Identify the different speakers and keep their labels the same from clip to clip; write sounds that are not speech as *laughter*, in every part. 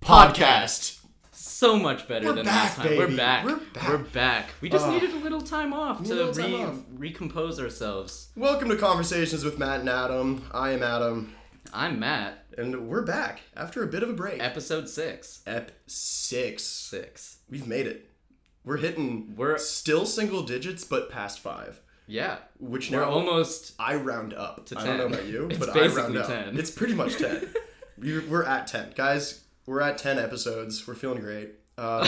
Speaker 1: Podcast.
Speaker 2: So much better
Speaker 1: We're
Speaker 2: than
Speaker 1: back,
Speaker 2: last time.
Speaker 1: baby.
Speaker 2: We're back.
Speaker 1: We're back.
Speaker 2: We're back. We just
Speaker 1: Ah.
Speaker 2: needed a little time off
Speaker 1: a
Speaker 2: to
Speaker 1: little time
Speaker 2: re-
Speaker 1: off.
Speaker 2: recompose ourselves.
Speaker 1: Welcome to Conversations with Matt and Adam. I am Adam,
Speaker 2: I'm Matt.
Speaker 1: and we're back after a bit of a break.
Speaker 2: Episode six.
Speaker 1: Ep six.
Speaker 2: Six.
Speaker 1: We've made it. We're hitting.
Speaker 2: We're-
Speaker 1: still single digits, but past five.
Speaker 2: Yeah.
Speaker 1: Which
Speaker 2: We're
Speaker 1: now
Speaker 2: almost.
Speaker 1: I round up.
Speaker 2: To
Speaker 1: I don't know
Speaker 2: 10.
Speaker 1: about you,
Speaker 2: *laughs* It's
Speaker 1: but I
Speaker 2: basically
Speaker 1: round up.
Speaker 2: 10.
Speaker 1: It's pretty much ten.
Speaker 2: *laughs*
Speaker 1: You- we're at ten, guys. We're at ten episodes. We're feeling great.
Speaker 2: *laughs*
Speaker 1: Uh,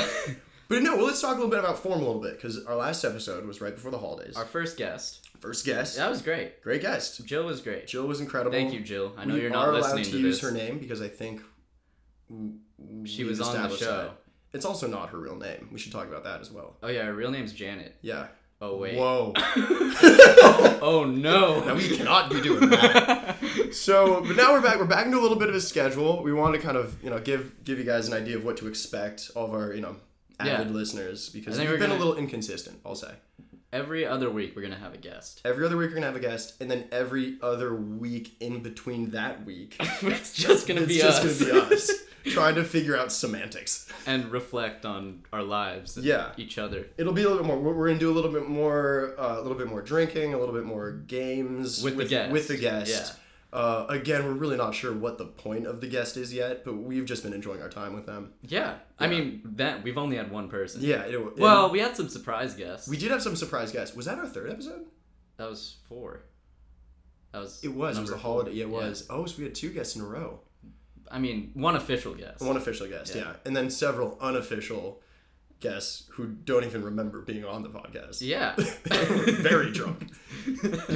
Speaker 1: but no, well, let's talk a little bit about form a little bit because our last episode was right before the holidays.
Speaker 2: Our first guest.
Speaker 1: first guest,
Speaker 2: That was great.
Speaker 1: great guest.
Speaker 2: Jill was great.
Speaker 1: Jill was incredible.
Speaker 2: Thank you, Jill. I know
Speaker 1: we
Speaker 2: you're not
Speaker 1: are
Speaker 2: listening
Speaker 1: allowed to,
Speaker 2: this.
Speaker 1: use her name because I think w-
Speaker 2: She
Speaker 1: we've
Speaker 2: was on the
Speaker 1: established
Speaker 2: show.
Speaker 1: that. It's also not her real name. We should talk about that as well.
Speaker 2: Oh yeah, her real name's Janet.
Speaker 1: Yeah.
Speaker 2: Oh wait. *laughs*
Speaker 1: Whoa.
Speaker 2: Oh
Speaker 1: *laughs*
Speaker 2: no.
Speaker 1: Now we cannot be doing that. so, but now we're back. We're back into a little bit of a schedule. We wanted to kind of, you know, give give you guys an idea of what to expect. All of our, you know, avid
Speaker 2: Yeah.
Speaker 1: listeners because
Speaker 2: I
Speaker 1: we've
Speaker 2: think
Speaker 1: been
Speaker 2: we're
Speaker 1: a
Speaker 2: gonna-
Speaker 1: little inconsistent. I'll say
Speaker 2: Every other week we're gonna have a guest. *laughs*
Speaker 1: every other week we're gonna have a guest, and then every other week in between that week,
Speaker 2: it's *laughs* just gonna
Speaker 1: it's
Speaker 2: be
Speaker 1: just
Speaker 2: us.
Speaker 1: gonna
Speaker 2: *laughs*
Speaker 1: be us trying to figure out semantics.
Speaker 2: and reflect on our lives. And
Speaker 1: Yeah.
Speaker 2: Each other.
Speaker 1: It'll be a little bit more. We're we're gonna do a little bit more, uh, a little bit more drinking, a little bit more games
Speaker 2: With the guest.
Speaker 1: With the guest. Uh, again, we're really not sure what the point of the guest is yet, but we've just been enjoying our time with them.
Speaker 2: Yeah. I mean that we've only had one person.
Speaker 1: Yeah. It,
Speaker 2: *laughs*
Speaker 1: it-
Speaker 2: Well, we had some surprise guests.
Speaker 1: we did have some surprise guests. Was that our third episode?
Speaker 2: That was four. That was.
Speaker 1: It was. It was
Speaker 2: number
Speaker 1: the holiday. Yeah, it
Speaker 2: four.
Speaker 1: was. Oh, so we had two guests in a row.
Speaker 2: I mean, one official guest.
Speaker 1: One official guest, yeah,
Speaker 2: Yeah.
Speaker 1: and then several unofficial guests who don't even remember being on the podcast.
Speaker 2: Yeah.
Speaker 1: *laughs* Very drunk.
Speaker 2: *laughs*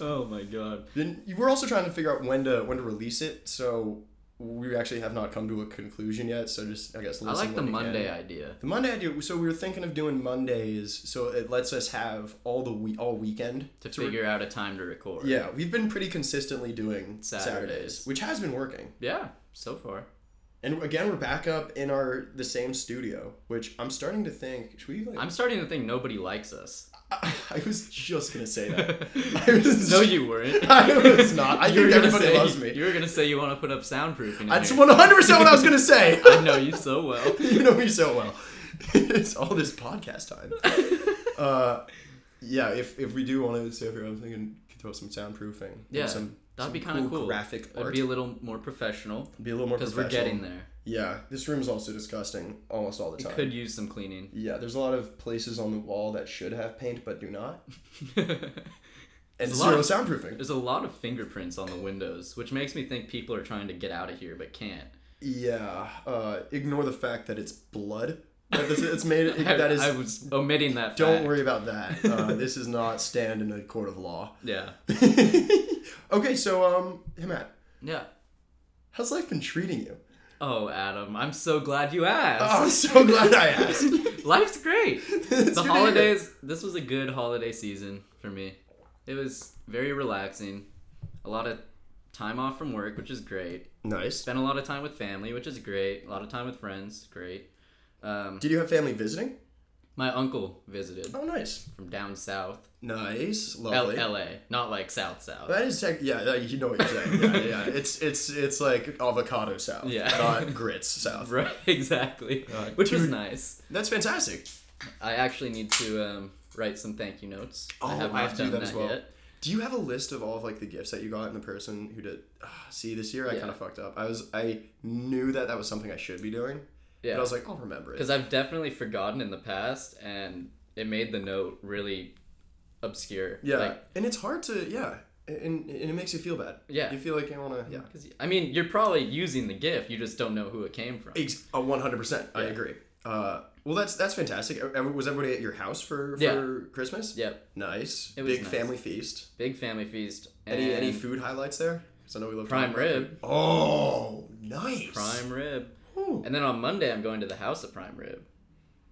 Speaker 2: oh my god.
Speaker 1: Then you- we're also trying to figure out when to when to release it, so we actually have not come to a conclusion yet. So just I guess listen
Speaker 2: I like the
Speaker 1: when you
Speaker 2: Monday
Speaker 1: can.
Speaker 2: idea.
Speaker 1: The Monday idea. So we were thinking of doing Mondays, so it lets us have all the week all weekend
Speaker 2: To
Speaker 1: re-
Speaker 2: figure out a time to record.
Speaker 1: yeah, we've been pretty consistently doing Saturdays.
Speaker 2: Saturdays.
Speaker 1: which has been working.
Speaker 2: Yeah. So far.
Speaker 1: And again, we're back up in our the same studio, which I'm starting to think. Should we? Like,
Speaker 2: I'm starting to think nobody likes
Speaker 1: *laughs*
Speaker 2: us.
Speaker 1: I, was just gonna say
Speaker 2: *laughs*
Speaker 1: that. I was,
Speaker 2: No, you weren't.
Speaker 1: *laughs* I was not. I
Speaker 2: You
Speaker 1: think
Speaker 2: were gonna
Speaker 1: everybody
Speaker 2: say-
Speaker 1: loves me.
Speaker 2: You were gonna say you want to put up soundproofing. In
Speaker 1: That's
Speaker 2: here.
Speaker 1: 100 percent what I was
Speaker 2: *laughs*
Speaker 1: gonna say.
Speaker 2: I know you so
Speaker 1: *laughs*
Speaker 2: well.
Speaker 1: you know me so well. it's all this
Speaker 2: *laughs*
Speaker 1: podcast time. uh, yeah, if, if we do want to sit here, I'm thinking could throw some soundproofing. and
Speaker 2: Yeah,
Speaker 1: some,
Speaker 2: That'd be
Speaker 1: some
Speaker 2: kind of cool.
Speaker 1: Graphic
Speaker 2: It'd
Speaker 1: art.
Speaker 2: be a little more professional
Speaker 1: Be a little more
Speaker 2: because we're getting
Speaker 1: professional.
Speaker 2: there.
Speaker 1: Yeah, this room's also disgusting almost all the
Speaker 2: It
Speaker 1: time.
Speaker 2: could use some cleaning.
Speaker 1: Yeah, there's a lot of places on the wall that should have paint but do not, and
Speaker 2: *laughs* There's a
Speaker 1: zero
Speaker 2: lot of-
Speaker 1: soundproofing.
Speaker 2: There's a lot of fingerprints on the windows, which makes me think people are trying to get out of here but can't.
Speaker 1: Yeah, uh, ignore the fact that it's blood. That is, it's made. It, *laughs*
Speaker 2: *laughs*
Speaker 1: that
Speaker 2: I
Speaker 1: is.
Speaker 2: was omitting that.
Speaker 1: Don't
Speaker 2: fact.
Speaker 1: worry about that. Uh, this is not stand in a court of law.
Speaker 2: Yeah,
Speaker 1: *laughs* okay, so um, hey Matt,
Speaker 2: yeah.
Speaker 1: how's life been
Speaker 2: *laughs*
Speaker 1: treating you?
Speaker 2: Oh, Adam, I'm so glad you asked.
Speaker 1: Oh, I'm so glad I
Speaker 2: *laughs*
Speaker 1: asked. *laughs*
Speaker 2: Life's great. the
Speaker 1: It's Oh. good to hear.
Speaker 2: holidays. This was a good holiday season for me. It was very relaxing. A lot of time off from work, which is great.
Speaker 1: Nice.
Speaker 2: Spent a lot of time with family, which is great. A lot of time with friends, great. Um,
Speaker 1: Did you have family visiting?
Speaker 2: my uncle visited
Speaker 1: Oh, nice.
Speaker 2: from down south,
Speaker 1: Nice.
Speaker 2: L-
Speaker 1: Lovely.
Speaker 2: L.A. Not like south *laughs* south.
Speaker 1: That is tech. Yeah, that- you know what you're saying.
Speaker 2: *laughs*
Speaker 1: Yeah, yeah. It's it's it's like avocado south,
Speaker 2: Yeah.
Speaker 1: *laughs* not grits south.
Speaker 2: Right, exactly. Which was nice.
Speaker 1: That's fantastic.
Speaker 2: I actually need to um, write some thank you notes.
Speaker 1: Oh,
Speaker 2: I have
Speaker 1: I
Speaker 2: not
Speaker 1: have to
Speaker 2: done
Speaker 1: do that
Speaker 2: that,
Speaker 1: as well.
Speaker 2: yet.
Speaker 1: Do you have a list of all of like the gifts that you got and the person who did? Ah, see, this year I
Speaker 2: Yeah.
Speaker 1: kind of fucked up. I was I knew that that was something I should be doing, but I
Speaker 2: Yeah,
Speaker 1: was like, I'll remember it.
Speaker 2: because I've definitely forgotten in the past, and it made the note really obscure.
Speaker 1: Yeah,
Speaker 2: Like,
Speaker 1: and it's hard to yeah, and, and it makes you feel bad.
Speaker 2: Yeah.
Speaker 1: you feel like you want to yeah.
Speaker 2: 'cause- I mean, you're probably using the gift, you just don't know who it came from.
Speaker 1: Ex- uh, 100%. I
Speaker 2: Yeah.
Speaker 1: agree. Uh, well, that's that's fantastic. Uh, ev- Was everybody at your house for, for
Speaker 2: Yeah.
Speaker 1: Christmas?
Speaker 2: Yep,
Speaker 1: Nice.
Speaker 2: It was
Speaker 1: Big
Speaker 2: nice.
Speaker 1: family feast.
Speaker 2: big family feast. And
Speaker 1: Any any food highlights there? 'Cause I know we love
Speaker 2: prime rib,
Speaker 1: Oh, nice.
Speaker 2: prime rib.
Speaker 1: Ooh.
Speaker 2: And then on Monday, I'm going to the house of prime rib.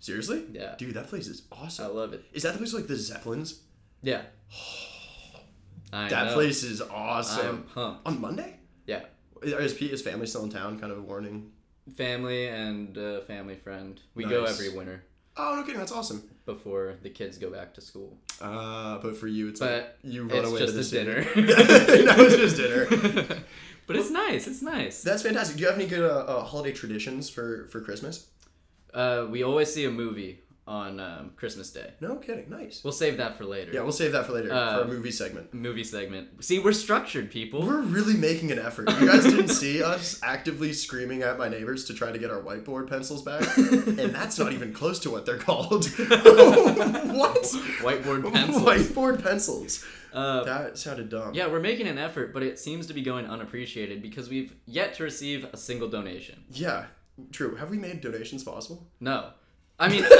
Speaker 1: Seriously?
Speaker 2: Yeah. Oh.
Speaker 1: Dude, that place is
Speaker 2: I
Speaker 1: awesome.
Speaker 2: love it.
Speaker 1: Is that the place like the Zeppelins? *sighs*
Speaker 2: Yeah. I
Speaker 1: that
Speaker 2: know.
Speaker 1: place is
Speaker 2: I'm
Speaker 1: awesome.
Speaker 2: pumped.
Speaker 1: On Monday?
Speaker 2: Yeah.
Speaker 1: Is, is Pete- is family still in town? Kind of a warning.
Speaker 2: family and a family friend. We go
Speaker 1: Nice.
Speaker 2: every winter
Speaker 1: Oh, no kidding. That's awesome.
Speaker 2: before the kids go back to school.
Speaker 1: Uh, but for you, it's like
Speaker 2: But
Speaker 1: you run
Speaker 2: It's
Speaker 1: away
Speaker 2: just
Speaker 1: to the
Speaker 2: a
Speaker 1: city.
Speaker 2: dinner.
Speaker 1: no, it's just dinner.
Speaker 2: *laughs* but it's nice. It's nice.
Speaker 1: *laughs* That's fantastic. Do you have any good uh, uh, holiday traditions for for Christmas?
Speaker 2: Uh, we always see a movie on um, Christmas Day.
Speaker 1: No kidding. Nice.
Speaker 2: We'll save that for later.
Speaker 1: Yeah, we'll save that for later
Speaker 2: Uh,
Speaker 1: for our movie segment.
Speaker 2: Movie segment. See, we're structured,
Speaker 1: *laughs*
Speaker 2: people.
Speaker 1: We're really making an effort. You guys didn't *laughs* see us actively screaming at my neighbors to try to get our whiteboard pencils back, and that's not even close to what they're called. *laughs* what?
Speaker 2: Whiteboard
Speaker 1: *laughs*
Speaker 2: pencils.
Speaker 1: Whiteboard pencils.
Speaker 2: Uh,
Speaker 1: That sounded dumb.
Speaker 2: yeah, we're making an effort, but it seems to be going unappreciated because we've yet to receive a single donation.
Speaker 1: Yeah. True. Have we made donations possible?
Speaker 2: No. I mean, *laughs*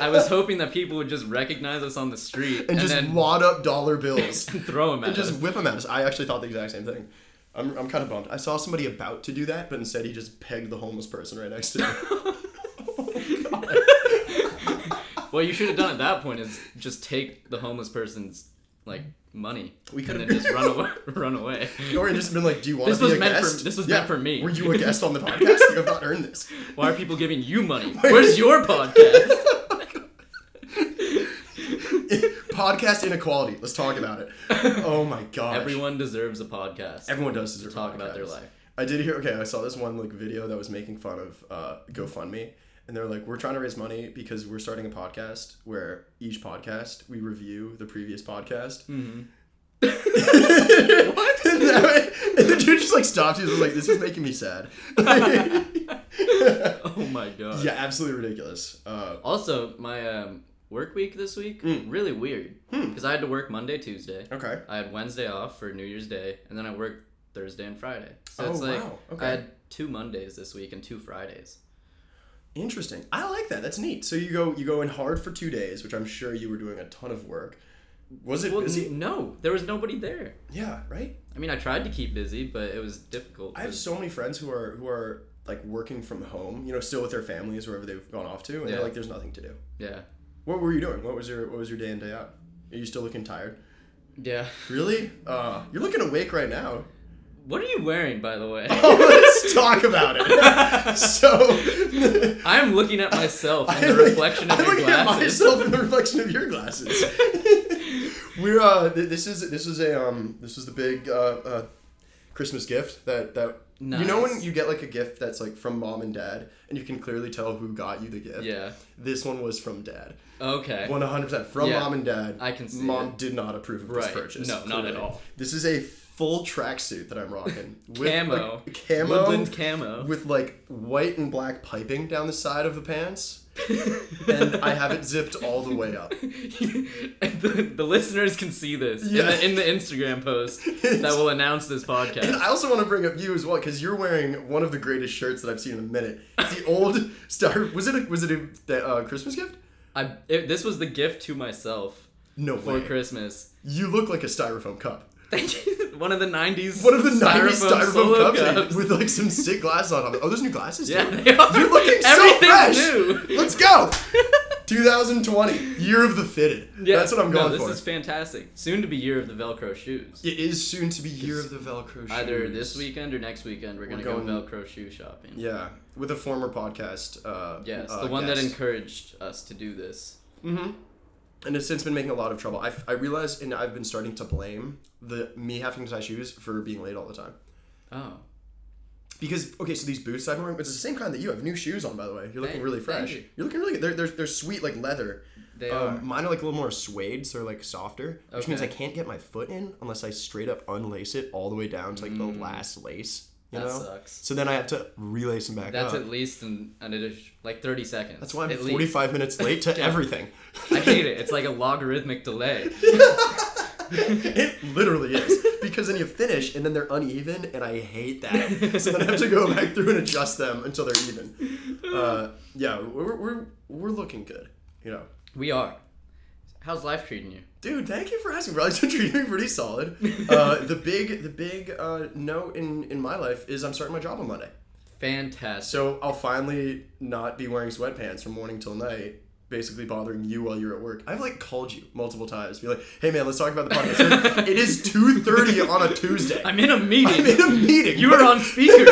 Speaker 2: I was hoping that people would just recognize us on the street and,
Speaker 1: And, just
Speaker 2: then
Speaker 1: wad up dollar
Speaker 2: *laughs*
Speaker 1: bills.
Speaker 2: throw them at
Speaker 1: and
Speaker 2: *laughs*
Speaker 1: just
Speaker 2: us.
Speaker 1: whip them at us. I actually thought the exact same thing. I'm, I'm kind of bummed. I saw somebody about to do that, but instead he just pegged the homeless person right next to him.
Speaker 2: *laughs* What you should have done at that point is just take the homeless person's like money
Speaker 1: We
Speaker 2: and
Speaker 1: could've-
Speaker 2: then just
Speaker 1: *laughs*
Speaker 2: run away. Run away.
Speaker 1: Or just been like, "Do you want
Speaker 2: This
Speaker 1: to be
Speaker 2: was
Speaker 1: a
Speaker 2: meant for-
Speaker 1: guest?"
Speaker 2: this was
Speaker 1: Yeah.
Speaker 2: meant for me.
Speaker 1: Were you a guest on the podcast? you have not earned this. *laughs*
Speaker 2: Why are people giving you money? Where's your podcast?
Speaker 1: podcast inequality. Let's talk
Speaker 2: *laughs*
Speaker 1: about it. Oh my gosh.
Speaker 2: Everyone deserves a podcast.
Speaker 1: Everyone does deserve
Speaker 2: talk about
Speaker 1: podcasts.
Speaker 2: their life.
Speaker 1: I did hear. Okay, I saw this one like video that was making fun of uh, GoFundMe, and they're like, "We're trying to raise money because we're starting a podcast where each podcast we review the previous podcast."
Speaker 2: Mm-hmm.
Speaker 1: *laughs* what? *laughs* And, that way- and the dude just like stops. He's like, "This is making me
Speaker 2: *laughs*
Speaker 1: sad."
Speaker 2: Oh my god.
Speaker 1: yeah, absolutely ridiculous. Uh,
Speaker 2: Also, my um, work week this week
Speaker 1: Hmm.
Speaker 2: really weird because I had to work Monday, Tuesday.
Speaker 1: okay.
Speaker 2: I had Wednesday off for New Year's Day, and then I worked Thursday and Friday. So
Speaker 1: Oh,
Speaker 2: it's like
Speaker 1: wow. Okay.
Speaker 2: I had two Mondays this week and two Fridays.
Speaker 1: Interesting. I like that. That's neat. So you go you go in hard for two days, which I'm sure you were doing a ton of work. Was it
Speaker 2: Well,
Speaker 1: busy?
Speaker 2: n- no, there was nobody there.
Speaker 1: Yeah, right.
Speaker 2: I mean, I tried to keep busy, but it was difficult.
Speaker 1: I have so many friends who are who are like working from home, you know, still with their families wherever they've gone off to, and they're
Speaker 2: Yeah.
Speaker 1: like, "There's nothing to do."
Speaker 2: yeah,
Speaker 1: What were you doing? What was your What was your day in day out? Are you still looking tired?
Speaker 2: yeah.
Speaker 1: Really? Uh, you're looking awake right now. *laughs*
Speaker 2: What are you wearing, by the way?
Speaker 1: Oh,
Speaker 2: *laughs*
Speaker 1: let's talk about it. *laughs* so, *laughs*
Speaker 2: I am looking at myself in
Speaker 1: I
Speaker 2: the
Speaker 1: look-
Speaker 2: reflection of
Speaker 1: *laughs* I
Speaker 2: your
Speaker 1: look at
Speaker 2: glasses.
Speaker 1: myself in the reflection of your glasses.
Speaker 2: *laughs*
Speaker 1: We're uh, th- this is this is a um, this was the big uh, uh, Christmas gift that that you know when
Speaker 2: Nice.
Speaker 1: you get like a gift that's like from mom and dad, and you can clearly tell who got you the gift.
Speaker 2: Yeah.
Speaker 1: This one was from dad,
Speaker 2: Okay.
Speaker 1: one hundred percent from
Speaker 2: Yeah.
Speaker 1: mom and dad.
Speaker 2: I can see
Speaker 1: mom did not approve of
Speaker 2: Right.
Speaker 1: this purchase.
Speaker 2: No, not at all.
Speaker 1: This is a full tracksuit that I'm
Speaker 2: *laughs*
Speaker 1: rocking with
Speaker 2: Camo.
Speaker 1: like, camo
Speaker 2: Woodland camo.
Speaker 1: with like white and black piping down the side of the pants,
Speaker 2: *laughs*
Speaker 1: and I have it zipped all the way up.
Speaker 2: the, the listeners can see this
Speaker 1: Yeah.
Speaker 2: in, the, in the Instagram post
Speaker 1: *laughs*
Speaker 2: that will announce this podcast.
Speaker 1: And I also want to bring up you as well because you're wearing one of the greatest shirts that I've seen in a minute. It's the old Star. Was it a was it a uh, Christmas gift?
Speaker 2: I it, this was the gift to myself
Speaker 1: No
Speaker 2: for
Speaker 1: way.
Speaker 2: Christmas.
Speaker 1: You look like a styrofoam cup.
Speaker 2: Thank you. *laughs* One of the '90s.
Speaker 1: One of the '90s styrofoam
Speaker 2: solo
Speaker 1: cups, that- with like some sick glasses on. them. Oh, there's new glasses.
Speaker 2: yeah,
Speaker 1: dude.
Speaker 2: they are.
Speaker 1: you're looking so
Speaker 2: Everything's
Speaker 1: fresh.
Speaker 2: new.
Speaker 1: Let's go. 2020, year of the fitted.
Speaker 2: *laughs* Yeah,
Speaker 1: That's what I'm
Speaker 2: no,
Speaker 1: going for.
Speaker 2: This is fantastic. Soon to be year of the Velcro shoes.
Speaker 1: It is soon to be year of the Velcro.
Speaker 2: Either
Speaker 1: shoes.
Speaker 2: this weekend or next weekend, we're gonna
Speaker 1: going-
Speaker 2: go Velcro shoe shopping.
Speaker 1: Yeah, with a former podcast. Uh,
Speaker 2: Yes,
Speaker 1: uh,
Speaker 2: the one that
Speaker 1: guest.
Speaker 2: encouraged us to do this.
Speaker 1: Mm-hmm. and has since been making a lot of trouble. I, I realized, and I've been starting to blame the me having to tie shoes for being late all the time.
Speaker 2: Oh,
Speaker 1: Because okay, so these boots I'm wearing, it's the same kind that you have. New shoes on, by the way. You're looking
Speaker 2: Thank-
Speaker 1: really
Speaker 2: thank
Speaker 1: fresh.
Speaker 2: you.
Speaker 1: are looking really good. They're, they're, they're sweet, like leather.
Speaker 2: they
Speaker 1: Um,
Speaker 2: are.
Speaker 1: mine are like a little more suede, so they're like softer, which means I
Speaker 2: Okay.
Speaker 1: can't get my foot in unless I straight up unlace it all the way down to like the last lace. You
Speaker 2: Mm. That
Speaker 1: know?
Speaker 2: sucks.
Speaker 1: So then I have to relace them back
Speaker 2: That's
Speaker 1: up.
Speaker 2: at least an, an addition, like 30 seconds.
Speaker 1: That's why I'm
Speaker 2: at
Speaker 1: *laughs* 45 minutes
Speaker 2: *laughs*
Speaker 1: late to everything.
Speaker 2: Least. I
Speaker 1: *laughs*
Speaker 2: hate it. It's like a logarithmic delay.
Speaker 1: It literally is. Because then you finish and then they're uneven, and I hate that. So then I have to go back through and adjust them until they're even. Uh, yeah, we're, we're, we're looking good, you know.
Speaker 2: We are. How's life treating you?
Speaker 1: Dude, thank you for asking, bro. You're treating me pretty solid. Uh, the big, the big uh, note in in my life is I'm starting my job on Monday,
Speaker 2: Fantastic.
Speaker 1: so I'll finally not be wearing sweatpants from morning till night, basically bothering you while you're at work. I've like called you multiple times, be like, "Hey man, let's talk about the podcast." it is two thirty on a Tuesday. *laughs*
Speaker 2: I'm in a meeting.
Speaker 1: I'm in a meeting.
Speaker 2: you were on speaker.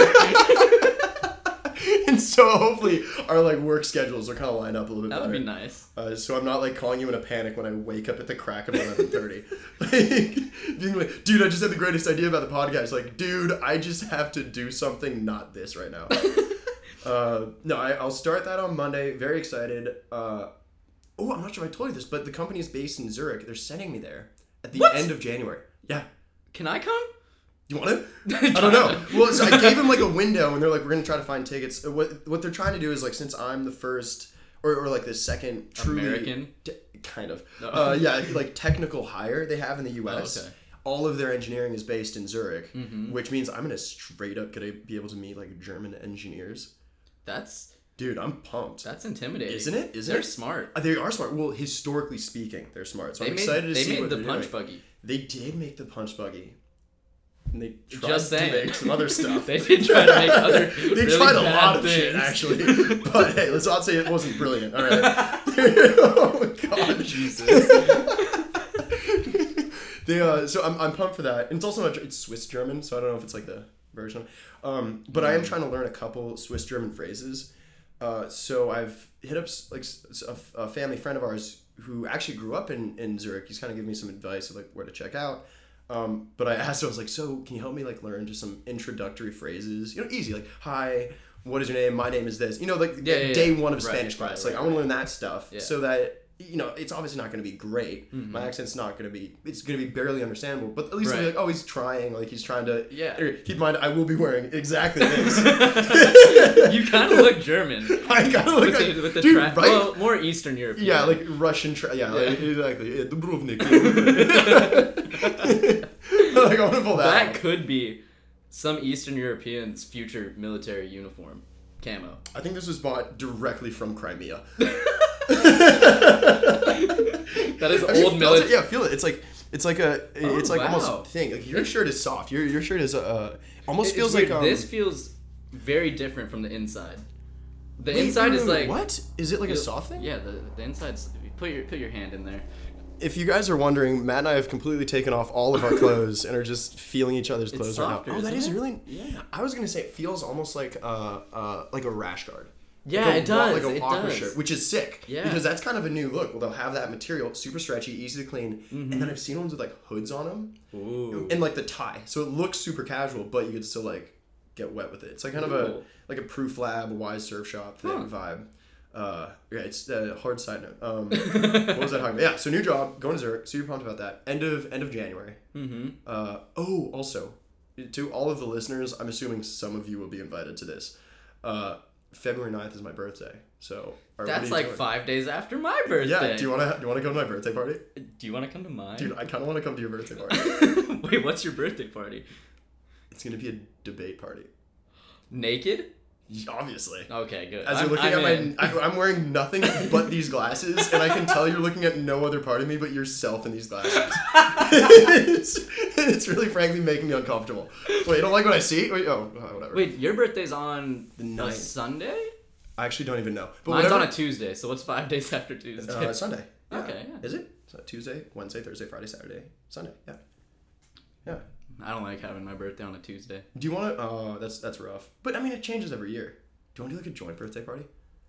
Speaker 1: so hopefully our like work schedules are kind of lined up a little bit
Speaker 2: That would
Speaker 1: better.
Speaker 2: be nice.
Speaker 1: Uh, so I'm not like calling you in a panic when I wake up at the crack of 11:30. *laughs* like, being like, dude, I just had the greatest idea about the podcast. Like, dude, I just have to do something not this
Speaker 2: *laughs*
Speaker 1: right now. uh, no, I, I'll start that on Monday. Very excited. Uh, oh, I'm not sure if I told you this, but the company is based in Zurich. They're sending me there at the
Speaker 2: What?
Speaker 1: end of January. Yeah.
Speaker 2: Can I come?
Speaker 1: You want to? *laughs* I don't know. Well, so I gave him like a window, and they're like, "We're gonna try to find tickets." Uh, What what they're trying to do is like, since I'm the first, or, or like the second truly
Speaker 2: American?
Speaker 1: te- kind of,
Speaker 2: No. Oh,
Speaker 1: uh, yeah, like technical hire they have in the U.S.
Speaker 2: okay.
Speaker 1: All of their engineering is based in Zurich,
Speaker 2: Mhm.
Speaker 1: which means I'm gonna straight up gonna be able to meet like German engineers.
Speaker 2: That's
Speaker 1: Dude, I'm pumped.
Speaker 2: that's intimidating.
Speaker 1: Isn't it? Isn't
Speaker 2: They're
Speaker 1: it?
Speaker 2: smart.
Speaker 1: Uh, They are smart. Well, historically speaking, they're smart. So
Speaker 2: They
Speaker 1: I'm
Speaker 2: made,
Speaker 1: excited to
Speaker 2: they
Speaker 1: see
Speaker 2: made
Speaker 1: what
Speaker 2: the
Speaker 1: they're
Speaker 2: punch
Speaker 1: doing.
Speaker 2: buggy.
Speaker 1: They did make the punch buggy. And they tried
Speaker 2: Just
Speaker 1: to
Speaker 2: saying.
Speaker 1: make some
Speaker 2: *laughs*
Speaker 1: other stuff.
Speaker 2: They did try to make other
Speaker 1: *laughs* they
Speaker 2: really
Speaker 1: tried a
Speaker 2: bad
Speaker 1: lot of shit
Speaker 2: things. *laughs*
Speaker 1: actually. *laughs* But hey, let's not say it wasn't brilliant. All right. *laughs* oh god,
Speaker 2: Jesus.
Speaker 1: they uh, so I'm, I'm pumped for that. And it's also not, it's Swiss German, so I don't know if it's like the version. Um, but
Speaker 2: Mm.
Speaker 1: I am trying to learn a couple Swiss German phrases. Uh, so I've hit up s- like s- s- a, f- a family friend of ours who actually grew up in, in Zurich. He's kind of giving me some advice of like where to check out. Um, but I asked him, I was like, so can you help me like learn just some introductory phrases? You know, easy like hi, what is your name? My name is this. You know, like
Speaker 2: Yeah, yeah,
Speaker 1: day
Speaker 2: yeah.
Speaker 1: one of
Speaker 2: Right,
Speaker 1: Spanish
Speaker 2: right,
Speaker 1: class.
Speaker 2: right,
Speaker 1: like I want to learn that stuff
Speaker 2: Yeah. Mm-hmm.
Speaker 1: so that you know it's obviously not going to be great. My accent's not going to be. It's going to be barely understandable. But at least I'll be
Speaker 2: Right.
Speaker 1: like, oh, he's trying. Like he's trying to.
Speaker 2: Yeah.
Speaker 1: Anyway, Keep in mind, I will be wearing
Speaker 2: *laughs*
Speaker 1: exactly this.
Speaker 2: you kind of look German.
Speaker 1: *laughs* I gotta look
Speaker 2: with
Speaker 1: like
Speaker 2: the, with the
Speaker 1: dude,
Speaker 2: tra-
Speaker 1: right?
Speaker 2: well, more Eastern European.
Speaker 1: yeah, like Russian. Tra- yeah, like, exactly. Yeah,
Speaker 2: *laughs*
Speaker 1: Dubrovnik. *laughs* like I want to pull that.
Speaker 2: that
Speaker 1: off.
Speaker 2: could be some Eastern European's future military uniform camo.
Speaker 1: I think this was bought directly from Crimea.
Speaker 2: *laughs* That is
Speaker 1: Have you
Speaker 2: old
Speaker 1: felt
Speaker 2: mili-
Speaker 1: it? Yeah, feel it. It's like it's like a it's
Speaker 2: Oh,
Speaker 1: like
Speaker 2: wow.
Speaker 1: almost thing. Like your shirt is soft. Your your shirt is uh almost
Speaker 2: It's
Speaker 1: feels
Speaker 2: weird.
Speaker 1: like um,
Speaker 2: this feels very different from the inside. The
Speaker 1: wait,
Speaker 2: inside
Speaker 1: wait,
Speaker 2: is like
Speaker 1: wait, what? Is it like a soft thing?
Speaker 2: Yeah, the, the inside's put your put your hand in there.
Speaker 1: If you guys are wondering, Matt and I have completely taken off all
Speaker 2: *laughs*
Speaker 1: of our clothes and are just feeling each other's clothes
Speaker 2: softer,
Speaker 1: right now. Oh, that
Speaker 2: isn't
Speaker 1: is
Speaker 2: it?
Speaker 1: really.
Speaker 2: Yeah.
Speaker 1: I was gonna say it feels almost like uh uh like a rash guard.
Speaker 2: Yeah,
Speaker 1: like a
Speaker 2: it
Speaker 1: wa-
Speaker 2: does,
Speaker 1: Like a
Speaker 2: it
Speaker 1: walker
Speaker 2: does.
Speaker 1: shirt, which is sick.
Speaker 2: Yeah.
Speaker 1: Because that's kind of a new look. Well, they'll have that material, super stretchy, easy to clean,
Speaker 2: Mm-hmm.
Speaker 1: and then I've seen ones with like hoods on them.
Speaker 2: Ooh.
Speaker 1: and like the tie. So it looks super casual, but you could still like get wet with it. It's like kind of a
Speaker 2: Cool.
Speaker 1: like a proof lab, wise surf shop thing
Speaker 2: Huh.
Speaker 1: vibe. Uh, yeah, it's a hard side note.
Speaker 2: *laughs*
Speaker 1: Um, what was I talking about? Yeah, so new job, going to Zurich. Super pumped about that. End of end of January.
Speaker 2: Mm-hmm.
Speaker 1: Uh, oh, also to all of the listeners, I'm assuming some of you will be invited to this. Uh, February 9th is my birthday, so or what are
Speaker 2: That's
Speaker 1: you
Speaker 2: like
Speaker 1: doing?
Speaker 2: five days after my birthday.
Speaker 1: Yeah, do you want to do you want to come to my birthday party?
Speaker 2: Do you want to come to mine? *laughs*
Speaker 1: Dude, I kind of want to come to your birthday party.
Speaker 2: Wait, what's your birthday party?
Speaker 1: it's gonna be a debate party,
Speaker 2: Naked?
Speaker 1: obviously.
Speaker 2: Okay, good.
Speaker 1: As
Speaker 2: I'm,
Speaker 1: you're looking
Speaker 2: I'm
Speaker 1: at
Speaker 2: in.
Speaker 1: my, I, I'm wearing nothing but these glasses, and I can tell you're looking at no other part of me but yourself in these
Speaker 2: *laughs*
Speaker 1: glasses. it's, it's really, frankly, making me uncomfortable. Wait, you don't like what I see? Wait, oh, uh, whatever.
Speaker 2: Wait, your birthday's on
Speaker 1: The ninth.
Speaker 2: a Sunday?
Speaker 1: I actually don't even know. But
Speaker 2: Mine's
Speaker 1: whatever.
Speaker 2: on a Tuesday, so what's five *laughs* days after Tuesday?
Speaker 1: uh, Sunday. Yeah.
Speaker 2: Okay, yeah.
Speaker 1: Is it? Is that Tuesday, Wednesday, Thursday, Friday, Saturday, Sunday. Yeah. Yeah.
Speaker 2: I don't like having my birthday on a Tuesday.
Speaker 1: Do you want to? Oh, that's that's rough. But I mean, it changes every year. Do you want to do like a joint birthday party?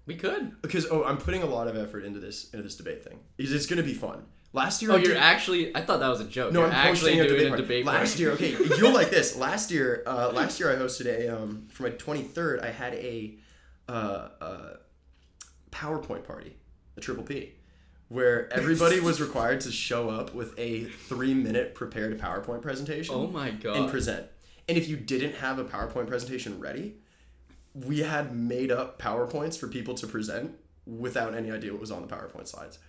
Speaker 2: We could.
Speaker 1: Because oh, I'm putting a lot of effort into this into this debate thing. Because it's gonna be fun. Last year,
Speaker 2: Oh,
Speaker 1: I did-
Speaker 2: you're actually. I thought that was a joke.
Speaker 1: No,
Speaker 2: you're
Speaker 1: I'm
Speaker 2: actually
Speaker 1: actually
Speaker 2: doing
Speaker 1: hosting a debate,
Speaker 2: a debate.
Speaker 1: party. Last
Speaker 2: party. *laughs*
Speaker 1: year, okay, you'll like this. Last year, uh, last year I hosted a um, for my 23rd. I had a uh, uh, PowerPoint party, a triple P, where everybody was required to show up with a three-minute prepared PowerPoint presentation
Speaker 2: Oh my god.
Speaker 1: and present. And if you didn't have a PowerPoint presentation ready, we had made up PowerPoints for people to present without any idea what was on the PowerPoint slides.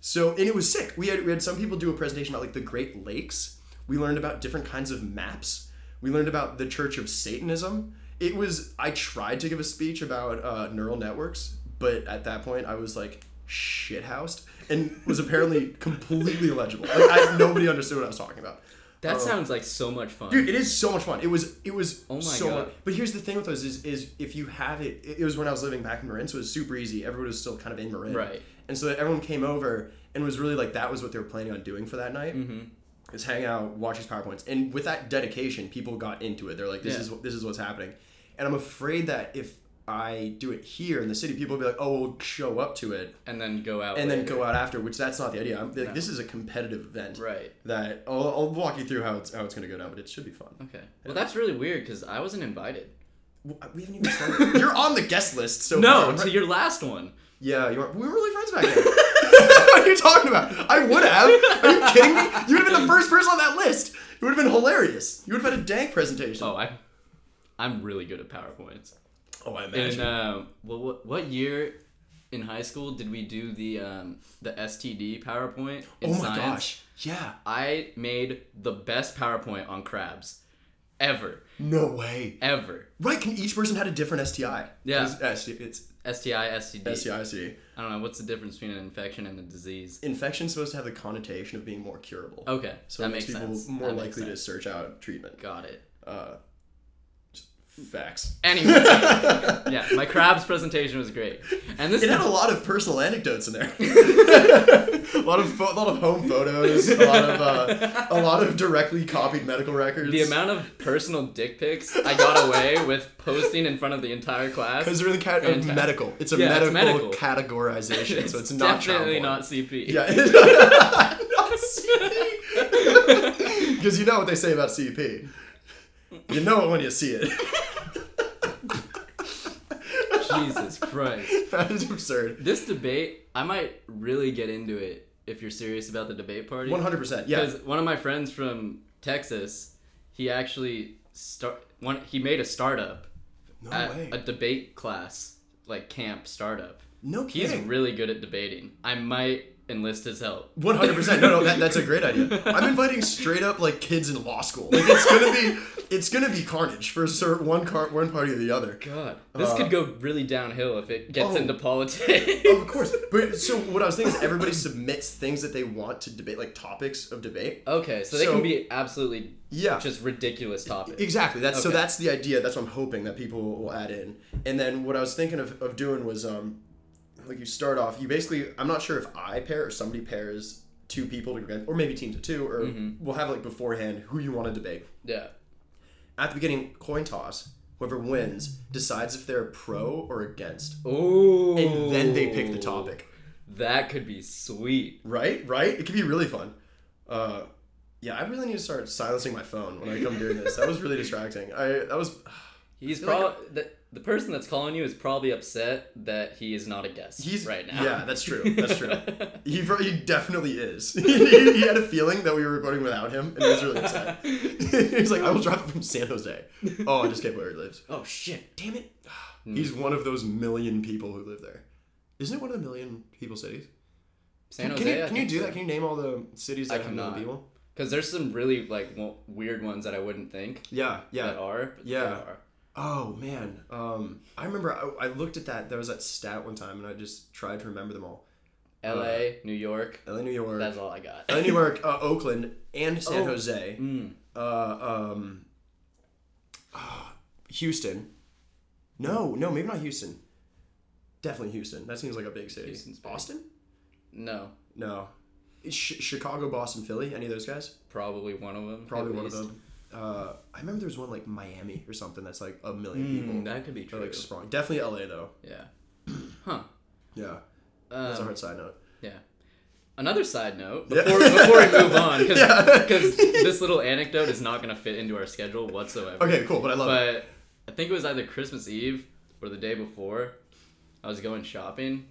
Speaker 1: So, and it was sick. We had we had some people do a presentation about like the Great Lakes. We learned about different kinds of maps. We learned about the Church of Satanism. It was I tried to give a speech about uh, neural networks, but at that point I was like shithoused and was apparently *laughs* completely illegible. Like I, nobody understood what I was talking about.
Speaker 2: that sounds like so much fun.
Speaker 1: oh. Dude, it is so much fun. It was it was
Speaker 2: Oh my
Speaker 1: so
Speaker 2: God.
Speaker 1: much. But here's the thing with those is is if you have it, it it was when I was living back in Marin, so it was super easy. Everyone was still kind of in Marin,
Speaker 2: Right.
Speaker 1: And so everyone came over and was really like that was what they were planning on doing for that night. Mm-hmm. Is hang out, watch these powerpoints, and with that dedication, people got into it. They're like, this
Speaker 2: Yeah.
Speaker 1: is what this is what's happening, and I'm afraid that if I do it here in the city, people will be like, "Oh, we'll show up to it
Speaker 2: and then go out.
Speaker 1: and then
Speaker 2: later.
Speaker 1: go out after," which that's not the idea. I'm like,
Speaker 2: No.
Speaker 1: this is a competitive event
Speaker 2: Right.
Speaker 1: that I'll, I'll walk you through how it's how it's gonna go down, but it should be fun.
Speaker 2: Okay. Well, that's really weird because I wasn't invited.
Speaker 1: W- We haven't even started. *laughs* You're on the guest list, so
Speaker 2: No,
Speaker 1: far.
Speaker 2: to your last one.
Speaker 1: Yeah, you are. We were really friends back
Speaker 2: *laughs*
Speaker 1: then. *laughs* what are you talking about? I would have. Are you kidding me? You would have been the first person on that list. It would have been hilarious. You would have had a dank presentation.
Speaker 2: Oh, I, I'm really good at PowerPoints.
Speaker 1: Oh, I
Speaker 2: And
Speaker 1: imagine.
Speaker 2: uh, well, what what year in high school did we do the um, the STD PowerPoint? In
Speaker 1: oh my
Speaker 2: science?
Speaker 1: gosh. Yeah.
Speaker 2: I made the best PowerPoint on crabs, ever,
Speaker 1: No way.
Speaker 2: ever.
Speaker 1: Right? Can each person had a different STI?
Speaker 2: Yeah.
Speaker 1: It's, ST it's
Speaker 2: STI, STD.
Speaker 1: STI. STD.
Speaker 2: I don't know what's the difference between an infection and a disease.
Speaker 1: Infection's supposed to have the connotation of being more curable.
Speaker 2: Okay,
Speaker 1: So
Speaker 2: Oh, that
Speaker 1: it makes
Speaker 2: makes
Speaker 1: people
Speaker 2: sense.
Speaker 1: more
Speaker 2: That makes
Speaker 1: likely to
Speaker 2: sense.
Speaker 1: search out treatment.
Speaker 2: Got it.
Speaker 1: Uh, just facts.
Speaker 2: Anyway,
Speaker 1: *laughs*
Speaker 2: yeah, my crabs presentation was great, and this
Speaker 1: It had a lot of personal anecdotes in there. *laughs* a lot of pho- a lot of home photos, a lot of uh, a lot of directly copied medical records.
Speaker 2: the amount of personal dick pics I got away with posting in front of the entire class.
Speaker 1: because they're in the cat- of
Speaker 2: Fantastic.
Speaker 1: medical. It's a
Speaker 2: Yeah, it's
Speaker 1: medical,
Speaker 2: medical.
Speaker 1: categorization, so it's not child
Speaker 2: definitely
Speaker 1: porn.
Speaker 2: not CP. *laughs*
Speaker 1: Yeah, *laughs* not CP. Because you know what they say about CP. You know it when you see it. *laughs*
Speaker 2: Jesus Christ.
Speaker 1: that is absurd.
Speaker 2: This debate, I might really get into it if you're serious about the debate party.
Speaker 1: One hundred percent. Yeah.
Speaker 2: one of my friends from Texas, he actually start one. He made a startup,
Speaker 1: No
Speaker 2: at
Speaker 1: way.
Speaker 2: a debate class like camp startup.
Speaker 1: no
Speaker 2: He's
Speaker 1: kidding.
Speaker 2: really good at debating. I might enlist his help.
Speaker 1: One hundred percent. No, no, that, that's a great idea. I'm inviting straight up like kids in law school. Like it's gonna be, it's gonna be carnage for cer- one car, one party or the other.
Speaker 2: God, this
Speaker 1: Uh,
Speaker 2: could go really downhill if it gets
Speaker 1: Oh.
Speaker 2: into politics. *laughs*
Speaker 1: Of course. But so what I was thinking is everybody submits things that they want to debate, like topics of debate.
Speaker 2: okay, so they
Speaker 1: So-
Speaker 2: can be absolutely
Speaker 1: Yeah.
Speaker 2: just ridiculous topics.
Speaker 1: Exactly. That's so.
Speaker 2: Okay.
Speaker 1: That's the idea. That's what I'm hoping that people will add in. And then what I was thinking of, of doing was um, like you start off. You basically. I'm not sure if I pair or somebody pairs two people together, or maybe teams of two, or
Speaker 2: Mm-hmm.
Speaker 1: we'll have like beforehand who you want to debate.
Speaker 2: Yeah.
Speaker 1: at the beginning coin toss whoever wins decides if they're pro or against
Speaker 2: Oh.
Speaker 1: and then they pick the topic
Speaker 2: That could be sweet.
Speaker 1: right right it could be really fun uh, yeah i really need to start silencing my phone when i come doing this that was really distracting i that was
Speaker 2: He's
Speaker 1: feel like
Speaker 2: probably the, the person that's calling you is probably upset that he is not a guest
Speaker 1: he's
Speaker 2: right now.
Speaker 1: yeah that's true that's
Speaker 2: *laughs*
Speaker 1: true he, pro- he definitely is *laughs* he, he had a feeling that we were recording without him and he was really
Speaker 2: *laughs*
Speaker 1: upset *laughs* he's like i will drop it from san jose oh i just can't where he lives
Speaker 2: oh shit!
Speaker 1: damn
Speaker 2: *sighs*
Speaker 1: it he's one of those million people who live there isn't it one of the million people cities
Speaker 2: San
Speaker 1: can
Speaker 2: Jose.
Speaker 1: you, can you do that? Can you name all the cities that have million
Speaker 2: cannot.
Speaker 1: people?
Speaker 2: Because there's some really like w- weird ones that I wouldn't think
Speaker 1: Yeah,
Speaker 2: that
Speaker 1: yeah.
Speaker 2: are. But
Speaker 1: Yeah.
Speaker 2: there Are.
Speaker 1: Oh man, um, I remember I, I looked at that. There was that stat one time, and I just tried to remember them all.
Speaker 2: L.A.,
Speaker 1: Uh,
Speaker 2: New York.
Speaker 1: LA, New York,
Speaker 2: That's all I got.
Speaker 1: LA, New York, uh, Oakland, and San
Speaker 2: Oh.
Speaker 1: Jose,
Speaker 2: Mm.
Speaker 1: uh, um, uh, Houston. No, no, maybe not Houston. Definitely Houston. That seems like a big city.
Speaker 2: Houston's big.
Speaker 1: Boston?
Speaker 2: No,
Speaker 1: No. Sh- Chicago, Boston, Philly. Any of those guys?
Speaker 2: probably one of them.
Speaker 1: Probably
Speaker 2: at
Speaker 1: one of
Speaker 2: least.
Speaker 1: them. Uh, I remember there was one like Miami or something that's like a million people.
Speaker 2: Mm, that could be
Speaker 1: Or,
Speaker 2: true.
Speaker 1: like sprawling. Definitely LA though.
Speaker 2: yeah. Huh.
Speaker 1: Yeah, that's a
Speaker 2: Um,
Speaker 1: hard side note.
Speaker 2: yeah. Another side note
Speaker 1: Yeah.
Speaker 2: before, before we move on, because
Speaker 1: Yeah. *laughs*
Speaker 2: this little anecdote is not going to fit into our schedule whatsoever.
Speaker 1: Okay, cool. But I love it.
Speaker 2: but I think it was either Christmas Eve or the day before. I was going shopping,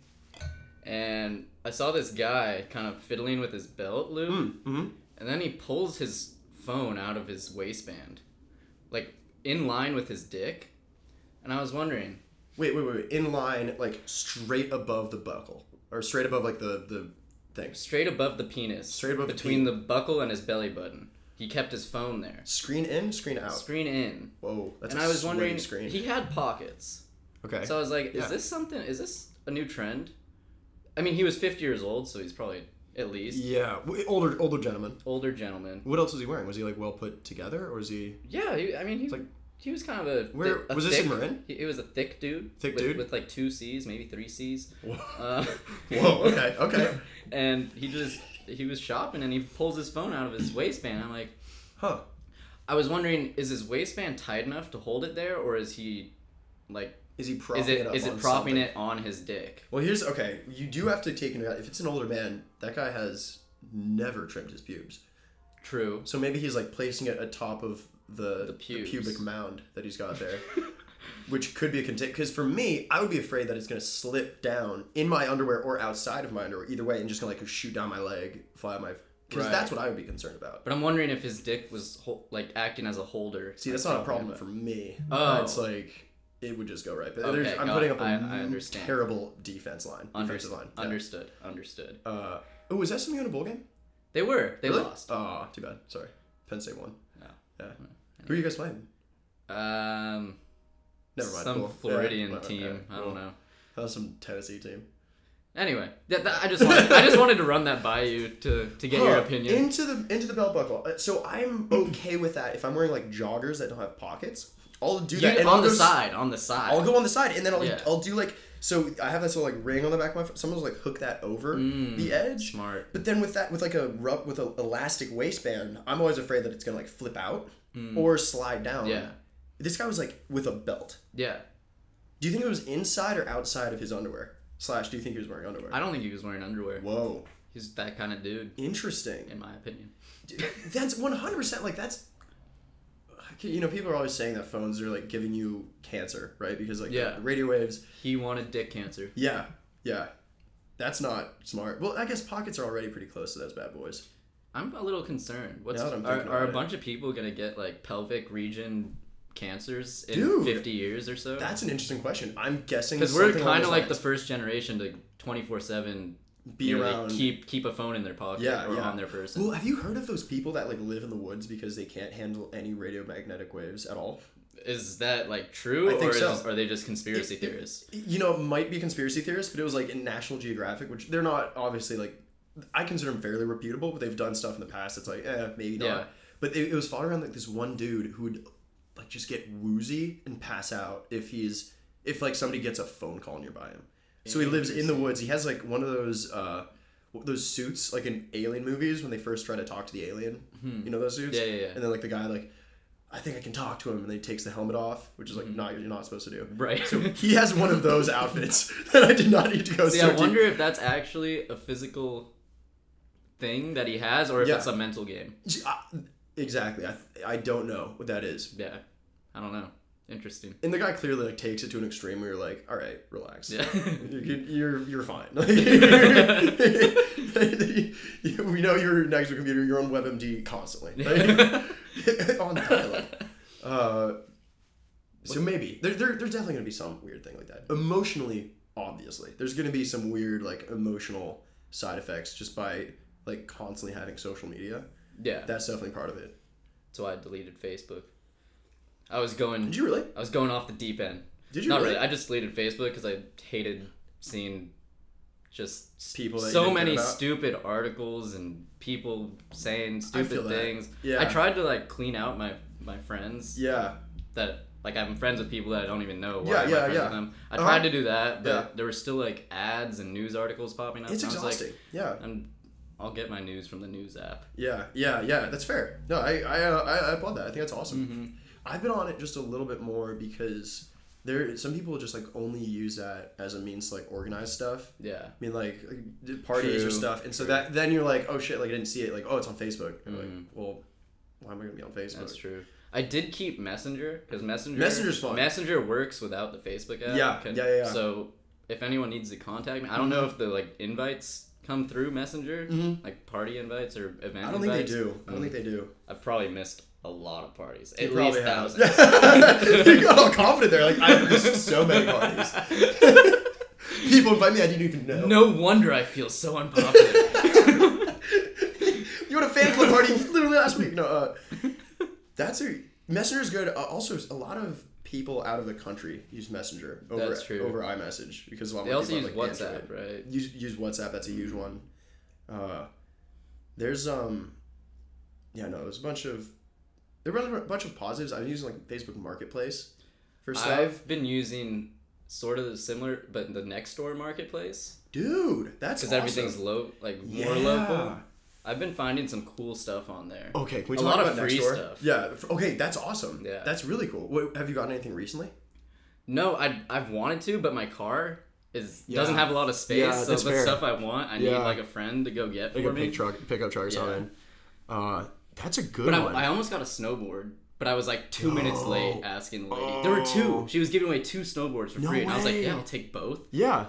Speaker 2: and I saw this guy kind of fiddling with his belt loop,
Speaker 1: Mm-hmm.
Speaker 2: and then he pulls his phone out of his waistband, like in line with his dick. And I was wondering,
Speaker 1: Wait, wait, wait, wait. In line, like straight above the buckle, or straight above like the the things.
Speaker 2: straight above the penis,
Speaker 1: Straight above the
Speaker 2: between the, buckle and his belly button, he kept his phone there,
Speaker 1: Screen in, screen out.
Speaker 2: screen in.
Speaker 1: Whoa, that's
Speaker 2: and
Speaker 1: a
Speaker 2: I was
Speaker 1: sweaty
Speaker 2: wondering,
Speaker 1: screen.
Speaker 2: he had pockets.
Speaker 1: okay.
Speaker 2: So I was like, is
Speaker 1: Yeah.
Speaker 2: this something? Is this a new trend? I mean, he was 50 years old, so he's probably at least
Speaker 1: yeah, w- older older gentleman.
Speaker 2: older gentleman.
Speaker 1: What else was he wearing? Was he like well put together, or was
Speaker 2: *laughs*
Speaker 1: he
Speaker 2: Yeah, he, I mean, he,
Speaker 1: like-
Speaker 2: he was kind of a. thi-
Speaker 1: Where-
Speaker 2: a
Speaker 1: was this in
Speaker 2: thick-
Speaker 1: Marin?
Speaker 2: He, he was a thick dude.
Speaker 1: Thick
Speaker 2: with,
Speaker 1: dude?
Speaker 2: with like two C's, maybe three C's.
Speaker 1: Whoa,
Speaker 2: Uh,
Speaker 1: okay, okay.
Speaker 2: *laughs* and he just he was shopping and he pulls his phone out of his waistband. I'm like,
Speaker 1: Huh.
Speaker 2: I was wondering, is his waistband tight enough to hold it there, or is he like
Speaker 1: Is he propping
Speaker 2: Is it
Speaker 1: it up
Speaker 2: is it
Speaker 1: on
Speaker 2: propping
Speaker 1: something?
Speaker 2: it on his dick?
Speaker 1: Well, here's okay. You do have to take into account if it's an older man. That guy has never trimmed his pubes,
Speaker 2: True.
Speaker 1: so maybe he's like placing it atop of the, the
Speaker 2: pubes.
Speaker 1: pubic mound that he's
Speaker 2: *laughs*
Speaker 1: got there, which could be a content. Because for me, I would be afraid that it's gonna slip down in my underwear or outside of my underwear, either way, and just gonna like shoot down my leg, fly out my. Because
Speaker 2: Right.
Speaker 1: that's what I would be concerned about.
Speaker 2: But I'm wondering if his dick was hol- like acting as a holder.
Speaker 1: See, that's
Speaker 2: like
Speaker 1: not a
Speaker 2: propping
Speaker 1: problem
Speaker 2: it
Speaker 1: for me.
Speaker 2: Oh.
Speaker 1: it's like it would just go right. But
Speaker 2: Okay,
Speaker 1: there's, I'm
Speaker 2: got
Speaker 1: putting
Speaker 2: it.
Speaker 1: up a
Speaker 2: I- I understand.
Speaker 1: terrible defense line,
Speaker 2: up. Under-
Speaker 1: defensive line. Yeah.
Speaker 2: Understood. Understood.
Speaker 1: Uh, oh, was that something on a bowl game?
Speaker 2: They were. They
Speaker 1: Really?
Speaker 2: lost.
Speaker 1: Oh, too bad. Sorry. Penn State won.
Speaker 2: No. Hmm.
Speaker 1: Yeah. Who are you guys playing?
Speaker 2: Um.
Speaker 1: Never mind.
Speaker 2: Some
Speaker 1: cool. Yeah,
Speaker 2: Floridian
Speaker 1: whatever,
Speaker 2: team.
Speaker 1: okay,
Speaker 2: I don't
Speaker 1: cool.
Speaker 2: know.
Speaker 1: That was some Tennessee team.
Speaker 2: Anyway, that, that- I just wanted, I just wanted to run that by you to to get your
Speaker 1: Huh,
Speaker 2: opinion.
Speaker 1: Into the into the belt buckle. Uh, So I'm okay with that if I'm wearing like joggers that don't have pockets. I'll do
Speaker 2: You-
Speaker 1: that. and
Speaker 2: on
Speaker 1: I'll
Speaker 2: the
Speaker 1: go s-
Speaker 2: side. On the side.
Speaker 1: I'll go on the side and then I'll,
Speaker 2: Yeah.
Speaker 1: I'll do like so I have this little like ring on the back of my foot. Someone's like hook that over
Speaker 2: Mm,
Speaker 1: the edge.
Speaker 2: Smart.
Speaker 1: But then with that, with like a rub, with an elastic waistband, I'm always afraid that it's gonna like flip out or slide down.
Speaker 2: Hmm. Yeah.
Speaker 1: This guy was like with a belt.
Speaker 2: Yeah.
Speaker 1: Do you think it was inside or outside of his underwear? Slash, do you think he was wearing underwear?
Speaker 2: I don't think he was wearing underwear.
Speaker 1: Whoa,
Speaker 2: He's that kind of dude,
Speaker 1: interesting.
Speaker 2: in my opinion.
Speaker 1: D- That's one hundred percent. Like that's, Okay, you know, people are always saying that phones are like giving you cancer, right? Because like
Speaker 2: Yeah.
Speaker 1: the radio waves.
Speaker 2: He wanted dick cancer.
Speaker 1: Yeah, yeah. That's not smart. Well, I guess pockets are already pretty close to those bad boys.
Speaker 2: I'm a little concerned. What's
Speaker 1: Now that I'm
Speaker 2: are,
Speaker 1: thinking
Speaker 2: are
Speaker 1: about
Speaker 2: a
Speaker 1: it.
Speaker 2: bunch of people gonna get like pelvic region cancers in
Speaker 1: Dude.
Speaker 2: 50 years or so?
Speaker 1: That's an interesting question. I'm guessing
Speaker 2: Because we're
Speaker 1: something along
Speaker 2: kind of
Speaker 1: those
Speaker 2: like the
Speaker 1: lines.
Speaker 2: first generation to 24 seven
Speaker 1: be around.
Speaker 2: keep keep a phone in their pocket
Speaker 1: Yeah,
Speaker 2: or
Speaker 1: yeah.
Speaker 2: on their person.
Speaker 1: Well, have you heard of those people that like live in the woods because they can't handle any radiomagnetic waves at all?
Speaker 2: Is that like true,
Speaker 1: I think
Speaker 2: or is-
Speaker 1: so.
Speaker 2: are they just conspiracy
Speaker 1: It- it-
Speaker 2: theorists? *laughs*
Speaker 1: you know, it might be conspiracy theorists, but it was like in National Geographic, which they're not obviously like I consider them fairly reputable, but they've done stuff in the past. It's like, eh, maybe not.
Speaker 2: Yeah.
Speaker 1: But it, it was following around like this one dude who would like just get woozy and pass out if he's if like somebody gets a phone call nearby him. So he lives in the woods. He has like one of those uh w- those suits like in alien movies when they first try to talk to the alien. You know those suits?
Speaker 2: Hmm. Yeah, yeah, yeah.
Speaker 1: And then like the guy like I think I can talk to him and then he takes the helmet off, which is
Speaker 2: Hmm.
Speaker 1: like not you're not supposed to do.
Speaker 2: Right.
Speaker 1: So he has one of those outfits *laughs* that I did not need to go
Speaker 2: See, I
Speaker 1: searching.
Speaker 2: wonder if that's actually a physical thing that he has, or if
Speaker 1: Yeah.
Speaker 2: it's a mental game.
Speaker 1: I- exactly. I, I don't know what that is.
Speaker 2: Yeah, I don't know.
Speaker 1: *laughs*
Speaker 2: Interesting.
Speaker 1: And the guy clearly like takes it to an extreme where you're like, all right, relax.
Speaker 2: Yeah.
Speaker 1: You- *laughs* you- You're, you're, fine. *laughs* You- we know you're next to a computer. You're on WebMD
Speaker 2: *laughs*
Speaker 1: constantly. Like, *laughs* on dial uh, So maybe. There, there, there's definitely going to be some weird thing like that. Emotionally, obviously. There's going to be some weird like emotional side effects just by like constantly having social media.
Speaker 2: yeah.
Speaker 1: That's definitely part of it.
Speaker 2: That's why I deleted Facebook. I was going.
Speaker 1: Did you really?
Speaker 2: I was going off the deep end.
Speaker 1: Did you
Speaker 2: Not
Speaker 1: really?
Speaker 2: really. I just deleted Facebook because I hated seeing just s-
Speaker 1: People that you
Speaker 2: so
Speaker 1: didn't care
Speaker 2: many
Speaker 1: about?
Speaker 2: stupid articles and people saying stupid
Speaker 1: that.
Speaker 2: things.
Speaker 1: Yeah.
Speaker 2: I tried to like clean out my my friends
Speaker 1: Yeah.
Speaker 2: that like I'm friends with people that I don't even know. Why
Speaker 1: Yeah,
Speaker 2: I'm
Speaker 1: yeah,
Speaker 2: friends
Speaker 1: yeah.
Speaker 2: With them. I
Speaker 1: Uh-huh.
Speaker 2: tried to do that, but
Speaker 1: Yeah.
Speaker 2: there were still like ads and news articles popping up.
Speaker 1: It's
Speaker 2: and I was
Speaker 1: exhausting.
Speaker 2: Like,
Speaker 1: yeah.
Speaker 2: I'm, I'll get my news from the news app.
Speaker 1: Yeah, yeah, yeah. That's fair. No, I I uh, I, I applaud that. I think that's awesome.
Speaker 2: Mm-hmm.
Speaker 1: I've been on it just a little bit more because there some people just like only use that as a means to like organize stuff.
Speaker 2: Yeah.
Speaker 1: I mean, like like, parties
Speaker 2: True,
Speaker 1: or
Speaker 2: Mm-hmm.
Speaker 1: stuff, and so that then you're like, oh shit, like I didn't see it. Like, oh, it's on Facebook. And you're Like, well, why am I gonna be on Facebook?
Speaker 2: That's true. I did keep Messenger because Messenger
Speaker 1: Messenger's fun.
Speaker 2: Messenger works without the Facebook app.
Speaker 1: Yeah, yeah, yeah, Mm-hmm. yeah.
Speaker 2: So if anyone needs to contact me, I don't know if the like invites come through Messenger,
Speaker 1: Mhm.
Speaker 2: like party invites or event.
Speaker 1: I don't think they
Speaker 2: invites. Mm.
Speaker 1: do. I don't think they do.
Speaker 2: I've probably missed a lot of parties.
Speaker 1: They
Speaker 2: At
Speaker 1: probably
Speaker 2: least
Speaker 1: have.
Speaker 2: thousands. *laughs*
Speaker 1: *laughs* you got all confident there. Like I've missed so many parties. people invite me. I didn't even know.
Speaker 2: No wonder I feel so unpopular.
Speaker 1: You had a fan club party literally last week. No, uh, that's a Messenger's good. Uh, also, a lot of people out of the country use Messenger over
Speaker 2: That's true.
Speaker 1: over iMessage because a lot
Speaker 2: they
Speaker 1: more
Speaker 2: also use
Speaker 1: people have, like,
Speaker 2: WhatsApp,
Speaker 1: Android.
Speaker 2: right?
Speaker 1: Use use WhatsApp. That's a huge one. Uh, there's um, yeah, no, there's a bunch of there were a bunch of positives. I'm using like Facebook Marketplace for stuff.
Speaker 2: I've been using sort of the similar, but the next door marketplace
Speaker 1: Dude, that's
Speaker 2: because
Speaker 1: awesome.
Speaker 2: everything's low, like more
Speaker 1: Yeah.
Speaker 2: local. I've been finding some cool stuff on there.
Speaker 1: Okay, can
Speaker 2: A
Speaker 1: we talk
Speaker 2: lot of
Speaker 1: about next
Speaker 2: free
Speaker 1: door?
Speaker 2: stuff.
Speaker 1: Yeah. f- Okay, that's awesome.
Speaker 2: Yeah.
Speaker 1: That's really cool. What, have you gotten anything recently?
Speaker 2: No, I I've wanted to, but my car is
Speaker 1: Yeah.
Speaker 2: doesn't have a lot of space.
Speaker 1: Yeah,
Speaker 2: so that's
Speaker 1: that's fair.
Speaker 2: stuff I want, I need
Speaker 1: Yeah.
Speaker 2: like a friend to go get
Speaker 1: Like
Speaker 2: for
Speaker 1: a
Speaker 2: me.
Speaker 1: pick truck, pickup truck or
Speaker 2: Yeah.
Speaker 1: something. Uh, that's a good
Speaker 2: But I,
Speaker 1: one.
Speaker 2: I almost got a snowboard, but I was like two minutes
Speaker 1: No. *gasps*
Speaker 2: late asking the lady. There were two.
Speaker 1: Oh.
Speaker 2: She was giving away two snowboards for
Speaker 1: No
Speaker 2: free, and I was like,
Speaker 1: way.
Speaker 2: yeah, I'll take both.
Speaker 1: yeah,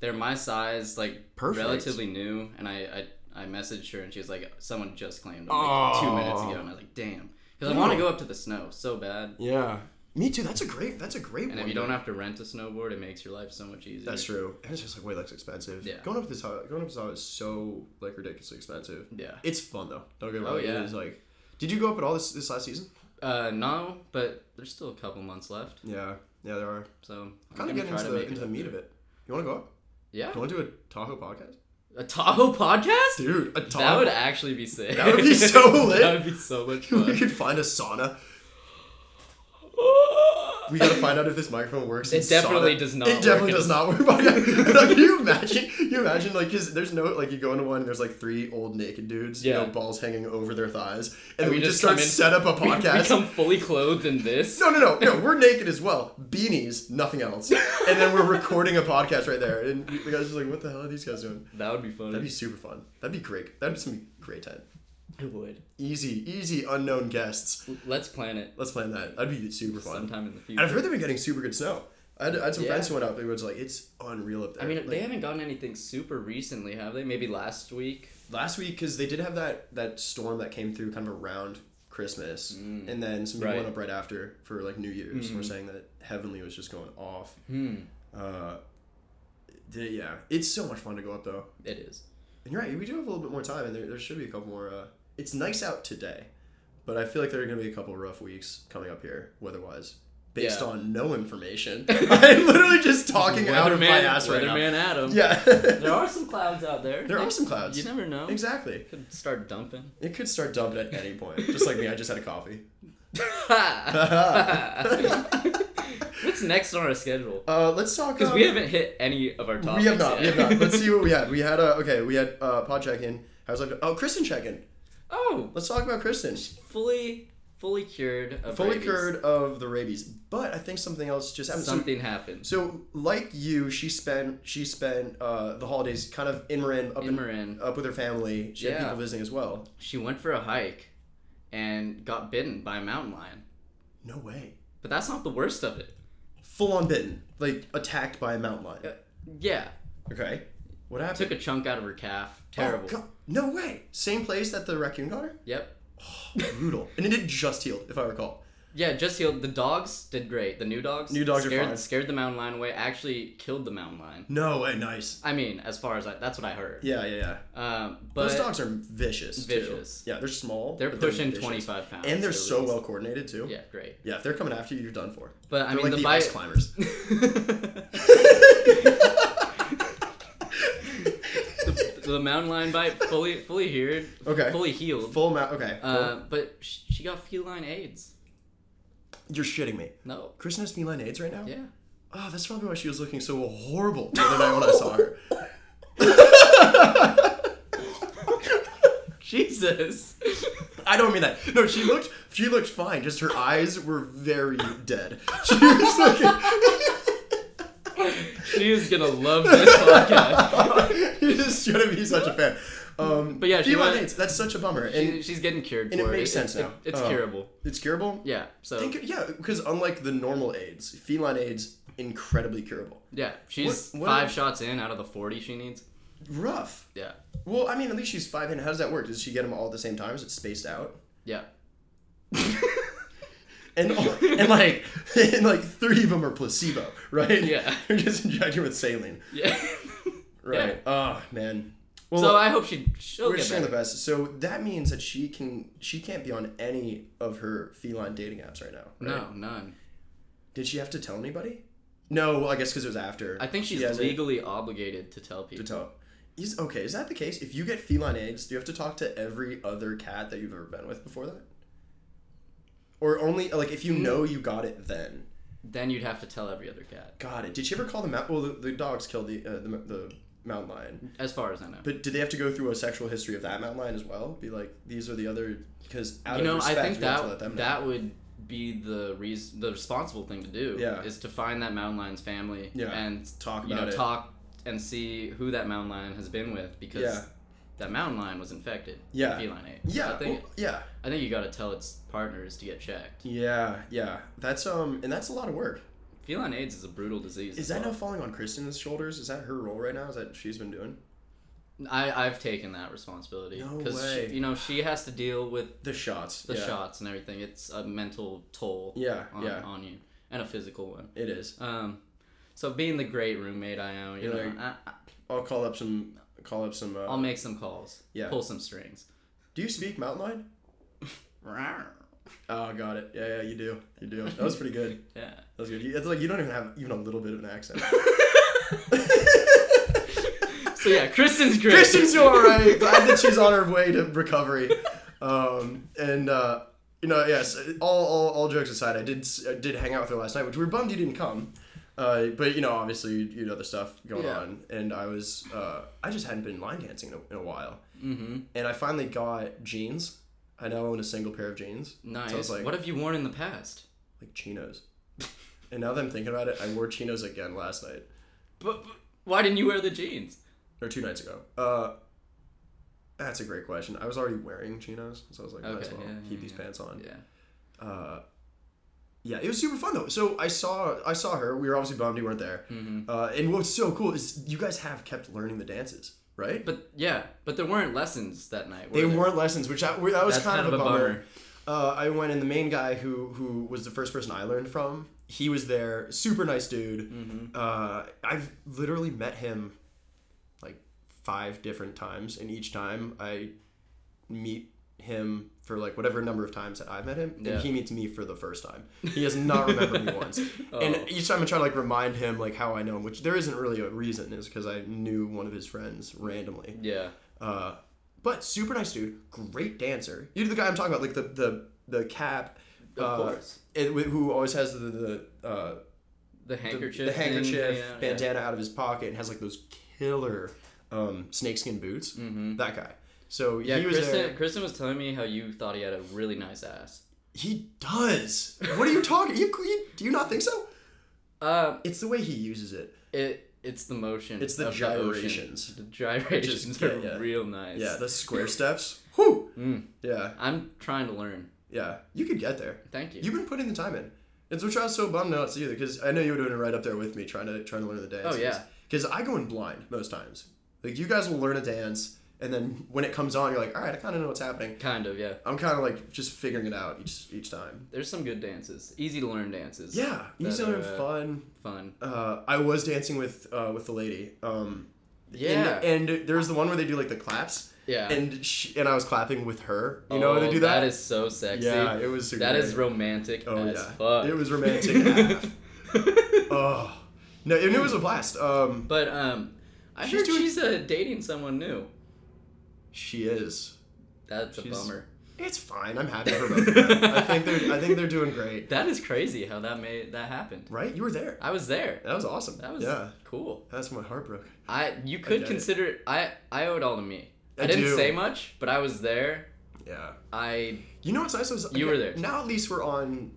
Speaker 2: They're my size, like
Speaker 1: Perfect.
Speaker 2: relatively new, and I, I I messaged her, and she was like, someone just claimed them like
Speaker 1: Oh.
Speaker 2: two minutes ago, and I was like, damn, because I
Speaker 1: No.
Speaker 2: want to go up to the snow so bad.
Speaker 1: yeah. Me too. That's a great. That's a great
Speaker 2: And
Speaker 1: one.
Speaker 2: if you don't have to rent a snowboard, it makes your life so much easier.
Speaker 1: That's true. And it's just like way less expensive.
Speaker 2: Yeah.
Speaker 1: Going up to the going up to the is so like ridiculously expensive.
Speaker 2: Yeah.
Speaker 1: It's fun though. Don't get me
Speaker 2: Oh,
Speaker 1: wrong.
Speaker 2: yeah.
Speaker 1: It is like. Did you go up at all this this last season?
Speaker 2: Uh, no, but there's still a couple months left,
Speaker 1: Yeah. Yeah, there are.
Speaker 2: so I'm
Speaker 1: Kind of
Speaker 2: gonna
Speaker 1: getting
Speaker 2: try
Speaker 1: into
Speaker 2: to
Speaker 1: the
Speaker 2: make it
Speaker 1: into the
Speaker 2: up
Speaker 1: meat
Speaker 2: there.
Speaker 1: of it. You want to go up?
Speaker 2: Yeah,
Speaker 1: You want to do a Tahoe podcast?
Speaker 2: a Tahoe *laughs* podcast.
Speaker 1: Dude, a Tahoe.
Speaker 2: That would actually be sick.
Speaker 1: That would be so
Speaker 2: *laughs*
Speaker 1: lit.
Speaker 2: that would be so much
Speaker 1: *laughs* we
Speaker 2: fun.
Speaker 1: could find a sauna. We gotta find out if this microphone works.
Speaker 2: It
Speaker 1: in
Speaker 2: definitely
Speaker 1: sauna.
Speaker 2: does not
Speaker 1: It definitely
Speaker 2: work.
Speaker 1: does not work. *laughs* But can you imagine? Can you imagine like because there's no like you go into one and there's like three old naked dudes, you
Speaker 2: Yeah.
Speaker 1: know, balls hanging over their thighs, and, we,
Speaker 2: we just
Speaker 1: just start
Speaker 2: come in-
Speaker 1: set up a
Speaker 2: *laughs* We
Speaker 1: podcast.
Speaker 2: Become fully clothed in this.
Speaker 1: No, no, no, no. We're naked as well. Beanies, nothing else. And then we're recording a podcast right there. And the guys are just like, "What the hell are these guys doing?"
Speaker 2: That would be funny.
Speaker 1: That'd be super fun. That'd be great. That'd be some great time.
Speaker 2: it would.
Speaker 1: Easy, easy, unknown guests.
Speaker 2: Let's plan it
Speaker 1: Let's plan that. That'd be super fun.
Speaker 2: sometime in the
Speaker 1: And
Speaker 2: future.
Speaker 1: I've heard they've been getting super good snow. I had, I had some
Speaker 2: Yeah.
Speaker 1: friends who went up. They were just like, it's unreal up there.
Speaker 2: I mean,
Speaker 1: Like,
Speaker 2: they haven't gotten anything super recently, have they? Maybe last week.
Speaker 1: last week because they did have that that storm that came through kind of around Christmas, and then some people
Speaker 2: Mm. Right. Mm-hmm.
Speaker 1: went up right after for like New Year's. We're saying that Heavenly was just going off.
Speaker 2: Hmm.
Speaker 1: Uh, d- yeah, it's so much fun to go up though.
Speaker 2: It is.
Speaker 1: And you're right, we do have a little bit more time, and there, there should be a couple more. Uh, it's nice out today, but I feel like there are going to be a couple rough weeks coming up here weather wise. Based
Speaker 2: Yeah.
Speaker 1: on no
Speaker 2: *laughs*
Speaker 1: information, *laughs* I'm literally just talking out of my
Speaker 2: Weatherman-
Speaker 1: ass right now.
Speaker 2: Weatherman Adam.
Speaker 1: Yeah.
Speaker 2: *laughs* There are some clouds out there.
Speaker 1: There are
Speaker 2: Like,
Speaker 1: some clouds.
Speaker 2: You never know.
Speaker 1: Exactly.
Speaker 2: Could start
Speaker 1: *laughs*
Speaker 2: dumping. *laughs*
Speaker 1: It could start dumping at any point. Just like me, I just had a coffee. *laughs*
Speaker 2: What's next on our schedule?
Speaker 1: Uh, let's talk.
Speaker 2: Because
Speaker 1: um,
Speaker 2: we haven't hit any of our topics.
Speaker 1: We have
Speaker 2: Yet.
Speaker 1: not. We have not. Let's
Speaker 2: *laughs*
Speaker 1: see what we had. We had uh, okay. We had uh, pod check in. How's life? Oh, Kristen check in.
Speaker 2: oh,
Speaker 1: Let's talk about Kristen.
Speaker 2: fully, fully cured. Of
Speaker 1: Fully
Speaker 2: rabies.
Speaker 1: cured of the rabies, but I think something else just happened. So-
Speaker 2: Something happened.
Speaker 1: So, like you, she spent she spent uh, the holidays kind of in Marin up in,
Speaker 2: Imran.
Speaker 1: up with her family. She had
Speaker 2: Yeah.
Speaker 1: people visiting as well.
Speaker 2: She went for a hike, and got bitten by a mountain lion.
Speaker 1: No way.
Speaker 2: But that's not the worst of it.
Speaker 1: Full on bitten, like attacked by a mountain lion.
Speaker 2: Uh, Yeah,
Speaker 1: Okay. What happened?
Speaker 2: took a chunk out of her calf. Terrible.
Speaker 1: Oh, God. No way. Same place that the raccoon got her? Oh,
Speaker 2: Yep.
Speaker 1: Brutal. and it had just healed, if I recall.
Speaker 2: Yeah, just healed. The dogs did great. The new dogs.
Speaker 1: New dogs are
Speaker 2: scared,
Speaker 1: fine.
Speaker 2: Scared the mountain lion away. Actually killed the mountain lion.
Speaker 1: No way. Nice.
Speaker 2: I mean, as far as I, that's what I heard.
Speaker 1: Yeah, yeah, yeah.
Speaker 2: Um,
Speaker 1: Those
Speaker 2: but
Speaker 1: dogs are vicious. too.
Speaker 2: Vicious.
Speaker 1: Yeah, they're small.
Speaker 2: they're
Speaker 1: but
Speaker 2: pushing
Speaker 1: vicious.
Speaker 2: 25 pounds.
Speaker 1: And they're
Speaker 2: at
Speaker 1: so
Speaker 2: least.
Speaker 1: well coordinated, too.
Speaker 2: Yeah, great.
Speaker 1: Yeah, if they're coming after you, you're done for.
Speaker 2: But I
Speaker 1: They're
Speaker 2: mean,
Speaker 1: like
Speaker 2: the,
Speaker 1: the,
Speaker 2: bite.
Speaker 1: ice
Speaker 2: *laughs*
Speaker 1: climbers.
Speaker 2: the, the mountain lion bite fully, fully healed.
Speaker 1: Okay.
Speaker 2: Fully healed.
Speaker 1: Full amount. Okay.
Speaker 2: uh, but sh- she got feline AIDS.
Speaker 1: You're shitting me.
Speaker 2: No.
Speaker 1: Kristen has feline AIDS right now?
Speaker 2: Yeah.
Speaker 1: Oh, that's probably why she was looking so horrible the other night when I saw
Speaker 2: *laughs*
Speaker 1: her. *laughs*
Speaker 2: Jesus.
Speaker 1: I don't mean that. No, she looked she looked fine. Just her eyes were very dead. *laughs* She was *laughs* looking
Speaker 2: she is gonna love this podcast.
Speaker 1: You just shouldn't be such a fan. Um,
Speaker 2: But yeah, she
Speaker 1: feline
Speaker 2: went-
Speaker 1: AIDS. That's such a bummer, and
Speaker 2: She, she's getting cured
Speaker 1: and it
Speaker 2: for
Speaker 1: makes sense
Speaker 2: it,
Speaker 1: now.
Speaker 2: it's
Speaker 1: Uh,
Speaker 2: curable.
Speaker 1: it's curable.
Speaker 2: Yeah. So
Speaker 1: Think- yeah, because unlike the normal AIDS, feline AIDS incredibly curable.
Speaker 2: yeah, she's
Speaker 1: what-
Speaker 2: five shots in out of the forty she needs.
Speaker 1: Rough.
Speaker 2: Yeah.
Speaker 1: Well, I mean, at least she's five. And how does that work? Does she get them all at the same time? Is it spaced out?
Speaker 2: Yeah. *laughs*
Speaker 1: and *laughs* and like and like three of them are placebo, right?
Speaker 2: Yeah.
Speaker 1: *laughs* they're just injected with saline,
Speaker 2: Yeah.
Speaker 1: right? Oh man.
Speaker 2: *laughs*
Speaker 1: Well,
Speaker 2: so I hope she she'll
Speaker 1: we're
Speaker 2: get
Speaker 1: just saying
Speaker 2: better.
Speaker 1: the best. So that means that she can she can't be on any of her feline dating apps right now. Right?
Speaker 2: No, none.
Speaker 1: Did she have to tell anybody? No. Well, I guess because it was after.
Speaker 2: I think she's
Speaker 1: She has it
Speaker 2: legally obligated to tell
Speaker 1: to
Speaker 2: people.
Speaker 1: tell. Is, okay, is that the case? If you get feline AIDS, do you have to talk to every other cat that you've ever been with before that? Or only like if you
Speaker 2: Hmm.
Speaker 1: know you got it then?
Speaker 2: Then you'd have to tell every other cat,
Speaker 1: Got it. Did she ever call the mount? Well, the, the dogs killed the, uh, the the mountain lion,
Speaker 2: as far as I know.
Speaker 1: but did they have to go through a sexual history of that mountain lion as well? Be like, these are the other because out
Speaker 2: you know,
Speaker 1: of respect,
Speaker 2: I think
Speaker 1: we have to
Speaker 2: that
Speaker 1: let them know.
Speaker 2: that would be the reason, the responsible thing to do.
Speaker 1: Yeah.
Speaker 2: Is to find that mountain lion's family.
Speaker 1: Yeah.
Speaker 2: And
Speaker 1: Talk
Speaker 2: you know
Speaker 1: about it.
Speaker 2: talk and see who that mountain lion has been with because
Speaker 1: Yeah.
Speaker 2: that mountain lion was infected.
Speaker 1: Yeah.
Speaker 2: The feline ate. So
Speaker 1: Yeah,
Speaker 2: I think
Speaker 1: well, yeah,
Speaker 2: I think you got to tell its partners to get checked.
Speaker 1: yeah, yeah. That's um, and that's a lot of work.
Speaker 2: Feline AIDS is a brutal disease.
Speaker 1: Is
Speaker 2: as
Speaker 1: that
Speaker 2: well.
Speaker 1: now falling on Kristen's shoulders? Is that her role right now? Is that what she's been doing
Speaker 2: I I've taken that responsibility
Speaker 1: No
Speaker 2: she-
Speaker 1: way.
Speaker 2: you know she has to deal with
Speaker 1: the shots?
Speaker 2: the
Speaker 1: yeah.
Speaker 2: shots and everything. It's a mental toll.
Speaker 1: Yeah,
Speaker 2: on,
Speaker 1: yeah.
Speaker 2: on you and a physical one. Um,
Speaker 1: It is.
Speaker 2: so being the great roommate I am, you
Speaker 1: You're
Speaker 2: know,
Speaker 1: like-
Speaker 2: I, I-
Speaker 1: I'll call up some. Call up some. Uh,
Speaker 2: I'll make some calls,
Speaker 1: Yeah.
Speaker 2: pull some
Speaker 1: *laughs*
Speaker 2: strings.
Speaker 1: do you speak mountain lion? Oh, got it. Yeah, yeah, you do. You do. That was pretty good.
Speaker 2: Yeah. *laughs*
Speaker 1: That was good. You- It's like you don't even have even a little bit of an *laughs* accent.
Speaker 2: So yeah, Kristen's great.
Speaker 1: Kristen's all right. *laughs* Glad that she's on her way to recovery. Um, and uh, you know, yes. All, all all jokes aside, I did s- I did hang out with her last night, which we were bummed you didn't come. Uh, but you know, obviously, you know the stuff going
Speaker 2: Yeah.
Speaker 1: on, and I was uh, I just hadn't been line dancing in a, in a while,
Speaker 2: *laughs* Mm-hmm.
Speaker 1: and I finally got jeans. I now own a single pair of jeans.
Speaker 2: Nice.
Speaker 1: So I was like,
Speaker 2: what have you worn in the past?
Speaker 1: like chinos. and now that I'm thinking about it, I wore chinos again last night
Speaker 2: But, but why didn't you wear the jeans?
Speaker 1: or two nights ago. Uh, that's a great question. I was already wearing chinos, so I was like, might as
Speaker 2: Okay,
Speaker 1: well
Speaker 2: yeah, yeah,
Speaker 1: keep these
Speaker 2: yeah.
Speaker 1: pants on.
Speaker 2: Yeah.
Speaker 1: Uh, yeah, it was super fun though. So I saw I saw her. We were obviously bummed you weren't there.
Speaker 2: Mm-hmm.
Speaker 1: Uh, and what's so cool is you guys have kept learning the dances, right?
Speaker 2: But yeah, but there weren't lessons that night. Were
Speaker 1: they
Speaker 2: there?
Speaker 1: weren't lessons, which I, we- that was
Speaker 2: That's
Speaker 1: kind, of, a bummer. Uh, I went and the main guy who who was the first person I learned from. He was there, super nice dude. Uh, I've literally met him like five different times, and each time I meet him for like whatever number of times that I've met him,
Speaker 2: Yeah.
Speaker 1: and he meets me for the first time. He *laughs* has not remembered me *laughs* once,
Speaker 2: Oh.
Speaker 1: and each time I try to like remind him like how I know him, which there isn't really a reason, is because I knew one of his friends randomly.
Speaker 2: Yeah.
Speaker 1: Uh, but super nice dude, great dancer. You're the guy I'm talking about, like the the the cap.
Speaker 2: Of
Speaker 1: uh,
Speaker 2: course.
Speaker 1: it- who always has the the, uh,
Speaker 2: The
Speaker 1: the
Speaker 2: handkerchief.
Speaker 1: the
Speaker 2: thing,
Speaker 1: handkerchief
Speaker 2: yeah, yeah.
Speaker 1: bandana out of his pocket and has like those killer um, snakeskin boots. Mm-hmm. That guy. So
Speaker 2: Yeah,
Speaker 1: he was
Speaker 2: Kristen,
Speaker 1: there.
Speaker 2: Kristen was telling me how you thought he had a really nice ass.
Speaker 1: He does. What are you talking? You, you do you not think so?
Speaker 2: Um,
Speaker 1: It's the way he uses it.
Speaker 2: it it's the motion.
Speaker 1: It's the
Speaker 2: of ocean.
Speaker 1: gyrations.
Speaker 2: The gyrations
Speaker 1: Just- yeah,
Speaker 2: are
Speaker 1: yeah.
Speaker 2: real nice.
Speaker 1: Yeah,
Speaker 2: *laughs*
Speaker 1: the square steps. Whew.
Speaker 2: Mm.
Speaker 1: Yeah,
Speaker 2: I'm trying to learn.
Speaker 1: yeah. You could get there.
Speaker 2: Thank you.
Speaker 1: You've been putting the time in. It's which I was so bummed not to see you because I know you were doing it right up there with me trying to trying to learn the dance.
Speaker 2: Oh, yeah.
Speaker 1: Because I go in blind most times. Like you guys will learn a dance and then when it comes on you're like, all right, I kinda know what's happening.
Speaker 2: kind of, yeah.
Speaker 1: I'm kinda like just figuring it out each each time.
Speaker 2: There's some good dances. Easy to learn dances.
Speaker 1: Yeah. You
Speaker 2: That
Speaker 1: sound
Speaker 2: are, uh,
Speaker 1: fun.
Speaker 2: Fun.
Speaker 1: Uh, I was dancing with uh, with the lady. Um
Speaker 2: Yeah.
Speaker 1: and, and there's the one where they do like the claps.
Speaker 2: Yeah.
Speaker 1: And she, and I was clapping with her. You know how they
Speaker 2: Oh,
Speaker 1: do that?
Speaker 2: That is so sexy.
Speaker 1: yeah, it was super
Speaker 2: That is
Speaker 1: great.
Speaker 2: romantic
Speaker 1: Oh
Speaker 2: as
Speaker 1: yeah,
Speaker 2: fuck.
Speaker 1: it
Speaker 2: *laughs*
Speaker 1: was romantic. AF. oh no, and it was a blast. Um,
Speaker 2: but um, I
Speaker 1: She's
Speaker 2: heard
Speaker 1: doing-
Speaker 2: she's uh, dating someone new.
Speaker 1: she is.
Speaker 2: That's a
Speaker 1: She's-
Speaker 2: bummer.
Speaker 1: It's fine. I'm happy for both of them. I think they're. I think they're doing great.
Speaker 2: That is crazy how that made that happened.
Speaker 1: Right? You were there.
Speaker 2: I was there.
Speaker 1: That was awesome.
Speaker 2: That was
Speaker 1: yeah.
Speaker 2: cool.
Speaker 1: That's when my heart broke.
Speaker 2: I you could
Speaker 1: get it.
Speaker 2: consider it. I I owe it all to me. I,
Speaker 1: I
Speaker 2: didn't
Speaker 1: do.
Speaker 2: say much, but I was there.
Speaker 1: Yeah.
Speaker 2: I
Speaker 1: You know what's nice is
Speaker 2: You were there.
Speaker 1: Now at least we're on.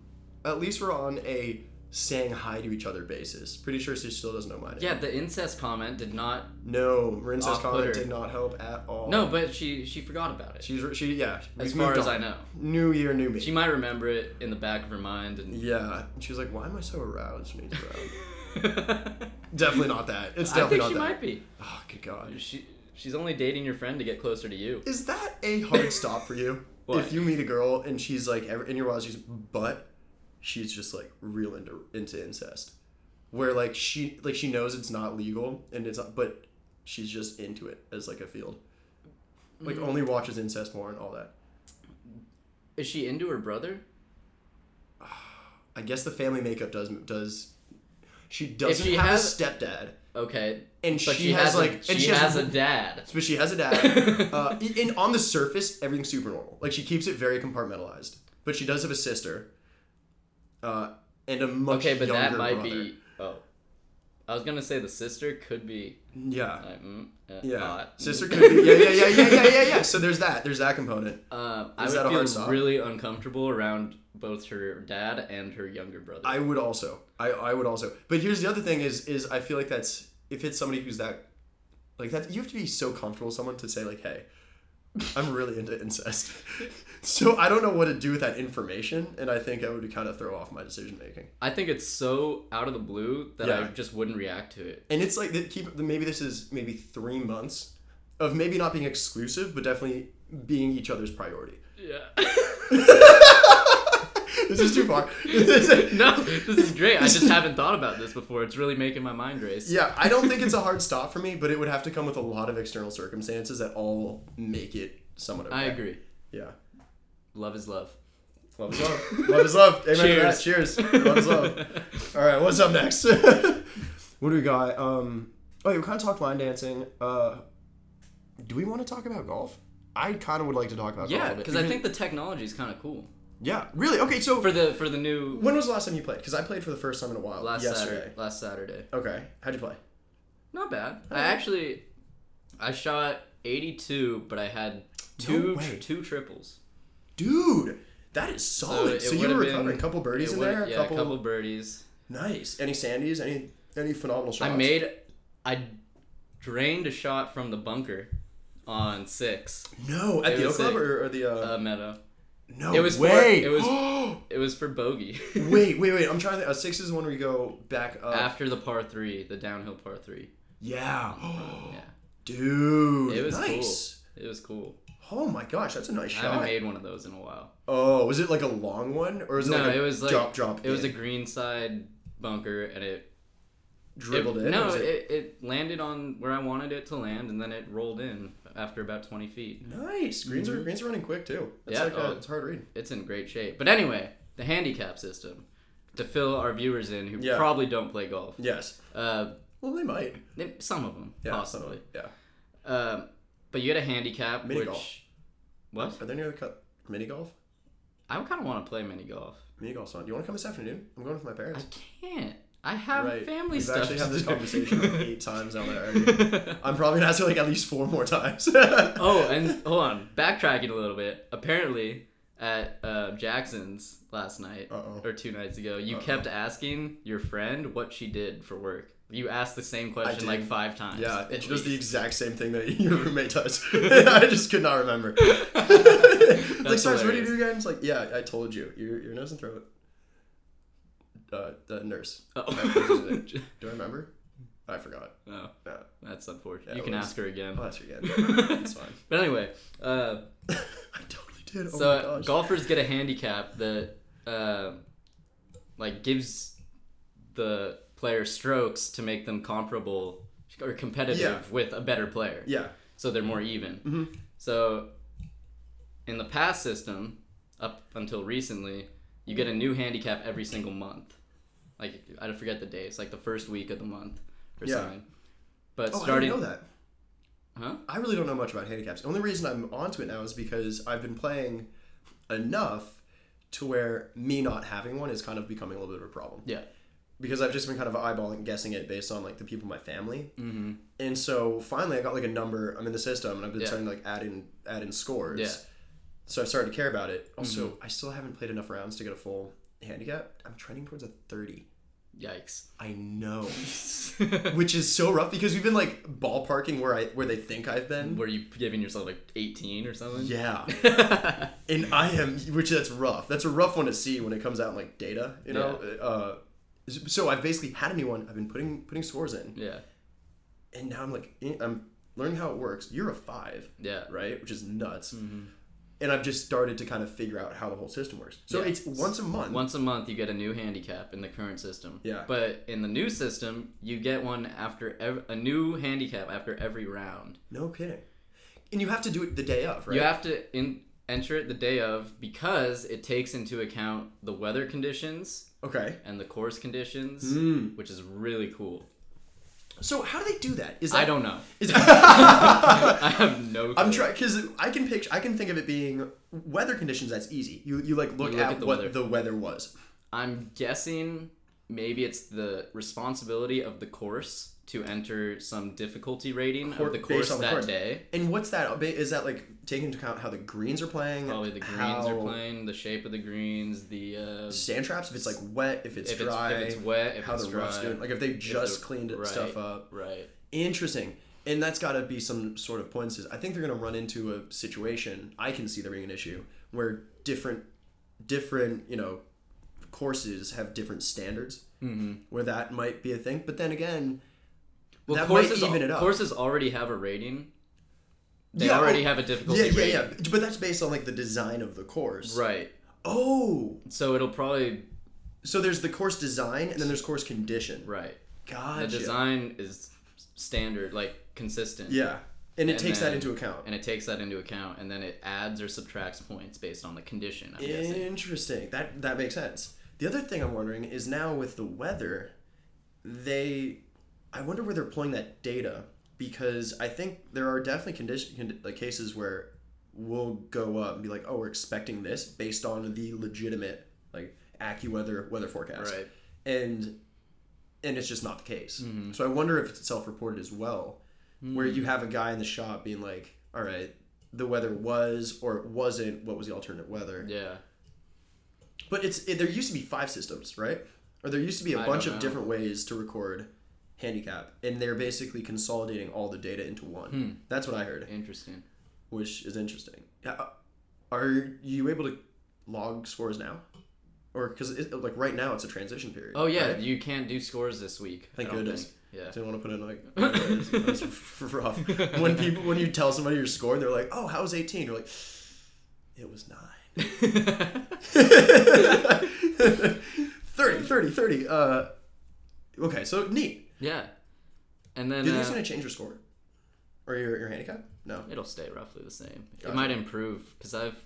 Speaker 1: At least we're on a saying hi to each other basis. Pretty sure she still doesn't know my name.
Speaker 2: yeah, the incest comment did not.
Speaker 1: No, Marinsa's
Speaker 2: Off
Speaker 1: comment
Speaker 2: Twitter.
Speaker 1: did not help at all.
Speaker 2: No, but she she forgot about it.
Speaker 1: She's Oh. she yeah.
Speaker 2: as
Speaker 1: we've
Speaker 2: far
Speaker 1: moved
Speaker 2: as
Speaker 1: on.
Speaker 2: I know,
Speaker 1: New year, new me.
Speaker 2: she might remember it in the back of her mind. And
Speaker 1: Yeah. And she was like, why am I so aroused when he's around?
Speaker 2: *laughs* I
Speaker 1: definitely not that. It's definitely
Speaker 2: think
Speaker 1: not
Speaker 2: she
Speaker 1: that.
Speaker 2: might be.
Speaker 1: Oh, good God.
Speaker 2: She she's only dating your friend to get closer to you.
Speaker 1: Is that a hard stop for you?
Speaker 2: What?
Speaker 1: If you meet a girl and she's like, ever- in your wild, she's, but she's just like real into, into incest. Where like she, like she knows it's not legal and it's, not, but she's just into it as like a field. Like
Speaker 2: Mm.
Speaker 1: only watches incest porn, all that.
Speaker 2: Is she into her brother?
Speaker 1: I guess the family makeup does, does, she doesn't
Speaker 2: she
Speaker 1: have
Speaker 2: has-
Speaker 1: a stepdad.
Speaker 2: Okay,
Speaker 1: And
Speaker 2: but
Speaker 1: she, has,
Speaker 2: a-
Speaker 1: like,
Speaker 2: she,
Speaker 1: and she
Speaker 2: has,
Speaker 1: has
Speaker 2: a dad.
Speaker 1: But she has
Speaker 2: *laughs*
Speaker 1: a dad. uh, and on the surface, everything's super normal. Like she keeps it very compartmentalized. But she does have a sister. Uh, and a much
Speaker 2: Okay, but that
Speaker 1: younger
Speaker 2: might
Speaker 1: brother.
Speaker 2: be oh. I was gonna say the sister could be
Speaker 1: Yeah.
Speaker 2: like, mm, uh,
Speaker 1: Yeah.
Speaker 2: hot.
Speaker 1: Sister could be. Yeah, yeah, yeah, yeah, yeah,
Speaker 2: *laughs*
Speaker 1: yeah, yeah. So there's that. There's that component.
Speaker 2: Um, I
Speaker 1: Is
Speaker 2: would
Speaker 1: that a hard
Speaker 2: feel
Speaker 1: stop?
Speaker 2: really uncomfortable around both her dad and her younger brother.
Speaker 1: I would also. I, I would also. But here's the other thing is is I feel like that's if it's somebody who's that like that you have to be so comfortable with someone to say like, hey, I'm really into incest. *laughs* so I don't know what to do with that information, and I think I would kind of throw off my decision making.
Speaker 2: I think it's so out of the blue that I
Speaker 1: Yeah.
Speaker 2: just wouldn't react to it.
Speaker 1: And it's like that keep maybe this is maybe three months of maybe not being exclusive, but definitely being each other's priority.
Speaker 2: Yeah.
Speaker 1: This is too
Speaker 2: *laughs*
Speaker 1: far.
Speaker 2: *laughs*
Speaker 1: *laughs*
Speaker 2: no, this is great. I just haven't thought about this before. It's really making my mind race.
Speaker 1: Yeah, I don't think it's a hard stop for me, but it would have to come with a lot of external circumstances that all make it somewhat okay.
Speaker 2: I agree.
Speaker 1: Yeah.
Speaker 2: Love is love.
Speaker 1: Love is love. love is love. Amen Cheers.
Speaker 2: Cheers.
Speaker 1: Cheers. Love is love.
Speaker 2: *laughs*
Speaker 1: All right, what's up next? *laughs* what do we got? Um, oh, yeah, we kind of talked line dancing. Uh, do we want to talk about golf? I kind of would like to talk about golf.
Speaker 2: yeah,
Speaker 1: a bit,
Speaker 2: because I think the technology is kind of cool
Speaker 1: Yeah, really? Okay, so
Speaker 2: for the for the new
Speaker 1: when was the last time you played? Because I played for the first time in a while.
Speaker 2: last
Speaker 1: yesterday.
Speaker 2: Saturday. Last Saturday,
Speaker 1: Okay, how'd you play?
Speaker 2: not bad. I
Speaker 1: Alright.
Speaker 2: actually, I shot eighty two, but I had two
Speaker 1: way.
Speaker 2: two triples.
Speaker 1: Dude, that is solid.
Speaker 2: it
Speaker 1: So, you
Speaker 2: would've
Speaker 1: were
Speaker 2: been-
Speaker 1: recovering a couple birdies
Speaker 2: It
Speaker 1: in
Speaker 2: would-
Speaker 1: there? A
Speaker 2: yeah,
Speaker 1: couple,
Speaker 2: a couple birdies.
Speaker 1: Nice. Any sandies? Any any phenomenal shots?
Speaker 2: I made, I drained a shot from the bunker on six
Speaker 1: no at
Speaker 2: it
Speaker 1: the
Speaker 2: was
Speaker 1: Oak Club
Speaker 2: sick.
Speaker 1: or, or the uh,
Speaker 2: uh, meadow.
Speaker 1: no
Speaker 2: it was for-
Speaker 1: way.
Speaker 2: it was-
Speaker 1: wait,
Speaker 2: It was for bogey.
Speaker 1: *gasps*
Speaker 2: *laughs*
Speaker 1: wait, wait. I'm trying to. Think. Uh, six is the one where you go back up.
Speaker 2: After the par three, the downhill par three.
Speaker 1: yeah.
Speaker 2: Yeah,
Speaker 1: Dude,
Speaker 2: it was
Speaker 1: nice.
Speaker 2: cool. It was cool.
Speaker 1: Oh my gosh, that's a nice
Speaker 2: I haven't
Speaker 1: shot.
Speaker 2: made one of those in a while.
Speaker 1: Oh, was it like a long one or is it
Speaker 2: No,
Speaker 1: like a
Speaker 2: it was like
Speaker 1: drop drop?
Speaker 2: it was a
Speaker 1: in?
Speaker 2: green side bunker, and it
Speaker 1: dribbled
Speaker 2: it,
Speaker 1: in. or
Speaker 2: No,
Speaker 1: was
Speaker 2: it... It, landed on where I wanted it to land, and then it rolled in after about twenty feet.
Speaker 1: nice. Greens are greens are running quick too. That's
Speaker 2: Mm-hmm. Yeah,
Speaker 1: like a,
Speaker 2: oh.
Speaker 1: it's hard read.
Speaker 2: It's in great shape. But anyway, the handicap system to fill our viewers in who
Speaker 1: Yeah.
Speaker 2: probably don't play golf.
Speaker 1: Yes.
Speaker 2: Uh,
Speaker 1: Well, they might.
Speaker 2: they- some of them,
Speaker 1: Yeah, some of
Speaker 2: possibly.
Speaker 1: them. Yeah.
Speaker 2: Um, but you get a handicap,
Speaker 1: Mini
Speaker 2: which
Speaker 1: golf.
Speaker 2: what?
Speaker 1: Are there any other cut mini golf?
Speaker 2: I kind of want to play mini golf.
Speaker 1: Mini golf's on. Do you want to come this afternoon? I'm going with my parents.
Speaker 2: I can't. I have family
Speaker 1: We've
Speaker 2: stuff.
Speaker 1: actually
Speaker 2: to
Speaker 1: had this
Speaker 2: do. *laughs*
Speaker 1: conversation E like eight times now. that I already- I'm probably gonna ask you like at least four more times. *laughs*
Speaker 2: oh, and hold on, backtracking a little bit. Apparently, at uh, Jackson's last night
Speaker 1: Uh-oh.
Speaker 2: or two nights ago, you kept asking your friend what she did for work. You asked the same question
Speaker 1: did.
Speaker 2: like five times.
Speaker 1: yeah,
Speaker 2: at
Speaker 1: it does the
Speaker 2: least.
Speaker 1: exact same thing
Speaker 2: *laughs*
Speaker 1: that your roommate does. *laughs* I just could not remember. It's *laughs* like,
Speaker 2: That's
Speaker 1: sorry, so what do you
Speaker 2: hilarious.
Speaker 1: do again? It's like, yeah, I told you. Your, your nose and throat. Uh, the nurse. *laughs*
Speaker 2: Oh. *laughs*
Speaker 1: Do I remember? I forgot.
Speaker 2: No,
Speaker 1: No.
Speaker 2: that's unfortunate.
Speaker 1: Yeah,
Speaker 2: you
Speaker 1: it
Speaker 2: can
Speaker 1: was.
Speaker 2: ask her
Speaker 1: *laughs*
Speaker 2: again.
Speaker 1: I'll ask
Speaker 2: *laughs*
Speaker 1: you again. it's fine. *laughs*
Speaker 2: But anyway, uh,
Speaker 1: I totally did. Oh my
Speaker 2: so uh,
Speaker 1: gosh.
Speaker 2: golfers get a handicap that uh, like gives the player strokes to make them comparable or competitive
Speaker 1: Yeah.
Speaker 2: with a better player.
Speaker 1: yeah. Oh,
Speaker 2: so they're more even.
Speaker 1: Mm-hmm.
Speaker 2: So, in the past system, up until recently, you get a new handicap every single month. Like I forget the day. It's like the first week of the month or
Speaker 1: Yeah.
Speaker 2: something. But
Speaker 1: Oh,
Speaker 2: starting,
Speaker 1: I didn't know that.
Speaker 2: huh?
Speaker 1: I really don't know much about handicaps. The only reason I'm onto it now is because I've been playing enough to where me not having one is kind of becoming a little bit of a problem.
Speaker 2: Yeah.
Speaker 1: Because I've just been kind of eyeballing, guessing it based on like the people in my family. Mm-hmm. And so finally I got like a number, I'm in the system and I've been
Speaker 2: Yeah.
Speaker 1: starting to like add in, add in scores.
Speaker 2: Yeah. Mm-hmm.
Speaker 1: So I've started to care about it. Also, I still haven't played enough rounds to get a full handicap. I'm trending towards a 30. *laughs*
Speaker 2: Yikes.
Speaker 1: I know. Which is so rough because we've been like ballparking where I where they think I've been.
Speaker 2: Were you giving yourself like 18 or something?
Speaker 1: Yeah.
Speaker 2: Yeah.
Speaker 1: and I am, which that's rough. That's a rough one to see when it comes out in like data, you know. Uh, so I've basically had a new one. I've been putting putting scores in,
Speaker 2: *laughs* yeah.
Speaker 1: and now I'm like, eh, I'm learning how it works. You're a five,
Speaker 2: Yeah.
Speaker 1: right? Which is nuts.
Speaker 2: Mm-hmm.
Speaker 1: And I've just started to kind of figure out how the whole system works. So
Speaker 2: Yeah.
Speaker 1: it's once a month.
Speaker 2: Once a month, you get a new handicap in the current system.
Speaker 1: Yeah.
Speaker 2: But in the new system, you get one after ev- a new handicap after every round.
Speaker 1: no kidding. And you have to do it the day of, right?
Speaker 2: You have to in- enter it the day of because it takes into account the weather conditions
Speaker 1: Okay.
Speaker 2: and the course conditions,
Speaker 1: Hmm.
Speaker 2: which is really cool.
Speaker 1: So how do they do that? Is that
Speaker 2: I don't
Speaker 1: *laughs*
Speaker 2: know. *laughs*
Speaker 1: Is,
Speaker 2: I have no. Clue.
Speaker 1: I'm trying because I can picture, I can think of it being weather conditions. That's easy. You you like look,
Speaker 2: You look
Speaker 1: at,
Speaker 2: at the
Speaker 1: what
Speaker 2: weather.
Speaker 1: the weather was.
Speaker 2: I'm guessing maybe it's the responsibility of the course to enter some difficulty rating
Speaker 1: Cour-
Speaker 2: of the
Speaker 1: based
Speaker 2: course
Speaker 1: on the
Speaker 2: that
Speaker 1: course.
Speaker 2: day.
Speaker 1: And what's that? ba- Is that like taking into account how the greens are playing?
Speaker 2: Probably the greens are
Speaker 1: how-
Speaker 2: playing, the shape of the greens, the uh,
Speaker 1: Sand traps. If it's like wet, if it's
Speaker 2: if, it's,
Speaker 1: dry,
Speaker 2: if it's wet, if
Speaker 1: how
Speaker 2: it's
Speaker 1: the
Speaker 2: dry.
Speaker 1: rough's doing. Like if they just
Speaker 2: the-
Speaker 1: cleaned it-
Speaker 2: right.
Speaker 1: stuff up.
Speaker 2: right.
Speaker 1: Interesting. And that's got to be some sort of points. I think they're going to run into a situation. I can see there being an issue where different, different, you know, courses have different standards. Mm-hmm. Where that might be a thing, but then again,
Speaker 2: Well,
Speaker 1: that might
Speaker 2: courses,
Speaker 1: even it up.
Speaker 2: courses already have a rating. They
Speaker 1: Yeah,
Speaker 2: already
Speaker 1: oh,
Speaker 2: have a difficulty
Speaker 1: yeah, yeah,
Speaker 2: rating.
Speaker 1: yeah. But that's based on like the design of the course.
Speaker 2: Right.
Speaker 1: Oh,
Speaker 2: So it'll probably
Speaker 1: so there's the course design and then there's course condition.
Speaker 2: right.
Speaker 1: Gotcha.
Speaker 2: The design is standard, like consistent.
Speaker 1: Yeah, and it
Speaker 2: And
Speaker 1: takes that
Speaker 2: then-
Speaker 1: into account.
Speaker 2: And it takes that into account, and then it adds or subtracts points based on the condition. I'm guessing.
Speaker 1: Interesting. That that makes sense. The other thing I'm wondering is now with the weather, they, I wonder where they're pulling that data because I think there are definitely condition condi- like cases where we'll go up and be like, oh, we're expecting this based on the legitimate like AccuWeather weather forecast,
Speaker 2: Right.
Speaker 1: and and it's just not the case. So I wonder if it's self-reported as well, where you have a guy in the shop being like, all right. The weather was or it wasn't. What was the alternate weather?
Speaker 2: Yeah.
Speaker 1: But it's it, there used to be five systems, right? Or there used to be a
Speaker 2: I
Speaker 1: bunch
Speaker 2: don't
Speaker 1: of
Speaker 2: know.
Speaker 1: different ways to record handicap, and they're basically consolidating all the data into one.
Speaker 2: Hmm.
Speaker 1: That's what I heard,
Speaker 2: Interesting.
Speaker 1: which is interesting. Yeah, uh, Are you able to log scores now, or because like right now it's a transition period?
Speaker 2: Oh yeah,
Speaker 1: right?
Speaker 2: you can't do scores this week. I
Speaker 1: Thank
Speaker 2: don't
Speaker 1: goodness.
Speaker 2: think. Yeah.
Speaker 1: Didn't want to put in like *laughs* that's f- rough. When people when you tell somebody your score, they're like, "Oh, how was 18?" You're like, "It was 9." 30, 30, 30. Uh, okay, so neat.
Speaker 2: *laughs* yeah. And then
Speaker 1: Do you think it's
Speaker 2: uh,
Speaker 1: going to change your score? Or your, your handicap? No.
Speaker 2: it'll stay roughly the same.
Speaker 1: Gotcha.
Speaker 2: It might improve because I've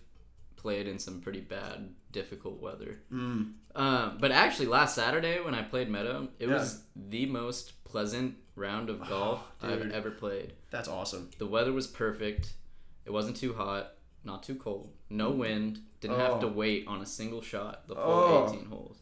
Speaker 2: played in some pretty bad, difficult weather. Um, but actually, last Saturday when I played Meadow, it
Speaker 1: Mm. Yeah.
Speaker 2: was the most pleasant round
Speaker 1: *sighs*
Speaker 2: of golf I've
Speaker 1: dude.
Speaker 2: ever played.
Speaker 1: That's awesome.
Speaker 2: The weather was perfect. It wasn't too hot, not too cold, no wind. Didn't have to
Speaker 1: Mm. Oh.
Speaker 2: wait on a single shot the full
Speaker 1: Oh.
Speaker 2: 18 holes.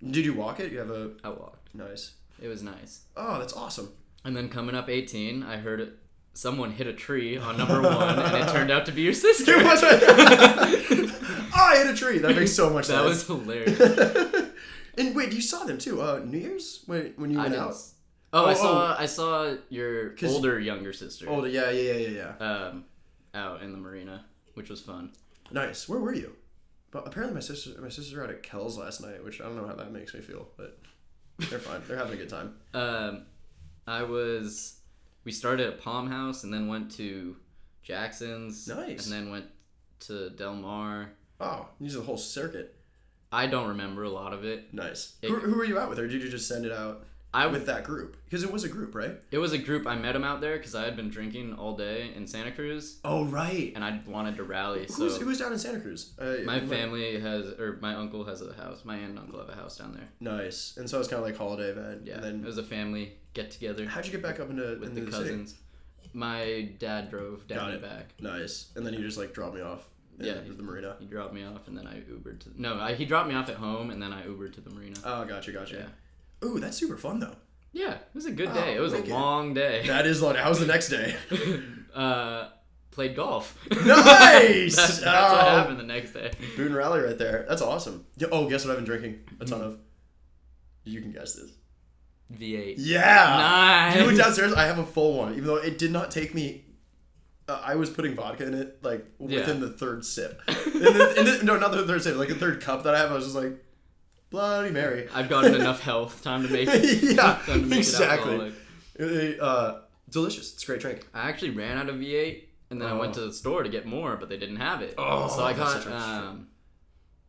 Speaker 1: Did you walk it? You have a
Speaker 2: I walked.
Speaker 1: nice.
Speaker 2: It was nice.
Speaker 1: Oh, that's awesome. *laughs*
Speaker 2: And then coming up 18, I heard it- someone hit a tree on
Speaker 1: *laughs*
Speaker 2: number one, and it turned out to be your sister.
Speaker 1: It
Speaker 2: *laughs*
Speaker 1: was oh, *laughs* I hit a tree. That makes so much
Speaker 2: that was
Speaker 1: sense.
Speaker 2: hilarious.
Speaker 1: *laughs* and wait, you saw them too. Uh, New Year's when when you
Speaker 2: I
Speaker 1: went
Speaker 2: didn't
Speaker 1: out.
Speaker 2: s- Oh, I
Speaker 1: Oh,
Speaker 2: saw I saw your
Speaker 1: 'Cause-
Speaker 2: older younger sister
Speaker 1: Older, Oh, yeah, yeah, yeah, yeah, yeah.
Speaker 2: um out in the marina, which was fun.
Speaker 1: Nice. Where were you? But apparently my sister my sisters were out at Kells last night, which I don't know how that makes me feel, but they're fine. They're having a good time.
Speaker 2: Um, I was we started at Palm House and then went to Jackson's.
Speaker 1: Nice.
Speaker 2: And then went to Del Mar.
Speaker 1: Oh, you did the whole circuit.
Speaker 2: I don't remember a lot of it.
Speaker 1: Nice.
Speaker 2: It-
Speaker 1: Who, who were you out with, or did you just send it out
Speaker 2: I
Speaker 1: with that group? Because it was a group, right?
Speaker 2: it was a group I met him out there because I had been drinking all day in Santa Cruz
Speaker 1: Oh, right.
Speaker 2: and I wanted to rally. So
Speaker 1: Who's, who's down in Santa Cruz? Uh,
Speaker 2: my family has or my uncle has a house. My aunt and uncle have a house down there.
Speaker 1: Nice. And so it was kind of like holiday event.
Speaker 2: Yeah,
Speaker 1: And then
Speaker 2: it was a family get together.
Speaker 1: how'd you get back up into
Speaker 2: with
Speaker 1: into
Speaker 2: the
Speaker 1: city?
Speaker 2: cousins. My dad drove down
Speaker 1: Got
Speaker 2: and
Speaker 1: it.
Speaker 2: back.
Speaker 1: Nice. And then you just like dropped me off. in
Speaker 2: Yeah.
Speaker 1: The marina.
Speaker 2: He dropped me off, and then I Ubered to. No, I, he dropped me off at home, and then I Ubered to the marina.
Speaker 1: Oh, gotcha, gotcha. Ooh, that's super fun though.
Speaker 2: Yeah, it was a good
Speaker 1: Oh,
Speaker 2: day. It was a
Speaker 1: wicked.
Speaker 2: long *laughs* day.
Speaker 1: That is like. How's the
Speaker 2: *laughs*
Speaker 1: next day?
Speaker 2: uh, played golf.
Speaker 1: *laughs*
Speaker 2: *laughs*
Speaker 1: Nice!
Speaker 2: that's that's what
Speaker 1: Oh.
Speaker 2: happened the next day.
Speaker 1: Boone Rally right there. That's awesome. Yo- Oh, guess what I've been drinking? A
Speaker 2: Hmm.
Speaker 1: ton of. You can guess this.
Speaker 2: V8.
Speaker 1: Yeah! You went
Speaker 2: Nice.
Speaker 1: downstairs. I have a full one, even though it did not take me. Uh, I was putting vodka in it like within
Speaker 2: Yeah.
Speaker 1: the third sip. And then, and then- no, not the third sip. Like the third cup that I have, I was just like, Bloody Mary.
Speaker 2: I've gotten
Speaker 1: *laughs*
Speaker 2: enough health. Time to make.
Speaker 1: yeah,
Speaker 2: time to make It
Speaker 1: exactly.
Speaker 2: alcoholic.
Speaker 1: It- uh, delicious. It's a great drink.
Speaker 2: I actually ran out of V8, and then I went to
Speaker 1: Oh.
Speaker 2: the store to get more, but they didn't have it.
Speaker 1: Oh,
Speaker 2: so I
Speaker 1: that's
Speaker 2: got
Speaker 1: such a shame.
Speaker 2: um,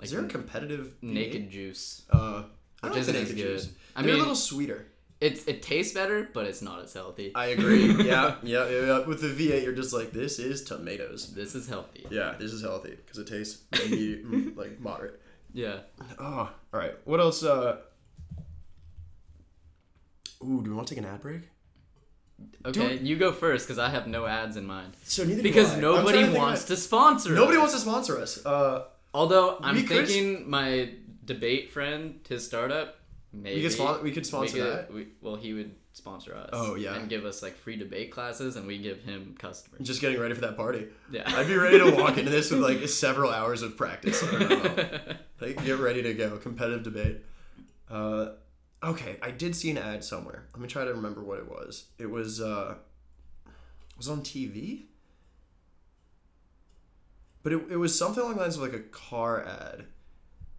Speaker 1: Is there a competitive
Speaker 2: naked juice.
Speaker 1: Uh, I
Speaker 2: Which
Speaker 1: don't
Speaker 2: isn't
Speaker 1: think
Speaker 2: as
Speaker 1: naked
Speaker 2: good.
Speaker 1: juice.
Speaker 2: I
Speaker 1: They're a
Speaker 2: mean-
Speaker 1: little sweeter.
Speaker 2: It it tastes better, but it's not as healthy. *laughs*
Speaker 1: I *laughs* agree. yeah, yeah, yeah, yeah. With the V8, you're just like, this is tomatoes.
Speaker 2: This is healthy.
Speaker 1: Yeah, this is healthy because it tastes *laughs* medi- mm, like moderate.
Speaker 2: Yeah.
Speaker 1: Oh, all right. What else? Uh... Ooh, do we want to take an ad break?
Speaker 2: Okay, you go first because I have no ads in mind.
Speaker 1: So neither do I.
Speaker 2: Because
Speaker 1: I'm
Speaker 2: nobody
Speaker 1: trying to think
Speaker 2: wants
Speaker 1: of-
Speaker 2: to sponsor.
Speaker 1: Nobody
Speaker 2: us.
Speaker 1: wants to sponsor us. Uh,
Speaker 2: Although I'm
Speaker 1: We could-
Speaker 2: thinking my debate friend, his startup, Maybe
Speaker 1: could spon- we could sponsor
Speaker 2: could-
Speaker 1: that.
Speaker 2: we- well, he would sponsor us.
Speaker 1: Oh, yeah.
Speaker 2: and give us like free debate classes, and we give him
Speaker 1: *laughs*
Speaker 2: customers.
Speaker 1: Just getting ready for that party.
Speaker 2: Yeah,
Speaker 1: I'd be ready to walk into this
Speaker 2: *laughs*
Speaker 1: with like several hours of practice. I don't know. Like, get ready to go. Competitive debate. Uh, okay, I did see an ad somewhere. Let me try to remember what it was. It was uh, it was on TV, but it, it was something along the lines of like a car ad,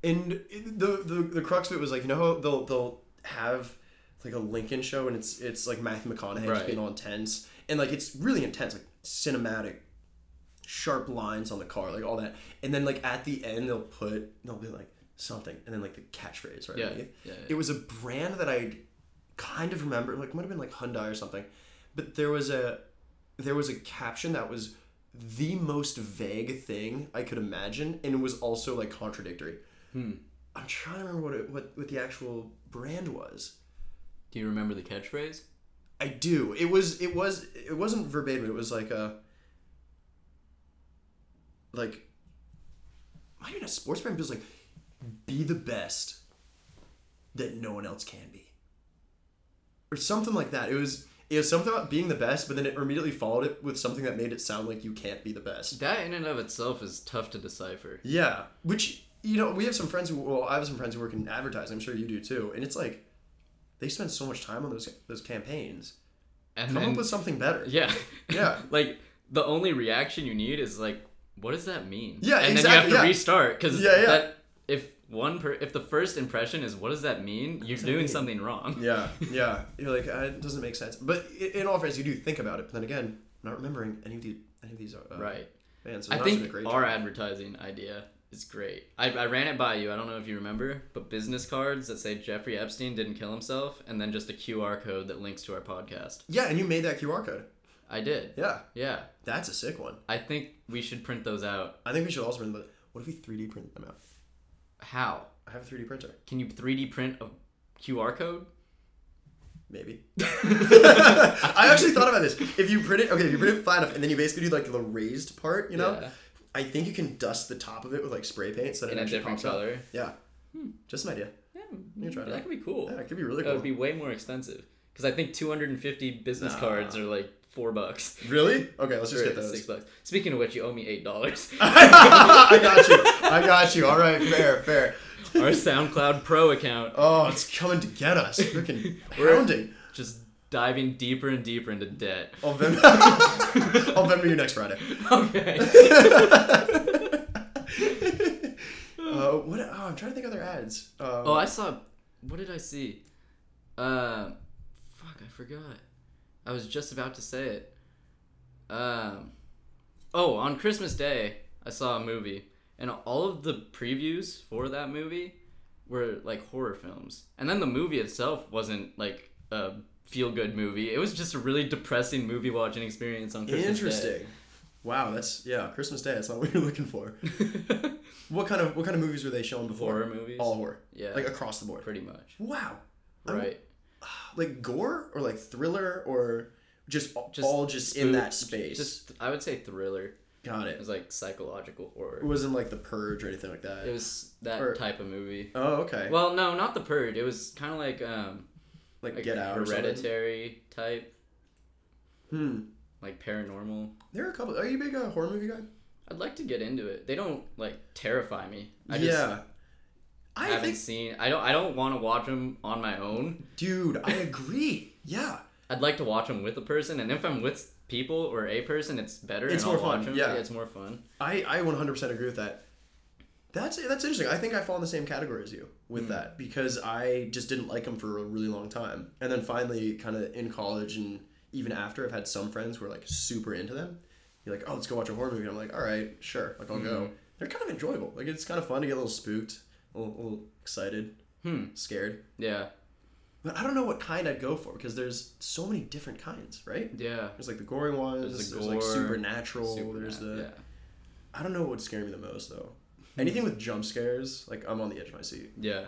Speaker 1: and it, the, the the crux of it was like you know how they'll they'll have like a Lincoln show and it's it's like Matthew McConaughey just
Speaker 2: Right.
Speaker 1: being all intense and like it's really intense like cinematic sharp lines on the car, like all that. And then like at the end they'll put they'll be like something and then like the catchphrase right
Speaker 2: Yeah,
Speaker 1: underneath.
Speaker 2: yeah, yeah.
Speaker 1: It was a brand that I kind of remember, like it might have been like Hyundai or something. But there was a there was a caption that was the most vague thing I could imagine and it was also like contradictory.
Speaker 2: Hmm.
Speaker 1: I'm trying to remember what it, what, what the actual brand was.
Speaker 2: Do you remember the catchphrase?
Speaker 1: I do. It was it was it wasn't verbatim. It was like a like might even a sports brand, but it was like be the best that no one else can be. Or something like that. It was it was something about being the best, but then it immediately followed it with something that made it sound like you can't be the best.
Speaker 2: That in and of itself is tough to decipher.
Speaker 1: Yeah, which you know, we have some friends who well, I have some friends who work in advertising. I'm sure you do too. And it's like they spend so much time on those those campaigns.
Speaker 2: And
Speaker 1: Come
Speaker 2: then,
Speaker 1: up with something better.
Speaker 2: yeah,
Speaker 1: Yeah.
Speaker 2: *laughs* like the only reaction you need is like, what does that mean?
Speaker 1: Yeah,
Speaker 2: and then
Speaker 1: exactly,
Speaker 2: you have to
Speaker 1: yeah.
Speaker 2: restart because
Speaker 1: Yeah, yeah.
Speaker 2: that if one per if the first impression is what does that mean, you're
Speaker 1: that
Speaker 2: doing
Speaker 1: mean?
Speaker 2: something wrong.
Speaker 1: Yeah, yeah. You're like, uh, it doesn't make sense. But i- in all fairness, you do think about it. But then again, I'm not remembering any of the any of these. Uh,
Speaker 2: *laughs* Right.
Speaker 1: Bands, so
Speaker 2: I
Speaker 1: not doing a
Speaker 2: think
Speaker 1: great
Speaker 2: our advertising idea is great. I, I ran it by you. I don't know if you remember, but business cards that say Jeffrey Epstein didn't kill himself, and then just a QR code that links to our podcast.
Speaker 1: Yeah, and you made that QR code.
Speaker 2: I did.
Speaker 1: Yeah,
Speaker 2: Yeah.
Speaker 1: that's a sick one.
Speaker 2: I think we should print those out.
Speaker 1: I think we should also remember. What if we 3D print them out?
Speaker 2: How?
Speaker 1: I have a 3D printer.
Speaker 2: Can you 3D print a QR code?
Speaker 1: Maybe. *laughs* I actually thought about this. If you print it, okay, if you print it flat enough, and then you basically do like the raised part, you know,
Speaker 2: Yeah.
Speaker 1: I think you can dust the top of it with like spray paint so that
Speaker 2: in
Speaker 1: it
Speaker 2: a
Speaker 1: actually
Speaker 2: different
Speaker 1: pops up.
Speaker 2: color.
Speaker 1: Yeah. Just an idea.
Speaker 2: Yeah,
Speaker 1: You try it
Speaker 2: that
Speaker 1: out.
Speaker 2: could be cool.
Speaker 1: Yeah, it could be really
Speaker 2: that
Speaker 1: cool.
Speaker 2: would be way more expensive because I think 250 business
Speaker 1: Nah.
Speaker 2: cards are like four bucks.
Speaker 1: Really? Okay, let's just
Speaker 2: Or
Speaker 1: get those.
Speaker 2: Six bucks. Speaking of which, you owe me eight
Speaker 1: *laughs*
Speaker 2: dollars.
Speaker 1: I got you. I got you. All right, fair, fair.
Speaker 2: Our SoundCloud Pro account
Speaker 1: Oh, it's coming to get
Speaker 2: *laughs*
Speaker 1: us. Freaking hounding.
Speaker 2: just diving deeper and deeper into
Speaker 1: *laughs*
Speaker 2: debt.
Speaker 1: I'll Venmo, I'll Venmo you next Friday.
Speaker 2: Okay. *laughs*
Speaker 1: Uh, what? Oh, I'm trying to think of other ads. Um,
Speaker 2: oh, I saw. What did I see? Um, fuck, I forgot. I was just about to say it. Um, oh, on Christmas Day, I saw a movie, and all of the previews for that movie were like horror films, and then the movie itself wasn't like a feel good movie. It was just a really depressing movie watching experience on Christmas
Speaker 1: interesting. Wow, that's yeah. Christmas Day. That's not what you're looking for.
Speaker 2: Day.
Speaker 1: What kind of what kind of movies were they showing before?
Speaker 2: horror movies.
Speaker 1: All horror.
Speaker 2: yeah,
Speaker 1: Like across the
Speaker 2: *laughs*
Speaker 1: board.
Speaker 2: pretty much.
Speaker 1: Wow. I'm-
Speaker 2: Right.
Speaker 1: Like gore or like thriller or just,
Speaker 2: Just
Speaker 1: all just in
Speaker 2: spook-
Speaker 1: that space.
Speaker 2: Just I would say thriller.
Speaker 1: got
Speaker 2: It
Speaker 1: it.
Speaker 2: was like psychological
Speaker 1: It
Speaker 2: horror.
Speaker 1: wasn't like The Purge or anything like that.
Speaker 2: It was that
Speaker 1: Or-
Speaker 2: type of movie.
Speaker 1: oh, okay.
Speaker 2: Well, no, not the purge. It was kind of like um
Speaker 1: like,
Speaker 2: like
Speaker 1: Get Out or something.
Speaker 2: hereditary type,
Speaker 1: Hmm.
Speaker 2: like paranormal.
Speaker 1: There are a couple. Are you a big uh, horror movie guy?
Speaker 2: I'd like to get into it. They don't like terrify me. I just
Speaker 1: yeah. I
Speaker 2: haven't
Speaker 1: think,
Speaker 2: seen. I don't. I don't want to watch them on my own.
Speaker 1: dude, I agree. Yeah,
Speaker 2: I'd like to watch them with a person, and if I'm with people or a person, it's better.
Speaker 1: It's
Speaker 2: and I'll
Speaker 1: more fun,
Speaker 2: watch 'em.
Speaker 1: yeah.
Speaker 2: it's more fun.
Speaker 1: I, I 100% agree with that. That's that's interesting. I think I fall in the same category as you with that because I just didn't like them for a really long time, and then finally, kind of in college and even after, I've had some friends who are like super into them. You're like, oh, let's go watch a horror movie. I'm like, all right, sure, like I'll go. They're kind of enjoyable. Like it's kind of fun to get a little spooked, a little, a little excited,
Speaker 2: Hmm.
Speaker 1: scared.
Speaker 2: Yeah.
Speaker 1: But I don't know what kind I'd go for because there's so many different kinds, right?
Speaker 2: Yeah.
Speaker 1: There's like the gory ones. There's,
Speaker 2: There's the
Speaker 1: like
Speaker 2: gore,
Speaker 1: supernatural.
Speaker 2: Super
Speaker 1: there's the
Speaker 2: yeah. Hmm.
Speaker 1: I don't know what would scare me the most though. Anything with jump scares, like I'm on the edge of my seat.
Speaker 2: Yeah.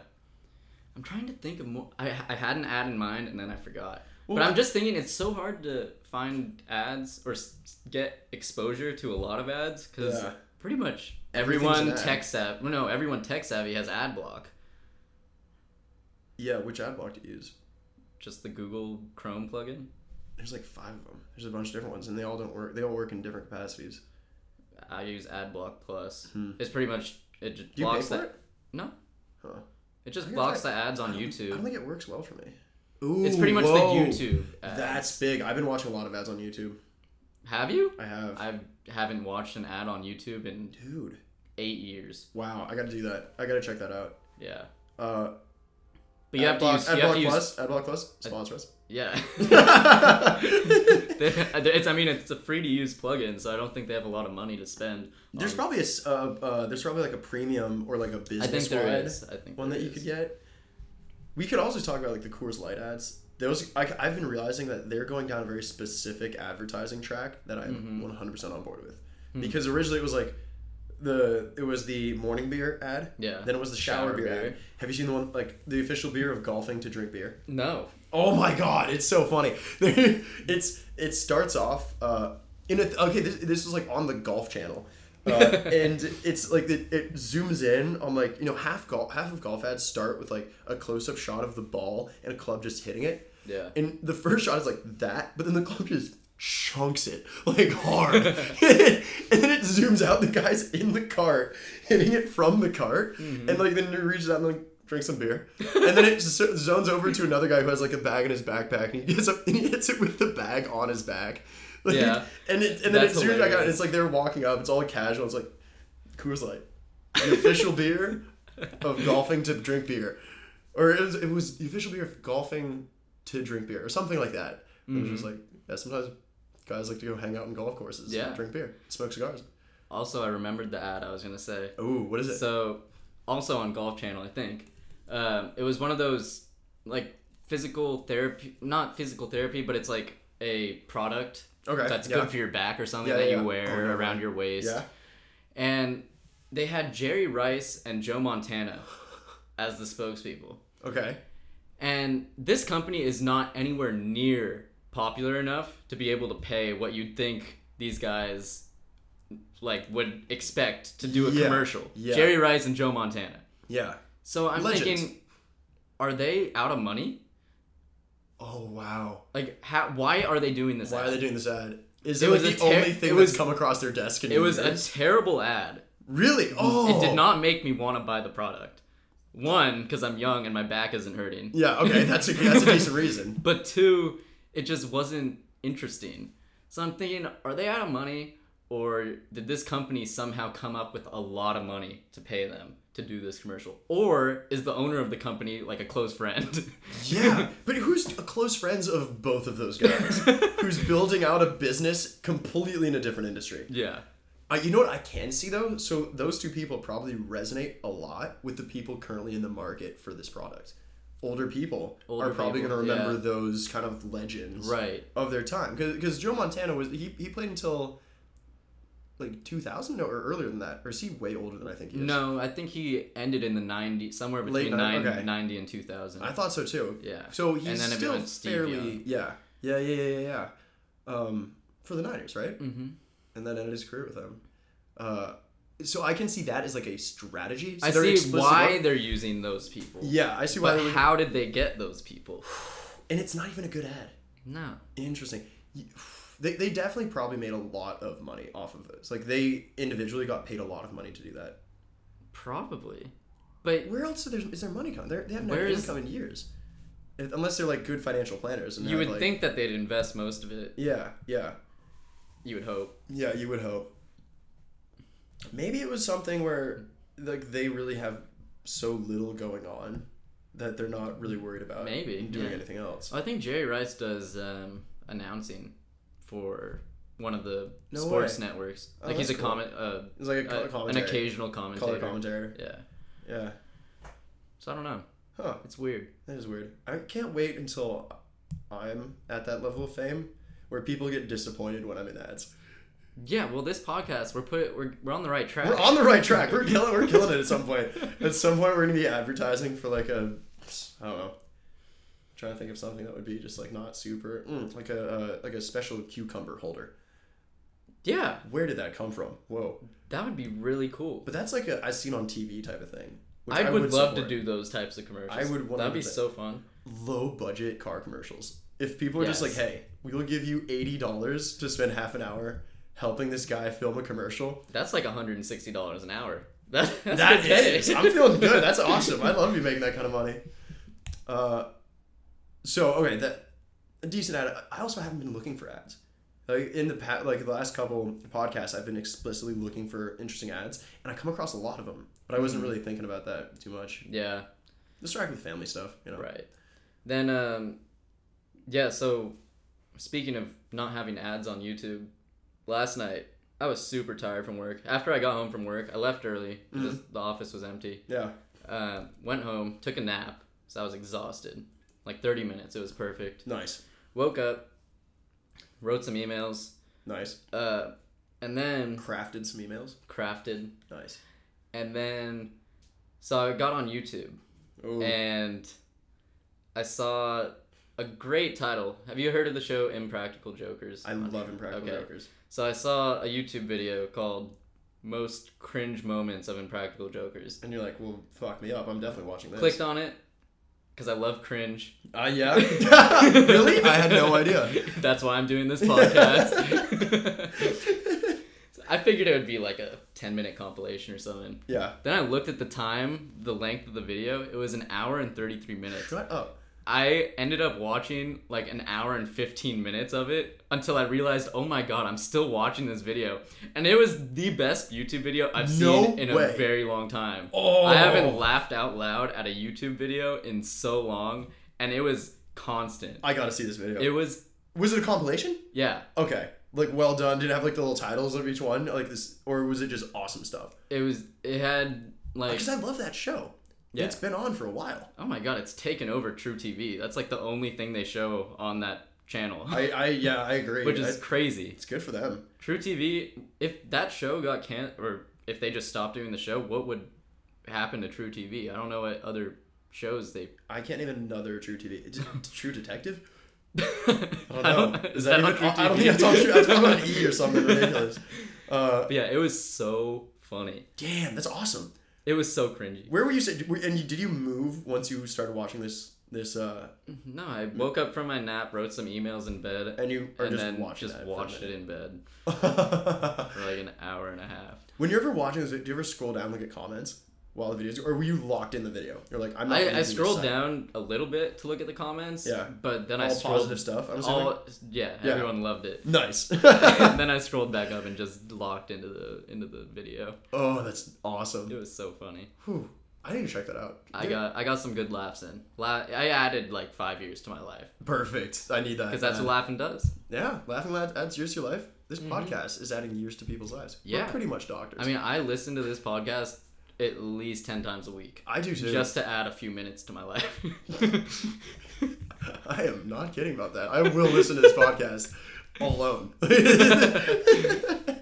Speaker 2: I'm trying to think of more. I, I had an ad in mind and then I forgot.
Speaker 1: Well,
Speaker 2: but
Speaker 1: I-
Speaker 2: I'm just thinking it's so hard to find ads or s- get exposure to a lot of ads because
Speaker 1: Yeah.
Speaker 2: pretty much
Speaker 1: Everything's an
Speaker 2: everyone
Speaker 1: ad.
Speaker 2: tech savvy. No, everyone tech savvy has ad block.
Speaker 1: Yeah, which ad block to use?
Speaker 2: Just the Google Chrome plugin.
Speaker 1: There's like five of them. There's a bunch of different ones, and they all don't work. They all work in different capacities.
Speaker 2: I use AdBlock Plus.
Speaker 1: Hmm.
Speaker 2: It's pretty much it just
Speaker 1: Do you pay
Speaker 2: blocks
Speaker 1: for
Speaker 2: that.
Speaker 1: it?
Speaker 2: No,
Speaker 1: Huh.
Speaker 2: it
Speaker 1: I
Speaker 2: just
Speaker 1: guess
Speaker 2: blocks
Speaker 1: I-
Speaker 2: the ads on
Speaker 1: I don't- I don't
Speaker 2: YouTube.
Speaker 1: think it works well for me. Ooh,
Speaker 2: It's pretty much
Speaker 1: whoa.
Speaker 2: the YouTube. Ads.
Speaker 1: That's big. I've been watching a lot of ads on YouTube.
Speaker 2: have you?
Speaker 1: I have.
Speaker 2: I haven't watched an ad on YouTube in
Speaker 1: Dude,
Speaker 2: eight years.
Speaker 1: wow! I gotta do that. I gotta check that out.
Speaker 2: Yeah,
Speaker 1: Uh,
Speaker 2: but you have to
Speaker 1: Adblock-
Speaker 2: use. You have to
Speaker 1: Adblock
Speaker 2: use.
Speaker 1: Uh, Plus, AdBlock Plus, sponsor us.
Speaker 2: Yeah. *laughs*
Speaker 1: *laughs*
Speaker 2: uh, it's, I mean, it's a free to use plugin, so I don't think they have a lot of money to spend.
Speaker 1: there's
Speaker 2: on-
Speaker 1: probably a s- uh, uh, there's probably like a premium or like a
Speaker 2: I think
Speaker 1: business
Speaker 2: there
Speaker 1: wide
Speaker 2: is. I think
Speaker 1: one that
Speaker 2: there
Speaker 1: you
Speaker 2: is.
Speaker 1: could get. We could also talk about like the Coors Light ads. Those I, have been realizing that they're going down a very specific advertising track that I'm
Speaker 2: Mhm.
Speaker 1: 100 percent on board with,
Speaker 2: Hmm.
Speaker 1: because originally it was like the it was the morning beer ad.
Speaker 2: Yeah.
Speaker 1: Then it was the shower,
Speaker 2: Shower
Speaker 1: beer, ad.
Speaker 2: beer.
Speaker 1: Have you seen the one like the official beer of golfing to drink beer?
Speaker 2: No.
Speaker 1: Oh my god, it's so funny. *laughs* it's it starts off uh, in a okay. This this was like on the Golf Channel, uh, and it's like it, it zooms in on like you know half golf half of golf ads start with like a close up shot of the ball and a club just hitting it,
Speaker 2: Yeah.
Speaker 1: and the first shot is like that, but then the club just chunks it *laughs* like
Speaker 2: *laughs*
Speaker 1: hard, and then it zooms out. The guy's in the cart hitting it from the cart,
Speaker 2: Mm-hmm.
Speaker 1: and like then he reaches out and like drinks some beer, and then it z- zones over to another guy who has like a bag in his backpack, and he gets up *laughs* and he hits it with the bag on his back. *laughs* Like,
Speaker 2: Yeah.
Speaker 1: and it, and then
Speaker 2: That's
Speaker 1: it zooms back out. And
Speaker 2: hilarious.
Speaker 1: it's like they're walking up. It's all casual. It's like Coors Light, the
Speaker 2: *laughs*
Speaker 1: official beer of golfing to drink beer, or it was, it was the official beer of golfing to drink beer, or something like that. It was
Speaker 2: Mm-hmm.
Speaker 1: just like yeah, sometimes guys like to go hang out in golf courses,
Speaker 2: Yeah.
Speaker 1: drink beer, smoke cigars.
Speaker 2: Also, I remembered the ad I was gonna say.
Speaker 1: Ooh, what is it?
Speaker 2: So, also on Golf Channel, I think. Um, it was one of those like physical therapy, not physical therapy, but it's like a product
Speaker 1: okay,
Speaker 2: that's
Speaker 1: yeah.
Speaker 2: good for your back or something
Speaker 1: Yeah,
Speaker 2: that
Speaker 1: yeah,
Speaker 2: you
Speaker 1: yeah.
Speaker 2: wear
Speaker 1: Oh, no,
Speaker 2: around
Speaker 1: right.
Speaker 2: your waist.
Speaker 1: Yeah,
Speaker 2: And they had Jerry Rice and Joe Montana as the spokespeople.
Speaker 1: okay,
Speaker 2: And this company is not anywhere near popular enough to be able to pay what you'd think these guys like would expect to do a
Speaker 1: Yeah,
Speaker 2: commercial.
Speaker 1: yeah.
Speaker 2: Jerry Rice and Joe Montana.
Speaker 1: yeah.
Speaker 2: So I'm
Speaker 1: Legends.
Speaker 2: thinking, are they out of money?
Speaker 1: Oh wow,
Speaker 2: Like, how, why are they doing this?
Speaker 1: why
Speaker 2: ad?
Speaker 1: are they doing this ad? Is
Speaker 2: It
Speaker 1: it,
Speaker 2: was
Speaker 1: like
Speaker 2: a
Speaker 1: the
Speaker 2: ter-
Speaker 1: only thing
Speaker 2: it
Speaker 1: that's
Speaker 2: was-
Speaker 1: come across their desk? In
Speaker 2: it was a
Speaker 1: years?
Speaker 2: terrible ad.
Speaker 1: really oh
Speaker 2: It did not make me want to buy the product. One, because I'm young and my back isn't hurting.
Speaker 1: Yeah, okay, that's a,
Speaker 2: *laughs*
Speaker 1: that's a decent reason.
Speaker 2: But two, it just wasn't interesting. So I'm thinking, are they out of money, or did this company somehow come up with a lot of money to pay them to do this commercial, or is the owner of the company like a close friend? *laughs*
Speaker 1: Yeah, but who's close friends of both of
Speaker 2: *laughs*
Speaker 1: those guys? who's building out a business completely in a different industry?
Speaker 2: yeah.
Speaker 1: Uh, you know what I can see though? So those two people probably resonate a lot with the people currently in the market for this product. Older people
Speaker 2: Older
Speaker 1: are probably
Speaker 2: people,
Speaker 1: going to remember
Speaker 2: yeah.
Speaker 1: those kind of legends
Speaker 2: Right.
Speaker 1: of their time. Because Joe Montana was he, he played until like 2000 or earlier than that, or is he way older than I think he is?
Speaker 2: No, I think he ended in the 90s, somewhere
Speaker 1: Late
Speaker 2: between
Speaker 1: nine-
Speaker 2: 9,
Speaker 1: okay.
Speaker 2: 90 and 2000.
Speaker 1: I thought so too.
Speaker 2: yeah.
Speaker 1: So he's
Speaker 2: And then it
Speaker 1: still
Speaker 2: went Steve
Speaker 1: fairly
Speaker 2: Young.
Speaker 1: yeah. yeah yeah yeah yeah yeah um, for the Niners right
Speaker 2: hmm
Speaker 1: and then ended his career with them. Uh, so I can see that as like a strategy. So
Speaker 2: I
Speaker 1: they're
Speaker 2: see
Speaker 1: explicitly-
Speaker 2: why they're using those people.
Speaker 1: Yeah, I see why.
Speaker 2: But
Speaker 1: they would-
Speaker 2: how did they get those
Speaker 1: *sighs*
Speaker 2: people?
Speaker 1: and it's not even a good ad.
Speaker 2: No.
Speaker 1: Interesting. You- *sighs* They, they definitely probably made a lot of money off of those. Like they individually got paid a lot of money to do that.
Speaker 2: Probably. But
Speaker 1: Where else is there, is there money coming? They're, they haven't
Speaker 2: Where
Speaker 1: had
Speaker 2: is-
Speaker 1: income in years, If- unless they're like good financial planners. And
Speaker 2: you
Speaker 1: have,
Speaker 2: would
Speaker 1: like-
Speaker 2: think that they'd invest most of it.
Speaker 1: Yeah, yeah.
Speaker 2: You would hope.
Speaker 1: Yeah, you would hope. Maybe it was something where like they really have so little going on that they're not really worried about
Speaker 2: Maybe,
Speaker 1: doing
Speaker 2: yeah.
Speaker 1: anything else.
Speaker 2: I think Jerry Rice does um, announcing for one of the
Speaker 1: No
Speaker 2: sports networks.
Speaker 1: Oh,
Speaker 2: like he's a
Speaker 1: that's cool.
Speaker 2: comment, uh,
Speaker 1: It's like a
Speaker 2: a-
Speaker 1: color
Speaker 2: an
Speaker 1: commentary.
Speaker 2: occasional
Speaker 1: color
Speaker 2: commentator.
Speaker 1: commentary.
Speaker 2: Yeah.
Speaker 1: Yeah.
Speaker 2: So I don't know.
Speaker 1: Huh.
Speaker 2: It's weird.
Speaker 1: That is weird. I can't wait until I'm at that level of fame where people get disappointed when I'm in ads.
Speaker 2: Yeah. Well, this podcast, we're put, we're, we're on the right track.
Speaker 1: We're on the right track. We're killing we're killing it at some point. At some point we're gonna be advertising for like a I don't know. trying to think of something that would be just like not super mm, like a uh, like a special cucumber holder.
Speaker 2: yeah.
Speaker 1: Where did that come from? Whoa!
Speaker 2: That would be really cool.
Speaker 1: But that's like a I've seen on TV type of thing. which
Speaker 2: I, would, love
Speaker 1: support.
Speaker 2: to do those types of commercials.
Speaker 1: I would
Speaker 2: That'd be
Speaker 1: 100%.
Speaker 2: so fun.
Speaker 1: low budget car commercials. If people are just like,
Speaker 2: Yes.
Speaker 1: hey, we'll give you eighty dollars to spend half an hour helping this guy film a commercial.
Speaker 2: That's like $160 an hour. *laughs* That, that's
Speaker 1: That
Speaker 2: good pay.
Speaker 1: is, I'm feeling
Speaker 2: *laughs*
Speaker 1: good. That's awesome. I love you making that kind of money. Uh, so okay, that a decent ad. I also haven't been looking for ads. Like in the past, like the last couple podcasts, I've been explicitly looking for interesting ads, and I come across a lot of them. But I
Speaker 2: Mm-hmm.
Speaker 1: wasn't really thinking about that too much.
Speaker 2: yeah,
Speaker 1: Distracted with family stuff, you know.
Speaker 2: right. Then, um, yeah, so speaking of not having ads on YouTube, last night I was super tired from work. After I got home from work, I left early because the office was empty.
Speaker 1: Yeah.
Speaker 2: Uh, went home, took a nap, so I was exhausted. Like 30 minutes, it was perfect.
Speaker 1: Nice.
Speaker 2: Woke up, wrote some emails,
Speaker 1: Nice.
Speaker 2: uh, and then
Speaker 1: Crafted some emails.
Speaker 2: crafted,
Speaker 1: Nice.
Speaker 2: and then so I got on YouTube
Speaker 1: Ooh.
Speaker 2: and I saw a great title. Have you heard of the show Impractical Jokers?
Speaker 1: I love Impractical
Speaker 2: Okay.
Speaker 1: Jokers.
Speaker 2: So I saw a YouTube video called "Most Cringe Moments of Impractical Jokers."
Speaker 1: And you're like, well, fuck me up. I'm definitely watching this.
Speaker 2: Clicked on it because I love
Speaker 1: *laughs*
Speaker 2: cringe.
Speaker 1: Uh,
Speaker 2: *laughs*
Speaker 1: yeah. really? I had no idea.
Speaker 2: That's why I'm doing this podcast. *laughs* I figured it would be like a 10 minute compilation or something.
Speaker 1: *laughs* yeah.
Speaker 2: Then I looked at the time, the length of the video. It was an hour and 33 minutes.
Speaker 1: Shut up.
Speaker 2: I ended up watching like an hour and 15 minutes of it until I realized, oh my god, I'm still watching this video. And it was the best YouTube video I've
Speaker 1: No
Speaker 2: seen in
Speaker 1: way.
Speaker 2: a very long time.
Speaker 1: Oh.
Speaker 2: I haven't laughed out loud at a YouTube video in so long, and it was constant.
Speaker 1: I gotta see this video.
Speaker 2: It was,
Speaker 1: was it a compilation?
Speaker 2: yeah,
Speaker 1: Okay. Like, well done. Did it have, like, the little titles of each one? Like, this, or was it just awesome stuff?
Speaker 2: it was, it had like,
Speaker 1: Because I love that show.
Speaker 2: Yeah.
Speaker 1: It's been on for
Speaker 2: *laughs*
Speaker 1: a while.
Speaker 2: oh my god, it's taken over True TV. That's like the only thing they show on that channel.
Speaker 1: I, I yeah, I
Speaker 2: *laughs*
Speaker 1: agree.
Speaker 2: which is
Speaker 1: I-
Speaker 2: crazy.
Speaker 1: it's good for them.
Speaker 2: True TV, if that show got can or if they just stopped doing the show, what would happen to True TV? I don't know what other shows they.
Speaker 1: I can't name another True
Speaker 2: *laughs*
Speaker 1: TV. Is it True Detective? Oh, I
Speaker 2: I
Speaker 1: don't
Speaker 2: don't-
Speaker 1: know.
Speaker 2: *laughs* is that
Speaker 1: even-
Speaker 2: on True
Speaker 1: I don't
Speaker 2: TV?
Speaker 1: think that's on True. That's probably on
Speaker 2: *laughs*
Speaker 1: E or something ridiculous. Uh,
Speaker 2: But yeah, it was so funny.
Speaker 1: damn, that's awesome.
Speaker 2: It was so cringy.
Speaker 1: Where were you? sit- were- And you, did you move once you started watching this? This uh,
Speaker 2: No, I woke up from my nap, wrote some emails in bed,
Speaker 1: and you are
Speaker 2: and
Speaker 1: just
Speaker 2: then
Speaker 1: watching
Speaker 2: just
Speaker 1: that for a
Speaker 2: watched it
Speaker 1: minute.
Speaker 2: in bed for like an hour and a half.
Speaker 1: *laughs* when you're ever watching this, do you ever scroll down look at comments while the videos, or were you locked in the video? You're like, I'm not. leaving
Speaker 2: I, I
Speaker 1: this
Speaker 2: scrolled
Speaker 1: site.
Speaker 2: down a little bit to look at the comments.
Speaker 1: Yeah.
Speaker 2: But then I
Speaker 1: All
Speaker 2: scrolled.
Speaker 1: positive stuff. I'm assuming.
Speaker 2: all yeah,
Speaker 1: Yeah.
Speaker 2: everyone loved it.
Speaker 1: Nice. *laughs*
Speaker 2: and then I scrolled back up and just locked into the into the video.
Speaker 1: oh, that's awesome.
Speaker 2: It was so funny.
Speaker 1: Whew. I need to check that out.
Speaker 2: I
Speaker 1: Dude,
Speaker 2: got I got some good laughs in. La- I added like five years to my life
Speaker 1: perfect. I need that
Speaker 2: because that's
Speaker 1: man.
Speaker 2: what laughing does.
Speaker 1: Yeah, laughing lad adds years to your life. This podcast is adding years to people's lives. We're
Speaker 2: Yeah.
Speaker 1: pretty much doctors.
Speaker 2: I mean, I listen to this podcast at least ten times a week
Speaker 1: I do too.
Speaker 2: just to add a few minutes to my life. *laughs*
Speaker 1: *laughs* I am not kidding about that. I will listen to this
Speaker 2: *laughs*
Speaker 1: podcast alone. *laughs*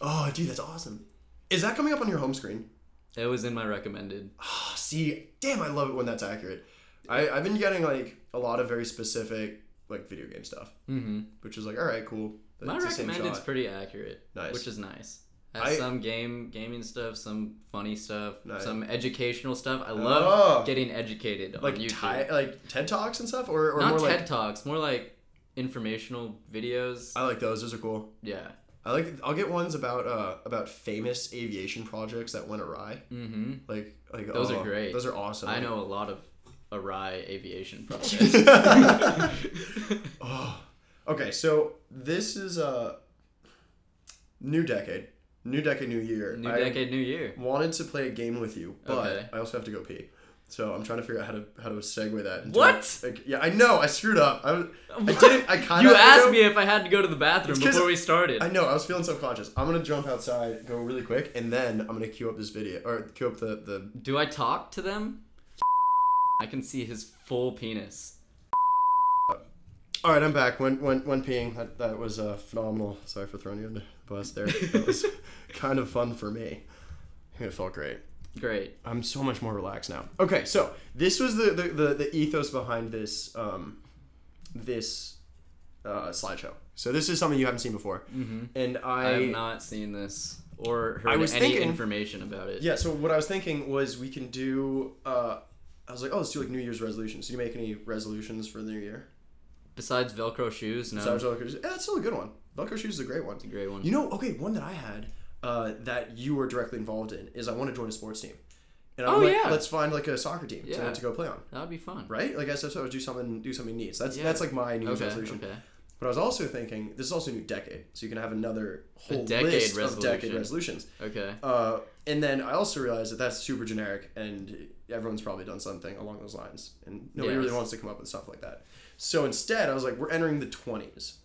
Speaker 1: oh, dude, that's awesome. Is that coming up on your home screen?
Speaker 2: it was in my recommended.
Speaker 1: Oh, see, damn, I love it when that's accurate. I, I've been getting like a lot of very specific like video game stuff,
Speaker 2: Mm-hmm.
Speaker 1: which is like, all right, cool. That's
Speaker 2: My
Speaker 1: the same
Speaker 2: recommended's
Speaker 1: shot.
Speaker 2: pretty accurate,
Speaker 1: Nice.
Speaker 2: which is nice. Has
Speaker 1: I-
Speaker 2: some game gaming stuff, some funny stuff,
Speaker 1: Nice.
Speaker 2: some educational stuff. I love
Speaker 1: Oh.
Speaker 2: getting educated
Speaker 1: like
Speaker 2: on YouTube.
Speaker 1: ti- like TED talks and stuff, or, or
Speaker 2: Not
Speaker 1: more
Speaker 2: TED
Speaker 1: like
Speaker 2: Talks, more like informational videos.
Speaker 1: I like those. Those are cool.
Speaker 2: yeah.
Speaker 1: I like. I'll get ones about uh about famous aviation projects that went awry.
Speaker 2: Mm-hmm.
Speaker 1: Like like
Speaker 2: Those are
Speaker 1: oh,
Speaker 2: great.
Speaker 1: Those are awesome.
Speaker 2: I know a lot of awry
Speaker 1: *laughs*
Speaker 2: aviation projects.
Speaker 1: oh, okay. So this is uh, new decade, new decade, new year.
Speaker 2: new
Speaker 1: I
Speaker 2: decade, new year.
Speaker 1: Wanted to play a game with you, but
Speaker 2: Okay.
Speaker 1: I also have to go pee. So I'm trying to figure out how to how to segue that. into-
Speaker 2: What?
Speaker 1: Like, yeah, I know. I screwed up. I, was- I
Speaker 2: What?
Speaker 1: didn't.
Speaker 2: *laughs*
Speaker 1: I kind of.
Speaker 2: You asked me if I had to go to the bathroom
Speaker 1: It's 'cause
Speaker 2: before we started.
Speaker 1: I know. I was feeling self-conscious. I'm gonna jump outside, go really quick, and then I'm gonna queue up this video or queue up the the
Speaker 2: Do I talk to them? *laughs* I can see his full
Speaker 1: *laughs*
Speaker 2: penis.
Speaker 1: All right, I'm back. When when when peeing, that, that was uh, phenomenal. Sorry for throwing you under the bus there.
Speaker 2: *laughs*
Speaker 1: That was kind of fun for me. It felt great.
Speaker 2: Great.
Speaker 1: I'm so much more relaxed now. Okay, so this was the the, the, the ethos behind this um, this uh, slideshow. So this is something you haven't seen before, mm-hmm. and
Speaker 2: I,
Speaker 1: I
Speaker 2: have not seen this. or
Speaker 1: I
Speaker 2: heard any
Speaker 1: was thinking-
Speaker 2: information about it.
Speaker 1: Yeah, so what I was thinking was we can do. Uh, I was like, oh, let's do like New Year's resolutions. Do you make any resolutions for the new year?
Speaker 2: Besides Velcro shoes, no,
Speaker 1: So I was like, yeah, that's still a good one. Velcro shoes is a great one.
Speaker 2: it's a great one.
Speaker 1: You know, okay, one that I had uh, that you were directly involved in is I want to join a sports team. And I'm
Speaker 2: Oh,
Speaker 1: like,
Speaker 2: yeah.
Speaker 1: let's find like a soccer team
Speaker 2: Yeah.
Speaker 1: to, to go play on,
Speaker 2: That'd be fun.
Speaker 1: right? Like I said, so do something, do something neat. So that's
Speaker 2: Yeah.
Speaker 1: that's like my New Year's
Speaker 2: Okay.
Speaker 1: resolution.
Speaker 2: Okay.
Speaker 1: But I was also thinking this is also a new decade, so you can have another whole
Speaker 2: decade
Speaker 1: list of decade
Speaker 2: resolution.
Speaker 1: resolutions.
Speaker 2: Okay.
Speaker 1: Uh, and then I also realized that that's super generic, and everyone's probably done something along those lines, and nobody
Speaker 2: Yes.
Speaker 1: really wants to come up with stuff like that. So instead, I was like, we're entering the twenties.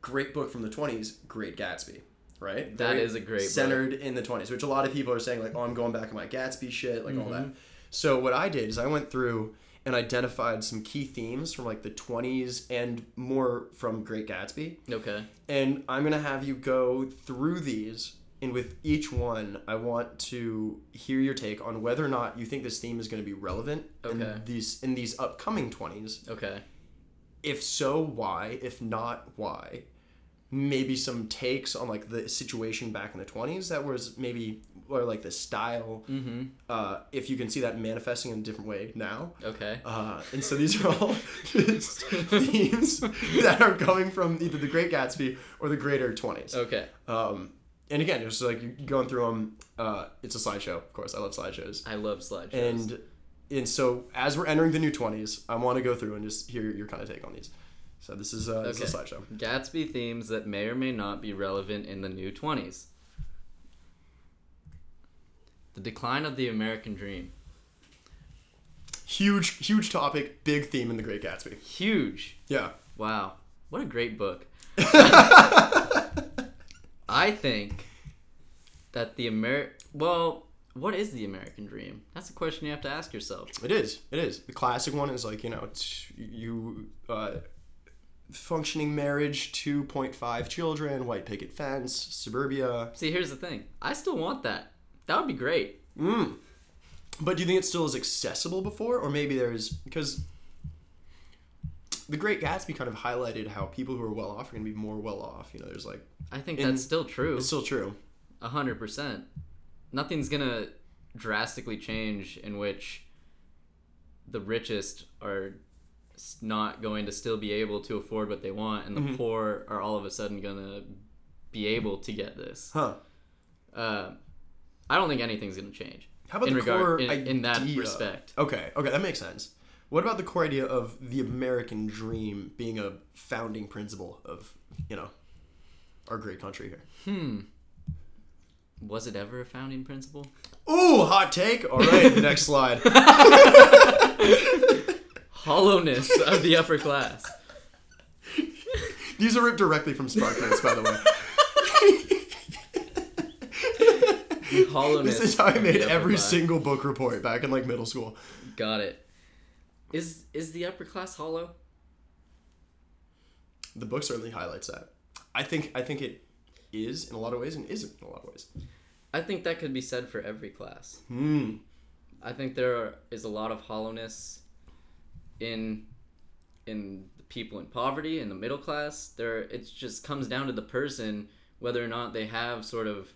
Speaker 1: Great book from the twenties, Great Gatsby, right?
Speaker 2: That is a great book.
Speaker 1: centered in the twenties, which a lot of people are saying like, oh, I'm going back in my Gatsby shit, like all that.
Speaker 2: Mm-hmm.
Speaker 1: So what I did is I went through and identified some key themes from like the twenties and more from Great Gatsby
Speaker 2: Okay.
Speaker 1: and I'm gonna have you go through these. And with each one, I want to hear your take on whether or not you think this theme is going to be relevant
Speaker 2: Okay.
Speaker 1: in these in these upcoming twenties.
Speaker 2: Okay.
Speaker 1: If so, why? If not, why? Maybe some takes on like the situation back in the twenties that was maybe or like the style.
Speaker 2: Mm-hmm.
Speaker 1: Uh, if you can see that manifesting in a different way now.
Speaker 2: Okay.
Speaker 1: Uh, and so these are all *laughs* just themes that are coming from either the Great Gatsby or the Greater Twenties.
Speaker 2: Okay.
Speaker 1: Um, and again, it's like you're going through them. Uh, it's a slideshow, of course. I love slideshows.
Speaker 2: I love slideshows.
Speaker 1: And and so as we're entering the new twenties, I want to go through and just hear your kind of take on these. So this is, uh, this is a slideshow.
Speaker 2: Gatsby themes that may or may not be relevant in the new 20s. The decline of the American dream.
Speaker 1: Huge, huge topic, big theme in the Great Gatsby.
Speaker 2: Huge.
Speaker 1: Yeah.
Speaker 2: Wow. What a great
Speaker 1: *laughs*
Speaker 2: book. I think that the Amer well, what is the American dream? That's a question you have to ask yourself.
Speaker 1: It is. It is. The classic one is like you know it's you uh, functioning marriage, two point five children, white picket fence, suburbia.
Speaker 2: See, here's the thing. I still want that. That would be great.
Speaker 1: Mm. But do you think it still is accessible before, or maybe there is because the Great Gatsby kind of highlighted how people who are well off are going to be more well off. You know, there's like
Speaker 2: I think
Speaker 1: And-
Speaker 2: that's still true.
Speaker 1: it's still true.
Speaker 2: A hundred percent. Nothing's gonna drastically change in which the richest are s- not going to still be able to afford what they want, and the
Speaker 1: Mm-hmm.
Speaker 2: poor are all of a sudden gonna be able to get this.
Speaker 1: Huh?
Speaker 2: Uh, I don't think anything's gonna change
Speaker 1: How about
Speaker 2: in
Speaker 1: the core
Speaker 2: regard in, in that
Speaker 1: idea?
Speaker 2: respect.
Speaker 1: Okay, okay, that makes sense. What about the core idea of the American dream being a founding principle of you know our great country here?
Speaker 2: Hmm. Was it ever a founding principle?
Speaker 1: Ooh, hot take.
Speaker 2: *laughs*
Speaker 1: All right, next slide. *laughs*
Speaker 2: Hollowness of the upper class.
Speaker 1: These are ripped directly from Spark Notes, by the
Speaker 2: *laughs*
Speaker 1: way.
Speaker 2: The hollowness.
Speaker 1: This is how I
Speaker 2: of
Speaker 1: made
Speaker 2: the upper
Speaker 1: every
Speaker 2: class.
Speaker 1: single book report back in like middle school.
Speaker 2: Got it. Is is the upper class hollow?
Speaker 1: The book certainly highlights that. I think I think it is in a lot of ways and isn't in a lot of ways.
Speaker 2: I think that could be said for every class.
Speaker 1: Hmm.
Speaker 2: I think there are- is a lot of hollowness in in the people in poverty in the middle class. There, it just comes down to the person whether or not they have sort of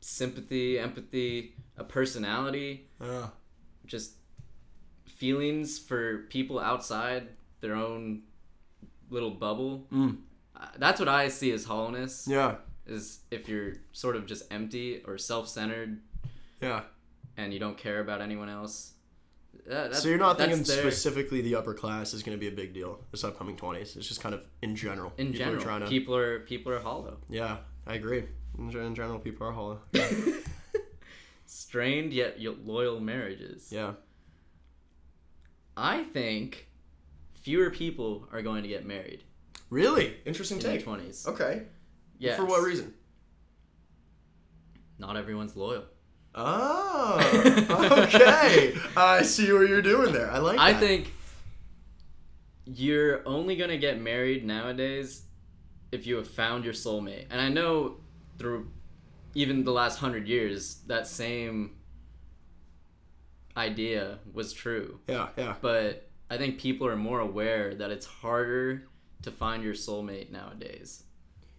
Speaker 2: sympathy, empathy, a personality,
Speaker 1: Uh,
Speaker 2: just feelings for people outside their own little bubble.
Speaker 1: Mm.
Speaker 2: Uh, That's what I see as hollowness.
Speaker 1: yeah.
Speaker 2: is if you're sort of just empty or self-centered
Speaker 1: Yeah.
Speaker 2: and you don't care about anyone else. That, that-
Speaker 1: So you're not
Speaker 2: that's
Speaker 1: thinking
Speaker 2: there.
Speaker 1: specifically the upper class is going to be a big deal this upcoming 20s. It's just kind of in general.
Speaker 2: in
Speaker 1: people are
Speaker 2: general.
Speaker 1: trying to-
Speaker 2: people are people are
Speaker 1: *laughs*
Speaker 2: hollow,
Speaker 1: yeah, I agree. In, gen- in general, people are hollow.
Speaker 2: strained yet y- loyal marriages.
Speaker 1: Yeah.
Speaker 2: I think fewer people are going to get married
Speaker 1: Really interesting
Speaker 2: in their
Speaker 1: take.
Speaker 2: twenties.
Speaker 1: Okay.
Speaker 2: Yeah,
Speaker 1: For what
Speaker 2: *laughs*
Speaker 1: reason?
Speaker 2: Not everyone's loyal.
Speaker 1: Oh, okay. I see what you're doing there. I like.
Speaker 2: I
Speaker 1: that.
Speaker 2: think you're only gonna get married nowadays if you have found your soulmate. And I know through even the last hundred years that same idea was true.
Speaker 1: Yeah, yeah.
Speaker 2: But I think people are more aware that it's harder to find your soulmate nowadays.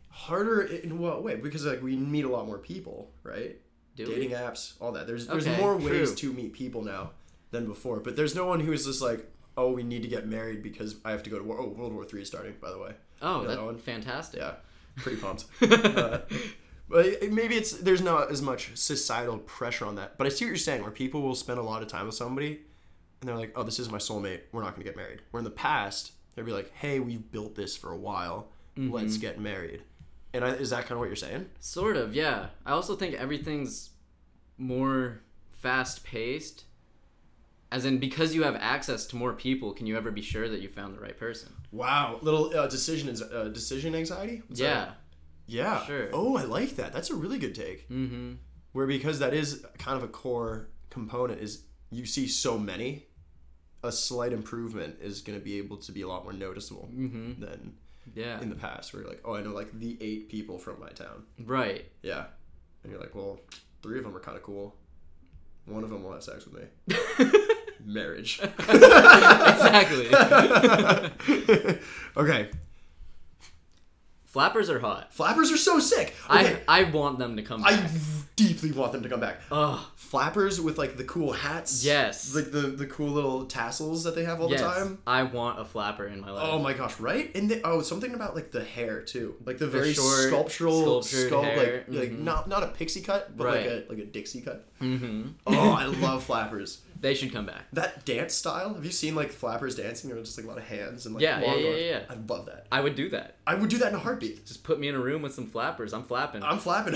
Speaker 1: Harder in what way? Because like we meet a lot more people, right?
Speaker 2: Do we?
Speaker 1: Dating apps, all that. There's there's
Speaker 2: Okay,
Speaker 1: more
Speaker 2: true.
Speaker 1: ways to meet people now than before. But there's no one who is just like, oh, we need to get married because I have to go to war. Oh, World War Three is starting, by the way.
Speaker 2: Oh,
Speaker 1: Another
Speaker 2: that's
Speaker 1: one?
Speaker 2: fantastic.
Speaker 1: Yeah, pretty
Speaker 2: *laughs*
Speaker 1: pumped. Uh, but it- maybe it's there's not as much societal pressure on that. But I see what you're saying, where people will spend a lot of time with somebody, and they're like, "Oh, this is my soulmate. We're not going to get married." Where in the past, they'd be like, "Hey, we've built this for a while.
Speaker 2: Mm-hmm.
Speaker 1: Let's get married." And I, is that kind of what you're saying?
Speaker 2: Sort of, yeah. I also think everything's more fast paced. As in, because you have access to more people, can you ever be sure that you found the right person?
Speaker 1: Wow, little uh, decision is uh, decision anxiety. What's
Speaker 2: yeah.
Speaker 1: that? yeah.
Speaker 2: sure.
Speaker 1: Oh, I like that. That's a really good take.
Speaker 2: Mm-hmm.
Speaker 1: where because that is kind of a core component is you see so many a slight improvement is going to be able to be a lot more noticeable
Speaker 2: Mhm.
Speaker 1: than
Speaker 2: Yeah.
Speaker 1: in the past where you're like oh i know like the eight people from my town *laughs*
Speaker 2: right.
Speaker 1: yeah and you're like well three of them are kind of cool one of them will have sex with me
Speaker 2: *laughs*
Speaker 1: marriage *laughs*
Speaker 2: exactly.
Speaker 1: okay
Speaker 2: Flappers are hot.
Speaker 1: flappers are so sick okay
Speaker 2: I I want them to come
Speaker 1: I,
Speaker 2: back.
Speaker 1: deeply want them to come back
Speaker 2: Ugh.
Speaker 1: flappers with like the cool hats
Speaker 2: Yes.
Speaker 1: like the, the cool little tassels that they have all
Speaker 2: yes.
Speaker 1: the time
Speaker 2: I want a flapper in my life.
Speaker 1: Oh my gosh, right? And the, oh, something about like the hair too, like the very
Speaker 2: short,
Speaker 1: sculptural,
Speaker 2: sculptured
Speaker 1: sculpt,
Speaker 2: hair.
Speaker 1: like like
Speaker 2: Mhm.
Speaker 1: not not a pixie cut, but
Speaker 2: Right.
Speaker 1: like a like a Dixie cut.
Speaker 2: *laughs* hmm
Speaker 1: Oh, I love flappers.
Speaker 2: They should come back.
Speaker 1: That dance style. Have you seen like flappers dancing? Or just like a lot of hands and like
Speaker 2: Yeah, yeah,
Speaker 1: long
Speaker 2: yeah,
Speaker 1: arms?
Speaker 2: yeah, yeah.
Speaker 1: I love that.
Speaker 2: I would do that.
Speaker 1: I would do that in a heartbeat.
Speaker 2: Just put me in a room with some flappers. I'm flapping.
Speaker 1: I'm flapping. *laughs*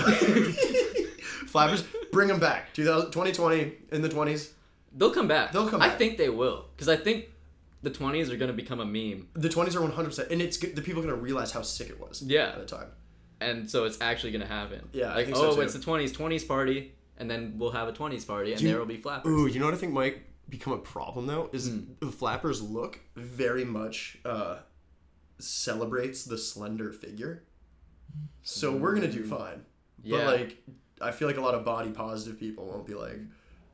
Speaker 1: flappers, bring them back. 2000, 2020 in the twenties.
Speaker 2: They'll come back.
Speaker 1: They'll come
Speaker 2: I
Speaker 1: back.
Speaker 2: think they will, because I think the twenties are gonna become a meme,
Speaker 1: The twenties are one hundred percent, and it's good- the people are gonna realize how sick it was.
Speaker 2: Yeah.
Speaker 1: at the time.
Speaker 2: and so it's actually gonna happen.
Speaker 1: Yeah, I
Speaker 2: like
Speaker 1: think so,
Speaker 2: oh,
Speaker 1: too.
Speaker 2: it's the twenties, twenties party, and then we'll have a twenties party, and
Speaker 1: Do you-
Speaker 2: there will be flappers.
Speaker 1: Ooh, you know what I think might become a problem though is
Speaker 2: Hmm.
Speaker 1: the flappers look very much uh, celebrates the slender figure, so we're gonna do fine.
Speaker 2: Hmm. Yeah.
Speaker 1: But like, I feel like a lot of body positive people won't be like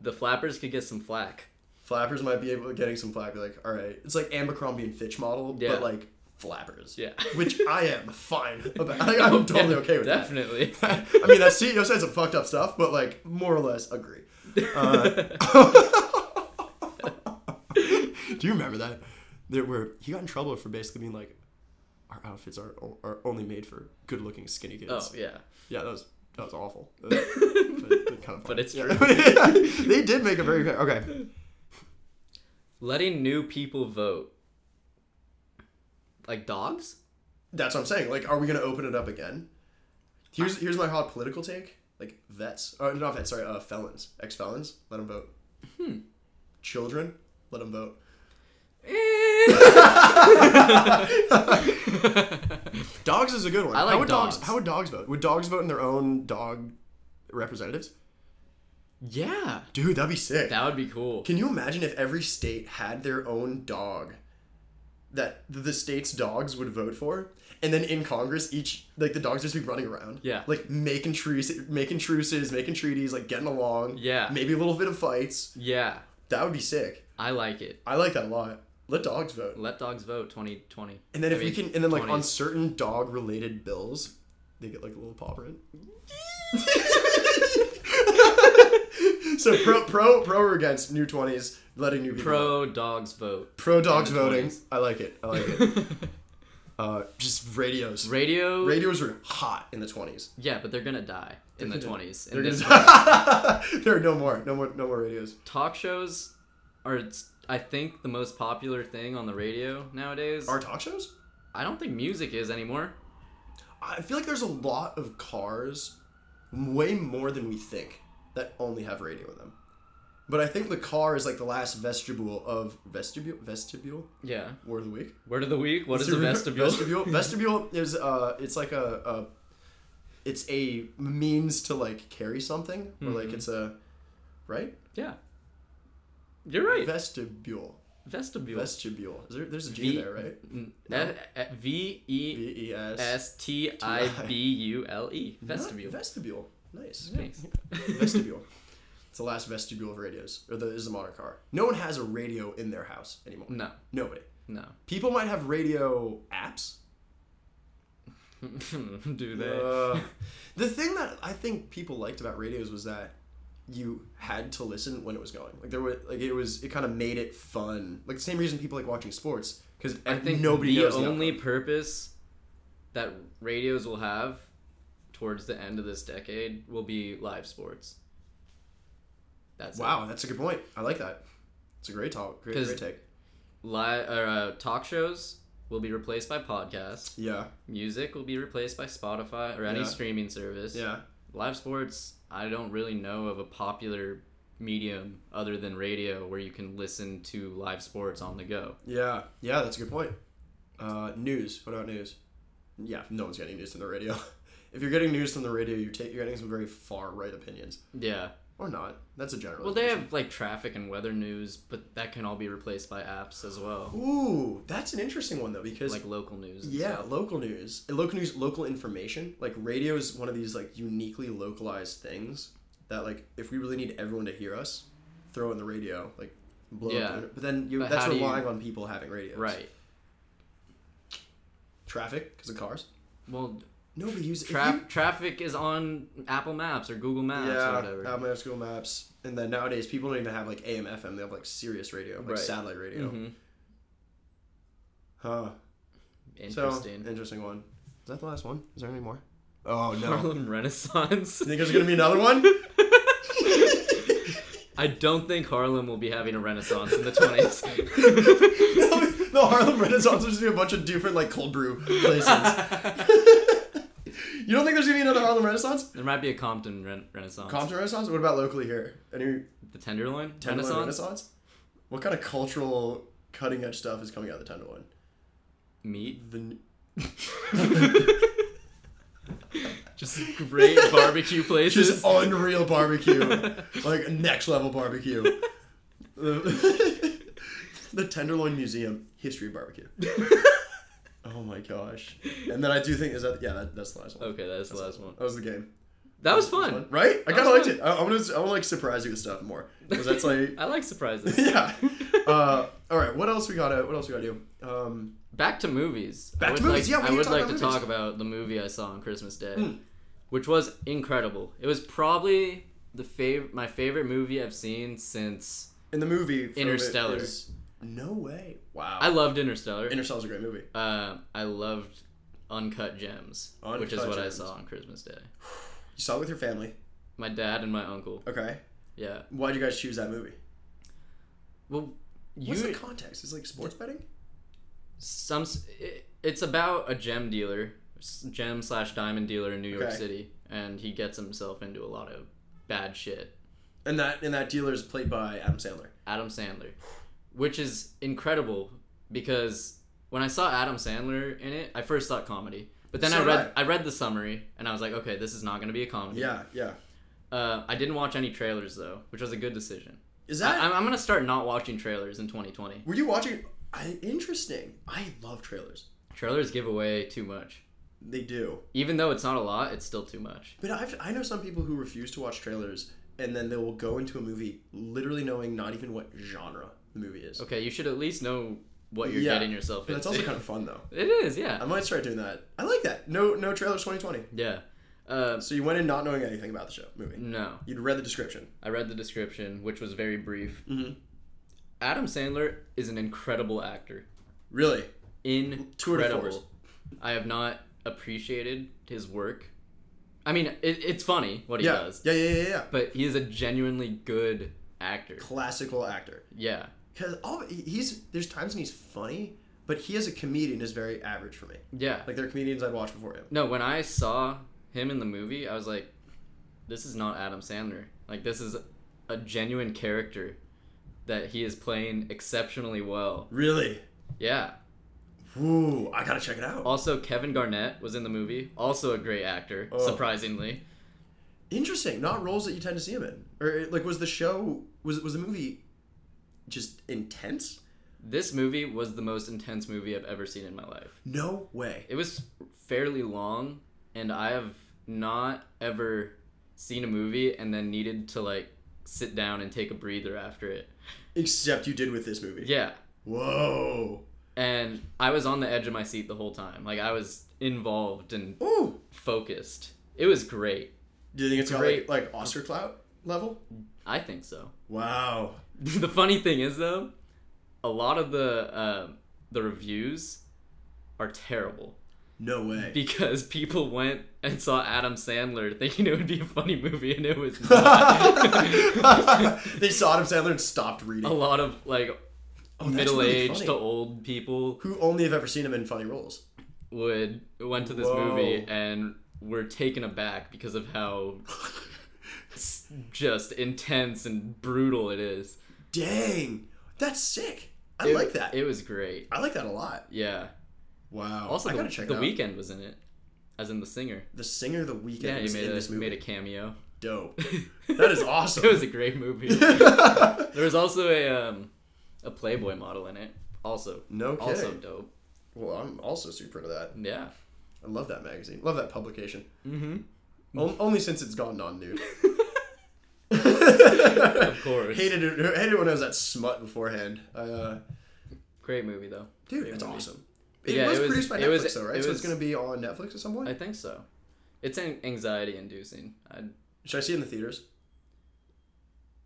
Speaker 2: The flappers could get some flack.
Speaker 1: flappers might be able getting some flack. Be like, all right, it's like Abercrombie and Fitch model,
Speaker 2: Yeah.
Speaker 1: but like flappers.
Speaker 2: Yeah.
Speaker 1: Which I am
Speaker 2: *laughs*
Speaker 1: fine about. Like, *laughs* I'm totally
Speaker 2: Yeah,
Speaker 1: okay with that.
Speaker 2: Definitely.
Speaker 1: *laughs* I mean, that CEO said some fucked up stuff, but like more or less agree. Uh, *laughs* do you remember that? That where he got in trouble for basically being like, our outfits are are only made for good looking skinny kids.
Speaker 2: oh yeah.
Speaker 1: yeah, that was that
Speaker 2: *laughs*
Speaker 1: was awful. but, but kind of
Speaker 2: But it's
Speaker 1: true. *laughs* they did make a very clear. Okay,
Speaker 2: Letting new people vote. Like
Speaker 1: *laughs*
Speaker 2: dogs?
Speaker 1: that's what I'm saying. Like, are we gonna open it up again? Here's here's my hot political take. Like vets, oh not vets, sorry, uh, felons, ex felons, let them vote.
Speaker 2: Hmm.
Speaker 1: Children, let them vote. Dogs is a good one.
Speaker 2: I like
Speaker 1: how would dogs.
Speaker 2: dogs.
Speaker 1: How would dogs vote? Would dogs vote in their own dog representatives?
Speaker 2: yeah.
Speaker 1: Dude, that'd be sick.
Speaker 2: That would be cool.
Speaker 1: Can you imagine if every state had their own dog that the state's dogs would vote for, and then in Congress, each like the dogs just be running around,
Speaker 2: Yeah.
Speaker 1: like making truces, making truces, making treaties, like getting along,
Speaker 2: Yeah.
Speaker 1: maybe a little bit of fights.
Speaker 2: Yeah.
Speaker 1: That would be sick.
Speaker 2: I like it.
Speaker 1: I like that a lot. Let dogs vote,
Speaker 2: Let dogs vote 2020.
Speaker 1: and then
Speaker 2: I
Speaker 1: if we
Speaker 2: mean,
Speaker 1: can, and then like on
Speaker 2: 20s.
Speaker 1: certain dog related bills, they get like a little
Speaker 2: *laughs*
Speaker 1: paw print. *laughs* so pro pro pro or against new twenties letting new people vote.
Speaker 2: pro dogs vote.
Speaker 1: *laughs* pro dogs
Speaker 2: in the
Speaker 1: voting.
Speaker 2: 20s.
Speaker 1: I like it. I like it. *laughs* uh, just radios.
Speaker 2: Radio.
Speaker 1: Radios were hot in the twenties.
Speaker 2: Yeah, but they're gonna die in the
Speaker 1: gonna-
Speaker 2: 20s.
Speaker 1: They're
Speaker 2: And this
Speaker 1: gonna- *laughs* there are no more, no more, no more radios.
Speaker 2: talk shows are, I think, the most popular thing on the radio nowadays.
Speaker 1: Are talk shows?
Speaker 2: I don't think music is anymore.
Speaker 1: I feel like there's a lot of cars, way more than we think, that only have radio in them. But I think the car is like the last vestibule of vestibule vestibule
Speaker 2: Yeah.
Speaker 1: word of the week.
Speaker 2: Word of the week. What is a vestibule? *laughs*
Speaker 1: Vestibule. Vestibule is uh, it's like a, a, it's a means to like carry something or
Speaker 2: Mm-hmm.
Speaker 1: like it's a, right?
Speaker 2: Yeah. You're right.
Speaker 1: Vestibule.
Speaker 2: vestibule.
Speaker 1: Vestibule. Is there, there's a G
Speaker 2: V-
Speaker 1: there, right?
Speaker 2: N- e- e- V E
Speaker 1: V E S.
Speaker 2: S T I B U L E. Vestibule.
Speaker 1: Vestibule. Nice.
Speaker 2: Nice.
Speaker 1: *laughs* vestibule. It's the last vestibule of radios, or the is the modern car. No one has a radio in their house anymore.
Speaker 2: *laughs* No, *laughs*
Speaker 1: Nobody.
Speaker 2: no.
Speaker 1: People might have radio apps.
Speaker 2: Do they?
Speaker 1: Uh, *laughs* the thing that I think people liked about radios was that you had to listen when it was going. Like there was like it was it kind of made it fun. Like the same reason people like watching sports because
Speaker 2: I think
Speaker 1: nobody
Speaker 2: the
Speaker 1: knows the
Speaker 2: only
Speaker 1: outcome.
Speaker 2: purpose that radios will have towards the end of this decade will be live sports. That's
Speaker 1: wow, that's a good point. I like that. It's a great talk. Great,
Speaker 2: 'Cause-
Speaker 1: great take.
Speaker 2: Live or, uh, talk shows will be replaced by podcasts.
Speaker 1: Yeah,
Speaker 2: Music will be replaced by Spotify or any
Speaker 1: Yeah.
Speaker 2: streaming service.
Speaker 1: yeah.
Speaker 2: Live sports, I don't really know of a popular medium other than radio where you can listen to live sports on the go.
Speaker 1: Yeah, yeah, that's a good point. Uh, news. What about news? Yeah, no one's getting news from the radio. *laughs* if you're getting news from the radio, you're, ta- you're getting some very far right opinions,
Speaker 2: Yeah.
Speaker 1: or not. That's a general.
Speaker 2: Well, they have like traffic and weather news, but that can all be replaced by apps as well,
Speaker 1: Ooh, that's an interesting one though because
Speaker 2: like local news. and
Speaker 1: yeah,
Speaker 2: stuff.
Speaker 1: local news, local news, local information. Like radio is one of these like uniquely localized things that like if we really need everyone to hear us, throw in the radio like. Blow
Speaker 2: Yeah.
Speaker 1: up. But then you,
Speaker 2: But
Speaker 1: that's
Speaker 2: how do you-
Speaker 1: relying on people having radios.
Speaker 2: Right.
Speaker 1: Traffic because of cars.
Speaker 2: Well,
Speaker 1: Nobody uses if you-
Speaker 2: tra- traffic is on Apple Maps or Google Maps or whatever.
Speaker 1: Yeah, Apple Maps, Google Maps, and then nowadays people don't even have like AM, FM. They have like Sirius radio, like
Speaker 2: Right.
Speaker 1: satellite radio.
Speaker 2: Mhm.
Speaker 1: Huh.
Speaker 2: Interesting.
Speaker 1: So, interesting one. Is that the last one? Is there any more? Oh *laughs* no.
Speaker 2: Harlem Renaissance.
Speaker 1: you think there's gonna be another one?
Speaker 2: *laughs*
Speaker 1: *laughs*
Speaker 2: I don't think Harlem will be having a renaissance in the
Speaker 1: *laughs*
Speaker 2: 20s.
Speaker 1: the Harlem Renaissance will just be a bunch of different like cold brew places.
Speaker 2: *laughs*
Speaker 1: you don't think there's gonna be another Harlem Renaissance?
Speaker 2: there might be a Compton ren- renaissance.
Speaker 1: Compton Renaissance? What about locally here? Any
Speaker 2: The Tenderloin
Speaker 1: Tenderloin
Speaker 2: renaissance?
Speaker 1: Renaissance? What kind of cultural cutting edge stuff is coming out of the Tenderloin? *laughs*
Speaker 2: Meat.
Speaker 1: The
Speaker 2: Just great barbecue places.
Speaker 1: just unreal barbecue,
Speaker 2: *laughs*
Speaker 1: like next level barbecue. *laughs* the the Tenderloin Museum history of barbecue. oh my gosh! And then I do think is that yeah that, that's the last one.
Speaker 2: okay, that's the last one.
Speaker 1: That was the game.
Speaker 2: That was
Speaker 1: That was
Speaker 2: fun.
Speaker 1: right? I
Speaker 2: That
Speaker 1: kind of
Speaker 2: was
Speaker 1: liked it. I, I want to I want to like surprise you with stuff more because that's like
Speaker 2: *laughs*
Speaker 1: *laughs*
Speaker 2: I like surprises. *laughs*
Speaker 1: yeah. Uh, all right, what else we gotta what else we gotta do? Um,
Speaker 2: Back to movies.
Speaker 1: Back
Speaker 2: I
Speaker 1: to
Speaker 2: would
Speaker 1: movies,
Speaker 2: Like,
Speaker 1: yeah, we
Speaker 2: I
Speaker 1: need to
Speaker 2: would
Speaker 1: talk
Speaker 2: like to talk
Speaker 1: about movies. Hmm.
Speaker 2: about the movie I saw on Christmas Day, which was incredible. It was probably the fav- my favorite movie I've seen since.
Speaker 1: in the movie from it
Speaker 2: Interstellar.
Speaker 1: is- no way! Wow.
Speaker 2: I loved Interstellar.
Speaker 1: Interstellar's a great movie.
Speaker 2: Um, I loved Uncut Gems, which is
Speaker 1: Uncut
Speaker 2: what
Speaker 1: Gems.
Speaker 2: I saw on Christmas Day.
Speaker 1: You saw it with your family.
Speaker 2: My dad and my uncle.
Speaker 1: Okay.
Speaker 2: Yeah.
Speaker 1: Why'd you guys choose that movie?
Speaker 2: Well, you
Speaker 1: What's the context? Is it like sports betting?
Speaker 2: some s- it, it's about a gem dealer s- gem slash diamond dealer in new york
Speaker 1: Okay.
Speaker 2: city and he gets himself into a lot of bad shit
Speaker 1: And that and that dealer is played by Adam Sandler.
Speaker 2: adam sandler which is incredible because when i saw adam sandler in it i first thought comedy but then
Speaker 1: So
Speaker 2: i read
Speaker 1: did
Speaker 2: I read the summary and i was like okay this is not going to be a comedy
Speaker 1: Yeah, yeah.
Speaker 2: uh, i didn't watch any trailers though which was a good decision
Speaker 1: Is
Speaker 2: I,
Speaker 1: that
Speaker 2: I'm, I'm going to start not watching trailers in 2020
Speaker 1: were you watching? I, interesting. I love trailers.
Speaker 2: trailers give away too much
Speaker 1: They do,
Speaker 2: even though it's not a lot it's still too much
Speaker 1: but I've, I know some people who refuse to watch trailers, and then they will go into a movie literally knowing not even what genre the movie is.
Speaker 2: Okay, you should at least know what you're
Speaker 1: Yeah.
Speaker 2: getting yourself
Speaker 1: But
Speaker 2: into.
Speaker 1: that's also
Speaker 2: *laughs*
Speaker 1: kind of fun though.
Speaker 2: it is, yeah.
Speaker 1: I might start doing that. I like that. No, no trailers 2020.
Speaker 2: yeah. Uh,
Speaker 1: So you went in not knowing anything about the show movie.
Speaker 2: no,
Speaker 1: You'd read the description.
Speaker 2: I read the description, which was very brief.
Speaker 1: Mhm.
Speaker 2: Adam Sandler is an incredible actor.
Speaker 1: Really? Tour de force.
Speaker 2: Incredible. I have not appreciated his work. I mean, it, it's funny what he
Speaker 1: Yeah.
Speaker 2: does,
Speaker 1: yeah. Yeah. Yeah. Yeah.
Speaker 2: but he is a genuinely good actor.
Speaker 1: Classical actor.
Speaker 2: Yeah.
Speaker 1: because all he- he's there's times when he's funny, but he as a comedian is very average for me.
Speaker 2: Yeah.
Speaker 1: Like there are comedians I've watched before him.
Speaker 2: No, when I saw him in the movie, I was like, this is not Adam Sandler. Like, this is a genuine character that he is playing exceptionally well.
Speaker 1: Really?
Speaker 2: Yeah.
Speaker 1: Ooh, I gotta check it out.
Speaker 2: Also, Kevin Garnett was in the movie, also a great actor,
Speaker 1: Oh.
Speaker 2: surprisingly.
Speaker 1: Interesting. Not roles that you tend to see him in, or like was the show was was the movie just intense?
Speaker 2: This movie was the most intense movie I've ever seen in my life.
Speaker 1: No way.
Speaker 2: It was fairly long, and I have not ever seen a movie and then needed to, like, sit down and take a breather after it.
Speaker 1: Except you did with this movie.
Speaker 2: Yeah.
Speaker 1: Whoa.
Speaker 2: and I was on the edge of my seat the whole time. Like I was involved and
Speaker 1: Ooh.
Speaker 2: focused. It was great.
Speaker 1: Do you think it's got
Speaker 2: Great.
Speaker 1: like, like Oscar clout level?
Speaker 2: I think so. *laughs*
Speaker 1: Wow.
Speaker 2: the funny thing is though, a lot of the uh, the reviews are terrible
Speaker 1: No way. *laughs*
Speaker 2: *laughs* because people went and saw Adam Sandler thinking it would be a funny movie and it was not. *laughs*
Speaker 1: they saw Adam Sandler and stopped reading.
Speaker 2: a lot of like
Speaker 1: Oh, that's
Speaker 2: middle
Speaker 1: really
Speaker 2: aged
Speaker 1: funny.
Speaker 2: to old people
Speaker 1: Who only have ever seen him in funny roles. *laughs*
Speaker 2: would went to this
Speaker 1: Whoa.
Speaker 2: movie and were taken aback because of how s- just intense and brutal it is.
Speaker 1: Dang, that's sick. I
Speaker 2: It-
Speaker 1: like that.
Speaker 2: It was great.
Speaker 1: I like that a lot.
Speaker 2: Yeah.
Speaker 1: Wow.
Speaker 2: Also,
Speaker 1: I
Speaker 2: the,
Speaker 1: gotta check
Speaker 2: the
Speaker 1: it out.
Speaker 2: weekend was in it, as in the singer.
Speaker 1: The singer the weekend
Speaker 2: Yeah, he
Speaker 1: was
Speaker 2: made
Speaker 1: in
Speaker 2: a
Speaker 1: this movie.
Speaker 2: made a cameo.
Speaker 1: Dope. *laughs* That is
Speaker 2: *laughs*
Speaker 1: awesome.
Speaker 2: it was a great
Speaker 1: *laughs*
Speaker 2: movie. there was also a um, a Playboy model in it. Also,
Speaker 1: no kidding.
Speaker 2: also dope.
Speaker 1: Well, I'm also super into that. *laughs*
Speaker 2: Yeah.
Speaker 1: I love that magazine. Love that publication.
Speaker 2: Mm-hmm.
Speaker 1: O- only since it's
Speaker 2: *laughs*
Speaker 1: gone non-nude. *laughs*
Speaker 2: Of course.
Speaker 1: hated it. Hated it when I was that smut beforehand. I, uh,
Speaker 2: Great movie though.
Speaker 1: dude,
Speaker 2: Great
Speaker 1: it's
Speaker 2: movie.
Speaker 1: awesome. It
Speaker 2: Yeah,
Speaker 1: was
Speaker 2: it was-
Speaker 1: produced by
Speaker 2: it
Speaker 1: Netflix,
Speaker 2: was-
Speaker 1: though, right?
Speaker 2: it
Speaker 1: so it's
Speaker 2: was-
Speaker 1: gonna be on Netflix at some point.
Speaker 2: I think so. It's an anxiety inducing. I'd
Speaker 1: Should I see it in the theaters?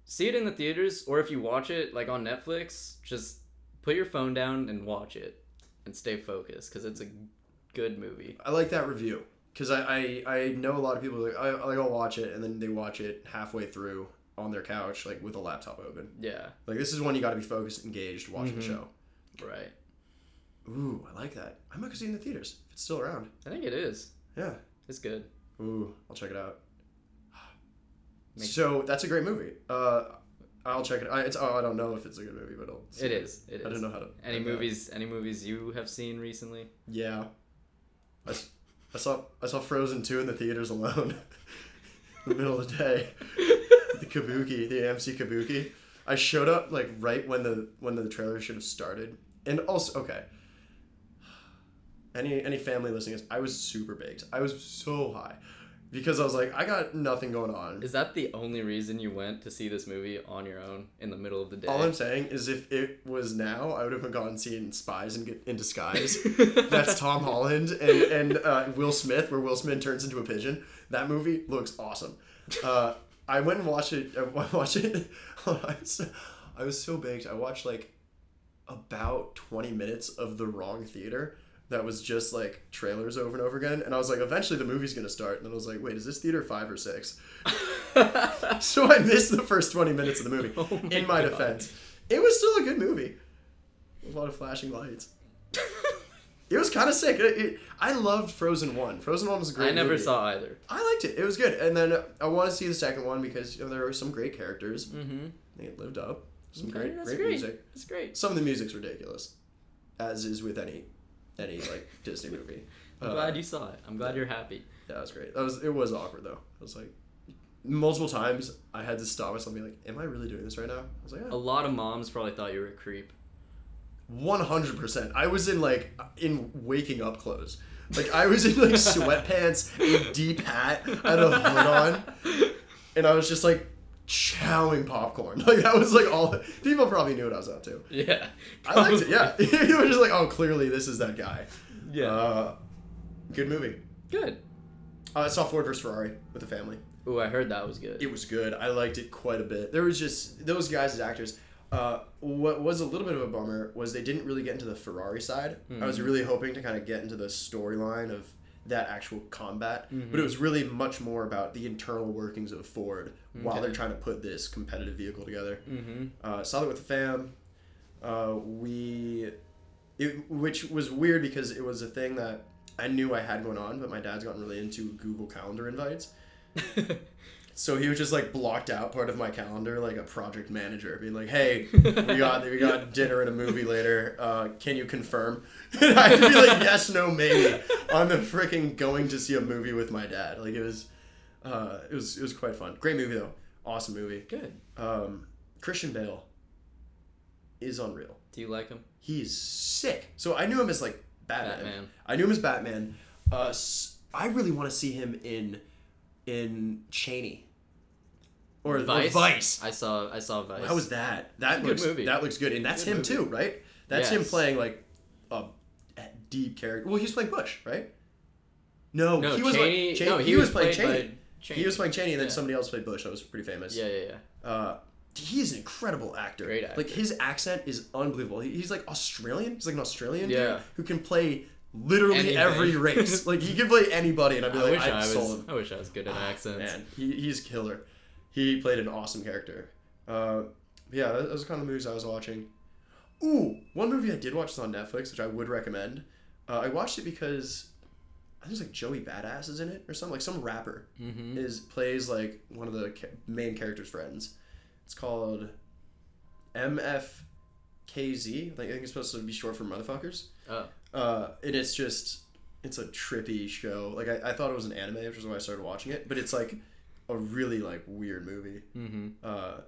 Speaker 2: see it in the theaters, or if you watch it like on Netflix, just put your phone down and watch it, and stay focused because it's a good movie.
Speaker 1: I like that review because I, I I know a lot of people like I like I'll watch it and then they watch it halfway through on their couch like with a laptop open.
Speaker 2: Yeah.
Speaker 1: Like this is when you got to be focused, engaged, watching the
Speaker 2: Mhm.
Speaker 1: show.
Speaker 2: Right.
Speaker 1: Ooh, I like that. I might go see it in the theaters if it's still around.
Speaker 2: I think it is.
Speaker 1: Yeah.
Speaker 2: It's good.
Speaker 1: Ooh, I'll check
Speaker 2: *sighs*
Speaker 1: it out.
Speaker 2: Make-
Speaker 1: So that's a great movie. Uh, I'll check it. I, it's oh, I don't know if it's a good movie, but I'll. see
Speaker 2: It is. It is.
Speaker 1: I don't know how to.
Speaker 2: Any
Speaker 1: okay.
Speaker 2: movies? Any movies you have seen
Speaker 1: *laughs*
Speaker 2: recently?
Speaker 1: Yeah. I, s- I saw I saw Frozen two in the theaters alone, *laughs* in the middle of the day. The Kabuki, the AMC Kabuki. I showed up like right when the when the trailer should have started, and also okay. Any any family listening, is I was super baked. I was so high, because I was like, I got nothing going on.
Speaker 2: Is that the only reason you went to see this movie on your own in the middle of the day? *laughs*
Speaker 1: All I'm saying is, if it was now, I would have gone and seen Spies in, in Disguise.
Speaker 2: *laughs*
Speaker 1: That's Tom Holland and and uh, Will Smith, where Will Smith turns into a pigeon. That movie looks awesome. Uh, I went and watched it. I *laughs* watched it. I was, I was so baked. I watched like about twenty minutes of the wrong theater. That was just like trailers over and over again, and I was like, eventually the movie's gonna start, and then I was like, wait, is this theater five or six? *laughs* So I missed the first twenty minutes of the movie.
Speaker 2: *laughs* Oh my
Speaker 1: in my
Speaker 2: God.
Speaker 1: defense, it was still a good movie. A lot of flashing lights. It was kind of sick. It- it- I loved Frozen One. Frozen One was a great.
Speaker 2: I never
Speaker 1: movie.
Speaker 2: saw either.
Speaker 1: I liked it. It was good. And then uh, I want to see the second one because you know, there were some great characters.
Speaker 2: Mm-hmm.
Speaker 1: They lived up. Some great, great, music.
Speaker 2: It's great.
Speaker 1: Some of the music's ridiculous, as is with any, any
Speaker 2: *laughs*
Speaker 1: like Disney movie.
Speaker 2: I'm
Speaker 1: Uh,
Speaker 2: glad you saw it. I'm glad you're happy.
Speaker 1: Yeah, that was great. That was it was awkward though. I was like, multiple times I had to stop myself and be like, "Am I really doing this right now?" I was like,
Speaker 2: A lot of moms probably thought you were a creep.
Speaker 1: One hundred percent. I was in like in waking up clothes. Like I was in like sweatpants, a deep hat, I had a hood on, and I was just like chowing popcorn. *laughs* Like that was like all people probably knew what I was up to.
Speaker 2: *laughs* Yeah.
Speaker 1: I liked it. Yeah, *laughs* you were just like, oh, clearly this is that guy.
Speaker 2: Yeah.
Speaker 1: Uh, good movie.
Speaker 2: good.
Speaker 1: Uh, I saw Ford vs Ferrari with the family.
Speaker 2: Ooh, I heard that was good.
Speaker 1: It was good. I liked it quite a bit. There was just those guys as actors. Uh, what was a little bit of a bummer was they didn't really get into the Ferrari side. I was really hoping to kind of get into the storyline of that actual combat, but it was really much more about the internal workings of Ford while they're trying to put this competitive vehicle together.
Speaker 2: Mm-hmm. *laughs*
Speaker 1: Uh, saw that with the fam. Uh, we, it, which was weird because it was a thing that I knew I had going on, but my dad's gotten really into Google Calendar invites. So he was just like blocked out part of my calendar, like a project manager, being like, "Hey, we got we got dinner and a movie later. Uh, can you confirm?" *laughs* And I had to be like, "Yes, no, maybe." On the freaking going to see a movie with my dad, like it was, uh, it was it was quite fun. Great movie though, awesome movie.
Speaker 2: good.
Speaker 1: Um, Christian Bale is unreal.
Speaker 2: Do you like him?
Speaker 1: He's sick. So I knew him as like Batman.
Speaker 2: Batman.
Speaker 1: I knew him as Batman. Uh, s- I really want to see him in in Cheney or or Vice.
Speaker 2: I saw. I saw Vice.
Speaker 1: How was that? That
Speaker 2: good
Speaker 1: looks
Speaker 2: movie.
Speaker 1: that looks good, and that's
Speaker 2: Good
Speaker 1: him
Speaker 2: movie.
Speaker 1: too, right? That's him
Speaker 2: Yes.
Speaker 1: playing like a deep character. Well, he was playing Bush, right? No,
Speaker 2: No,
Speaker 1: he was
Speaker 2: Cheney.
Speaker 1: like Cheney,
Speaker 2: no,
Speaker 1: he, was, playing
Speaker 2: played by
Speaker 1: Cheney. He was playing Cheney, and then
Speaker 2: Yeah.
Speaker 1: somebody else played Bush. That was pretty famous.
Speaker 2: Yeah, yeah, yeah.
Speaker 1: Uh, he's an incredible actor.
Speaker 2: Great
Speaker 1: Like
Speaker 2: actor.
Speaker 1: his accent is unbelievable. He- He's like Australian. He's like an Australian
Speaker 2: Yeah.
Speaker 1: dude who can play literally
Speaker 2: Anything. *laughs*
Speaker 1: every race. like he can play anybody, and I'd be
Speaker 2: I
Speaker 1: like, Ah,
Speaker 2: wish
Speaker 1: I'd
Speaker 2: I was. *laughs*
Speaker 1: sold him.
Speaker 2: I wish I was good at accents.
Speaker 1: Man, he, he's killer. He played an awesome character. Uh, yeah, that, that was kind of the movies I was watching. Ooh, one movie I did watch is on Netflix, which I would recommend. Uh, I watched it because I think it's like Joey Badass is in it or something. Like some rapper
Speaker 2: Mm-hmm.
Speaker 1: is plays like one of the ca- main character's friends. It's called MFKZ. I think, I think it's supposed to be short for motherfuckers.
Speaker 2: Oh,
Speaker 1: Uh, and it's just it's a trippy show. Like I, I thought it was an anime, which is why I started watching it. But it's like a really like weird movie.
Speaker 2: mm-hmm.
Speaker 1: Uh,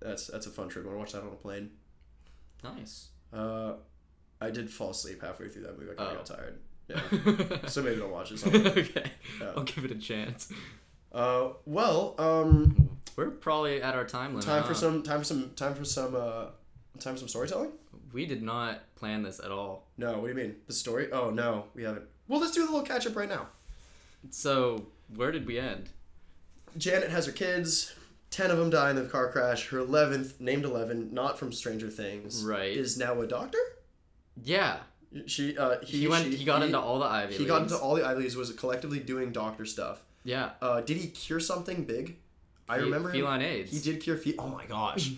Speaker 1: that's that's a fun trip. I watched that on a plane.
Speaker 2: Nice.
Speaker 1: Uh, I did fall asleep halfway through that movie. I kind
Speaker 2: Oh.
Speaker 1: of
Speaker 2: *laughs*
Speaker 1: got tired. Yeah. So maybe don't watch it. sometime.
Speaker 2: okay,
Speaker 1: Yeah.
Speaker 2: I'll give it a chance.
Speaker 1: Uh, well, um,
Speaker 2: We're probably at our time limit. Uh,
Speaker 1: time
Speaker 2: huh?
Speaker 1: for some time for some time for some uh time for some storytelling
Speaker 2: We did not plan this at all.
Speaker 1: no what do you mean the story oh no we haven't well let's do a little catch up right now
Speaker 2: So where did we end?
Speaker 1: janet has her kids 10 of them die in the car crash her 11th named 11 not from stranger things
Speaker 2: Right.
Speaker 1: is now a doctor
Speaker 2: Yeah,
Speaker 1: she uh he,
Speaker 2: he, went.
Speaker 1: she-
Speaker 2: he got into all the Ivy.
Speaker 1: he got
Speaker 2: Leagues.
Speaker 1: into all the Ivy Leagues, was collectively doing doctor stuff.
Speaker 2: Yeah,
Speaker 1: Uh, did he cure something big? I
Speaker 2: Fe-
Speaker 1: remember him-
Speaker 2: feline AIDS.
Speaker 1: He did cure feet. Oh my gosh.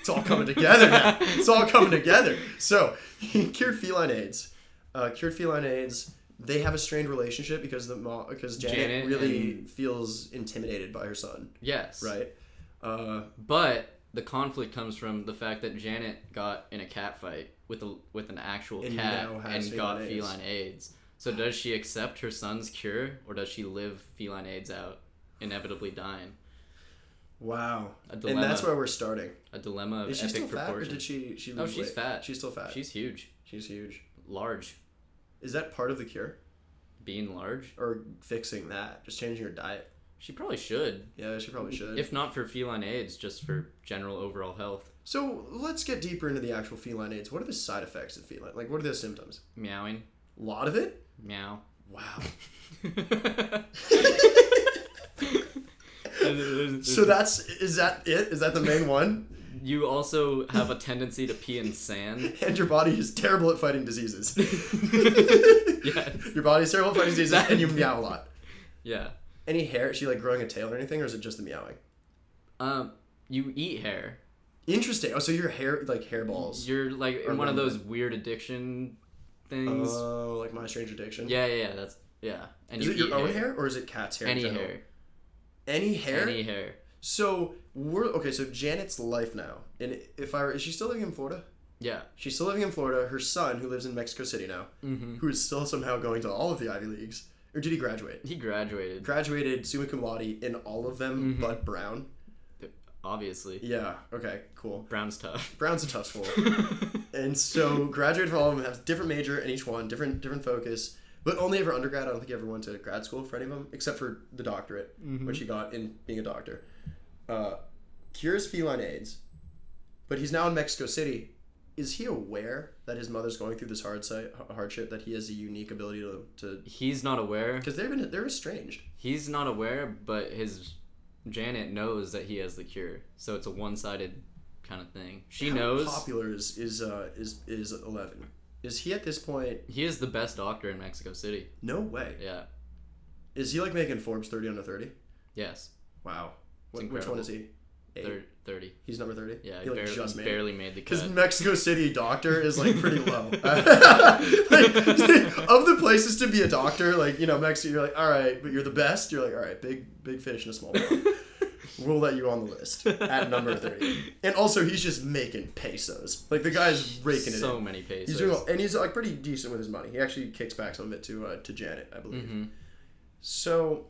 Speaker 1: it's all coming together now. It's all coming together. So, he cured feline AIDS. Uh, cured feline AIDS. They have a strained relationship because the mo- because Janet,
Speaker 2: Janet
Speaker 1: really
Speaker 2: and-
Speaker 1: feels intimidated by her son,
Speaker 2: Yes.
Speaker 1: right? Uh,
Speaker 2: But the conflict comes from the fact that Janet got in a cat fight with a with an actual
Speaker 1: And
Speaker 2: cat
Speaker 1: now has
Speaker 2: and got
Speaker 1: feline AIDS.
Speaker 2: feline AIDS. So does she accept her son's cure or does she live feline AIDS out, inevitably dying?
Speaker 1: wow.
Speaker 2: A
Speaker 1: And that's
Speaker 2: dilemma.
Speaker 1: where we're starting.
Speaker 2: A dilemma of
Speaker 1: Is she
Speaker 2: epic
Speaker 1: still fat or
Speaker 2: proportion.
Speaker 1: did she she
Speaker 2: No,
Speaker 1: lose
Speaker 2: she's
Speaker 1: weight?
Speaker 2: fat.
Speaker 1: She's still fat.
Speaker 2: She's huge,
Speaker 1: she's huge.
Speaker 2: large,
Speaker 1: Is that part of the cure
Speaker 2: being large.
Speaker 1: or fixing that? Just changing her diet?
Speaker 2: She probably should,
Speaker 1: Yeah, she probably should.
Speaker 2: if not for feline AIDS, just for general overall health.
Speaker 1: So let's get deeper into the actual feline AIDS. What are the side effects of feline? Like, what are the symptoms?
Speaker 2: Meowing,
Speaker 1: A lot of it?
Speaker 2: meow.
Speaker 1: Wow.
Speaker 2: *laughs*
Speaker 1: so that's is that it? Is that the main one?
Speaker 2: you also have a tendency to pee in sand.
Speaker 1: And your body is terrible at fighting diseases.
Speaker 2: *laughs* Yes.
Speaker 1: Your body is terrible at fighting diseases,
Speaker 2: That-
Speaker 1: and you meow a lot.
Speaker 2: Yeah.
Speaker 1: Any hair? Is she like growing a tail or anything, or is it just the meowing?
Speaker 2: Um, you eat hair.
Speaker 1: Interesting. Oh, so your hair like hairballs.
Speaker 2: You're like in
Speaker 1: Or
Speaker 2: one of
Speaker 1: women.
Speaker 2: those weird addiction things.
Speaker 1: Oh, like my strange addiction.
Speaker 2: yeah, yeah, yeah, that's yeah. And
Speaker 1: Is
Speaker 2: you
Speaker 1: it your
Speaker 2: eat
Speaker 1: own hair or is it cat's hair? in
Speaker 2: Any
Speaker 1: general?
Speaker 2: hair.
Speaker 1: Any hair.
Speaker 2: Any hair.
Speaker 1: So we're okay. So Janet's life now, and if I were- is she still living in Florida?
Speaker 2: Yeah.
Speaker 1: She's still living in Florida. Her son, who lives in Mexico City now,
Speaker 2: Mm-hmm.
Speaker 1: who is still somehow going to all of the Ivy Leagues, or did he graduate?
Speaker 2: He graduated,
Speaker 1: Graduated summa cum laude in all of them
Speaker 2: Mhm.
Speaker 1: but Brown.
Speaker 2: obviously.
Speaker 1: Yeah. Okay. Cool.
Speaker 2: Brown's
Speaker 1: *laughs*
Speaker 2: tough.
Speaker 1: Brown's a tough school, and so graduated from all of them. Has different major in each one, different different focus. But only ever undergrad. I don't think he ever went to grad school for any of them, except for the doctorate, which
Speaker 2: Hmm.
Speaker 1: he got in being a doctor. Uh, cures feline AIDS, but he's now in Mexico City. Is he aware that his mother's going through this hard si- hardship? That he has a unique ability to to
Speaker 2: He's not aware.
Speaker 1: because they've been they're estranged.
Speaker 2: He's not aware, but his Janet knows that he has the cure. So it's a one-sided kind of thing. She
Speaker 1: How
Speaker 2: knows.
Speaker 1: Popular is is uh, is is eleven. Is he at this point?
Speaker 2: He is the best doctor in Mexico City.
Speaker 1: No way.
Speaker 2: Yeah.
Speaker 1: Is he like making Forbes thirty under thirty?
Speaker 2: Yes.
Speaker 1: Wow.
Speaker 2: It's
Speaker 1: Wh- which one
Speaker 2: incredible.
Speaker 1: is he? Eight.
Speaker 2: Thir- Thirty.
Speaker 1: He's number thirty.
Speaker 2: Yeah.
Speaker 1: He like
Speaker 2: barely,
Speaker 1: just made.
Speaker 2: barely made the cut. *laughs*
Speaker 1: Because Mexico City doctor is like pretty low. *laughs* Like, of the places to be a doctor, like you know Mexico, you're like all right, but you're the best. You're like all right, big big fish in a small pond. We'll let you on the list at number thirty. And also, he's just making pesos. Like the guy's raking it.
Speaker 2: so
Speaker 1: in.
Speaker 2: many paces.
Speaker 1: He's doing well, and he's like pretty decent with his money. He actually kicks back some of it to uh, to Janet, I believe.
Speaker 2: Mhm.
Speaker 1: So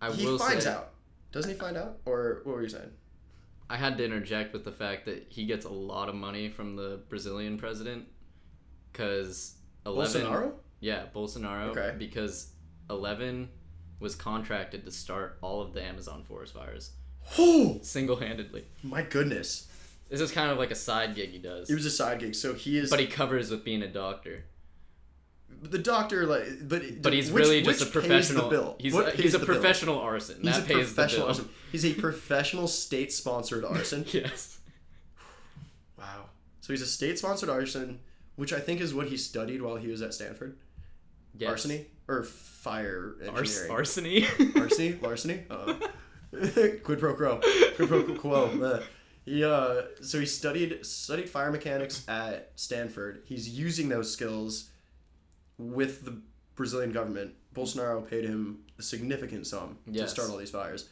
Speaker 2: I
Speaker 1: he
Speaker 2: will
Speaker 1: finds
Speaker 2: say,
Speaker 1: out, doesn't he find out, or what were you saying?
Speaker 2: I had to interject with the fact that he gets a lot of money from the Brazilian president because eleven.
Speaker 1: Bolsonaro?
Speaker 2: Yeah, Bolsonaro.
Speaker 1: Okay.
Speaker 2: Because eleven was contracted to start all of the Amazon forest fires
Speaker 1: Oh
Speaker 2: single-handedly.
Speaker 1: my goodness!
Speaker 2: This is kind of like a side gig he does.
Speaker 1: It was a side gig, so he is.
Speaker 2: but he covers with being a doctor.
Speaker 1: the doctor, like, but
Speaker 2: But he's
Speaker 1: which-
Speaker 2: really just
Speaker 1: which
Speaker 2: a
Speaker 1: pays the
Speaker 2: professional.
Speaker 1: bill?
Speaker 2: He's
Speaker 1: What
Speaker 2: a,
Speaker 1: pays
Speaker 2: he's a
Speaker 1: the bill?
Speaker 2: professional arson.
Speaker 1: He's a
Speaker 2: that pays the
Speaker 1: professional
Speaker 2: bill.
Speaker 1: arson. He's a professional state-sponsored arson.
Speaker 2: *laughs* yes.
Speaker 1: wow. So he's a state-sponsored arson, which I think is what he studied while he was at Stanford.
Speaker 2: yes.
Speaker 1: Arsony or fire
Speaker 2: Ars-
Speaker 1: engineering?
Speaker 2: arsony.
Speaker 1: Arsony? Larceny? Uh, *laughs* quid pro quo. Quid pro quo. Uh, he, uh, so he studied studied fire mechanics at Stanford. He's using those skills with the Brazilian government. Bolsonaro paid him a significant sum to
Speaker 2: Yes.
Speaker 1: start all these fires.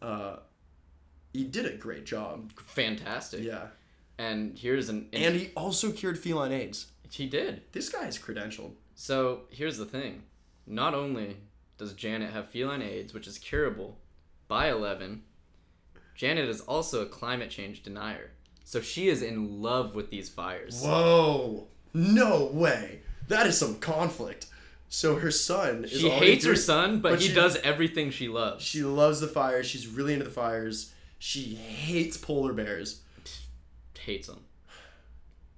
Speaker 1: Uh, he did a great job.
Speaker 2: *laughs* Fantastic.
Speaker 1: Yeah.
Speaker 2: And here's an
Speaker 1: And he also cured feline AIDS.
Speaker 2: he did.
Speaker 1: This guy is credentialed.
Speaker 2: So here's the thing. Not only does Janet have feline AIDS, which is curable by 11, Janet is also a climate change denier. So she is in love with these fires.
Speaker 1: Whoa! No way! That is some conflict. So her son is
Speaker 2: She
Speaker 1: all
Speaker 2: hates
Speaker 1: he
Speaker 2: her
Speaker 1: does-
Speaker 2: son, but,
Speaker 1: but
Speaker 2: he
Speaker 1: she-
Speaker 2: does everything she loves.
Speaker 1: She loves the fires. She's really into the fires. She hates polar bears.
Speaker 2: hates him.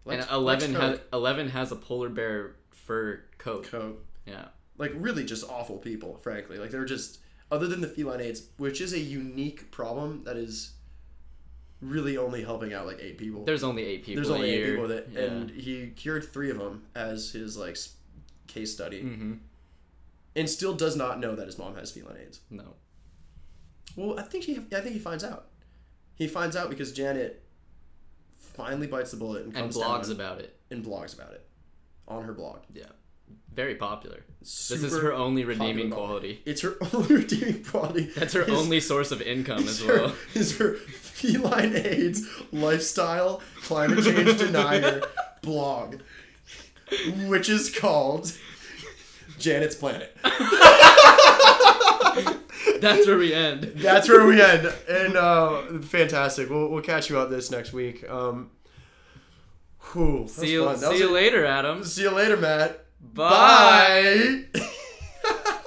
Speaker 1: Lex-
Speaker 2: and 11
Speaker 1: Lex
Speaker 2: has
Speaker 1: Coke.
Speaker 2: 11 has a polar bear fur coat.
Speaker 1: Coke.
Speaker 2: Yeah.
Speaker 1: like really just awful people, frankly. Like they're just other than the feline AIDS, which is a unique problem that is really only helping out like eight people.
Speaker 2: There's only 8 people
Speaker 1: There's
Speaker 2: a
Speaker 1: only eight
Speaker 2: year.
Speaker 1: people that,
Speaker 2: Yeah.
Speaker 1: and he cured three of them as his like s- case study,
Speaker 2: Mhm.
Speaker 1: and still does not know that his mom has feline AIDS.
Speaker 2: no.
Speaker 1: Well, I think he. I think he finds out. He finds out because Janet finally bites the bullet and
Speaker 2: And
Speaker 1: comes
Speaker 2: blogs
Speaker 1: down
Speaker 2: about it.
Speaker 1: and blogs about it on her blog.
Speaker 2: Yeah. Very popular.
Speaker 1: Super
Speaker 2: this is her only
Speaker 1: popular
Speaker 2: redeeming
Speaker 1: blog.
Speaker 2: quality.
Speaker 1: *laughs* It's her only redeeming quality.
Speaker 2: That's her
Speaker 1: is- *laughs*
Speaker 2: only source of income
Speaker 1: is
Speaker 2: as
Speaker 1: her- *laughs*
Speaker 2: well.
Speaker 1: Is her feline AIDS lifestyle climate
Speaker 2: *laughs*
Speaker 1: change denier blog, which is called Janet's Planet.
Speaker 2: That's where we end.
Speaker 1: that's where we end. And uh, fantastic. We'll, we'll catch you up this next week. Um, whew, that
Speaker 2: See you,
Speaker 1: was fun. That
Speaker 2: see
Speaker 1: was
Speaker 2: you
Speaker 1: a-
Speaker 2: later, Adams.
Speaker 1: *laughs* See you later, Matt.
Speaker 2: Bye.
Speaker 1: Bye.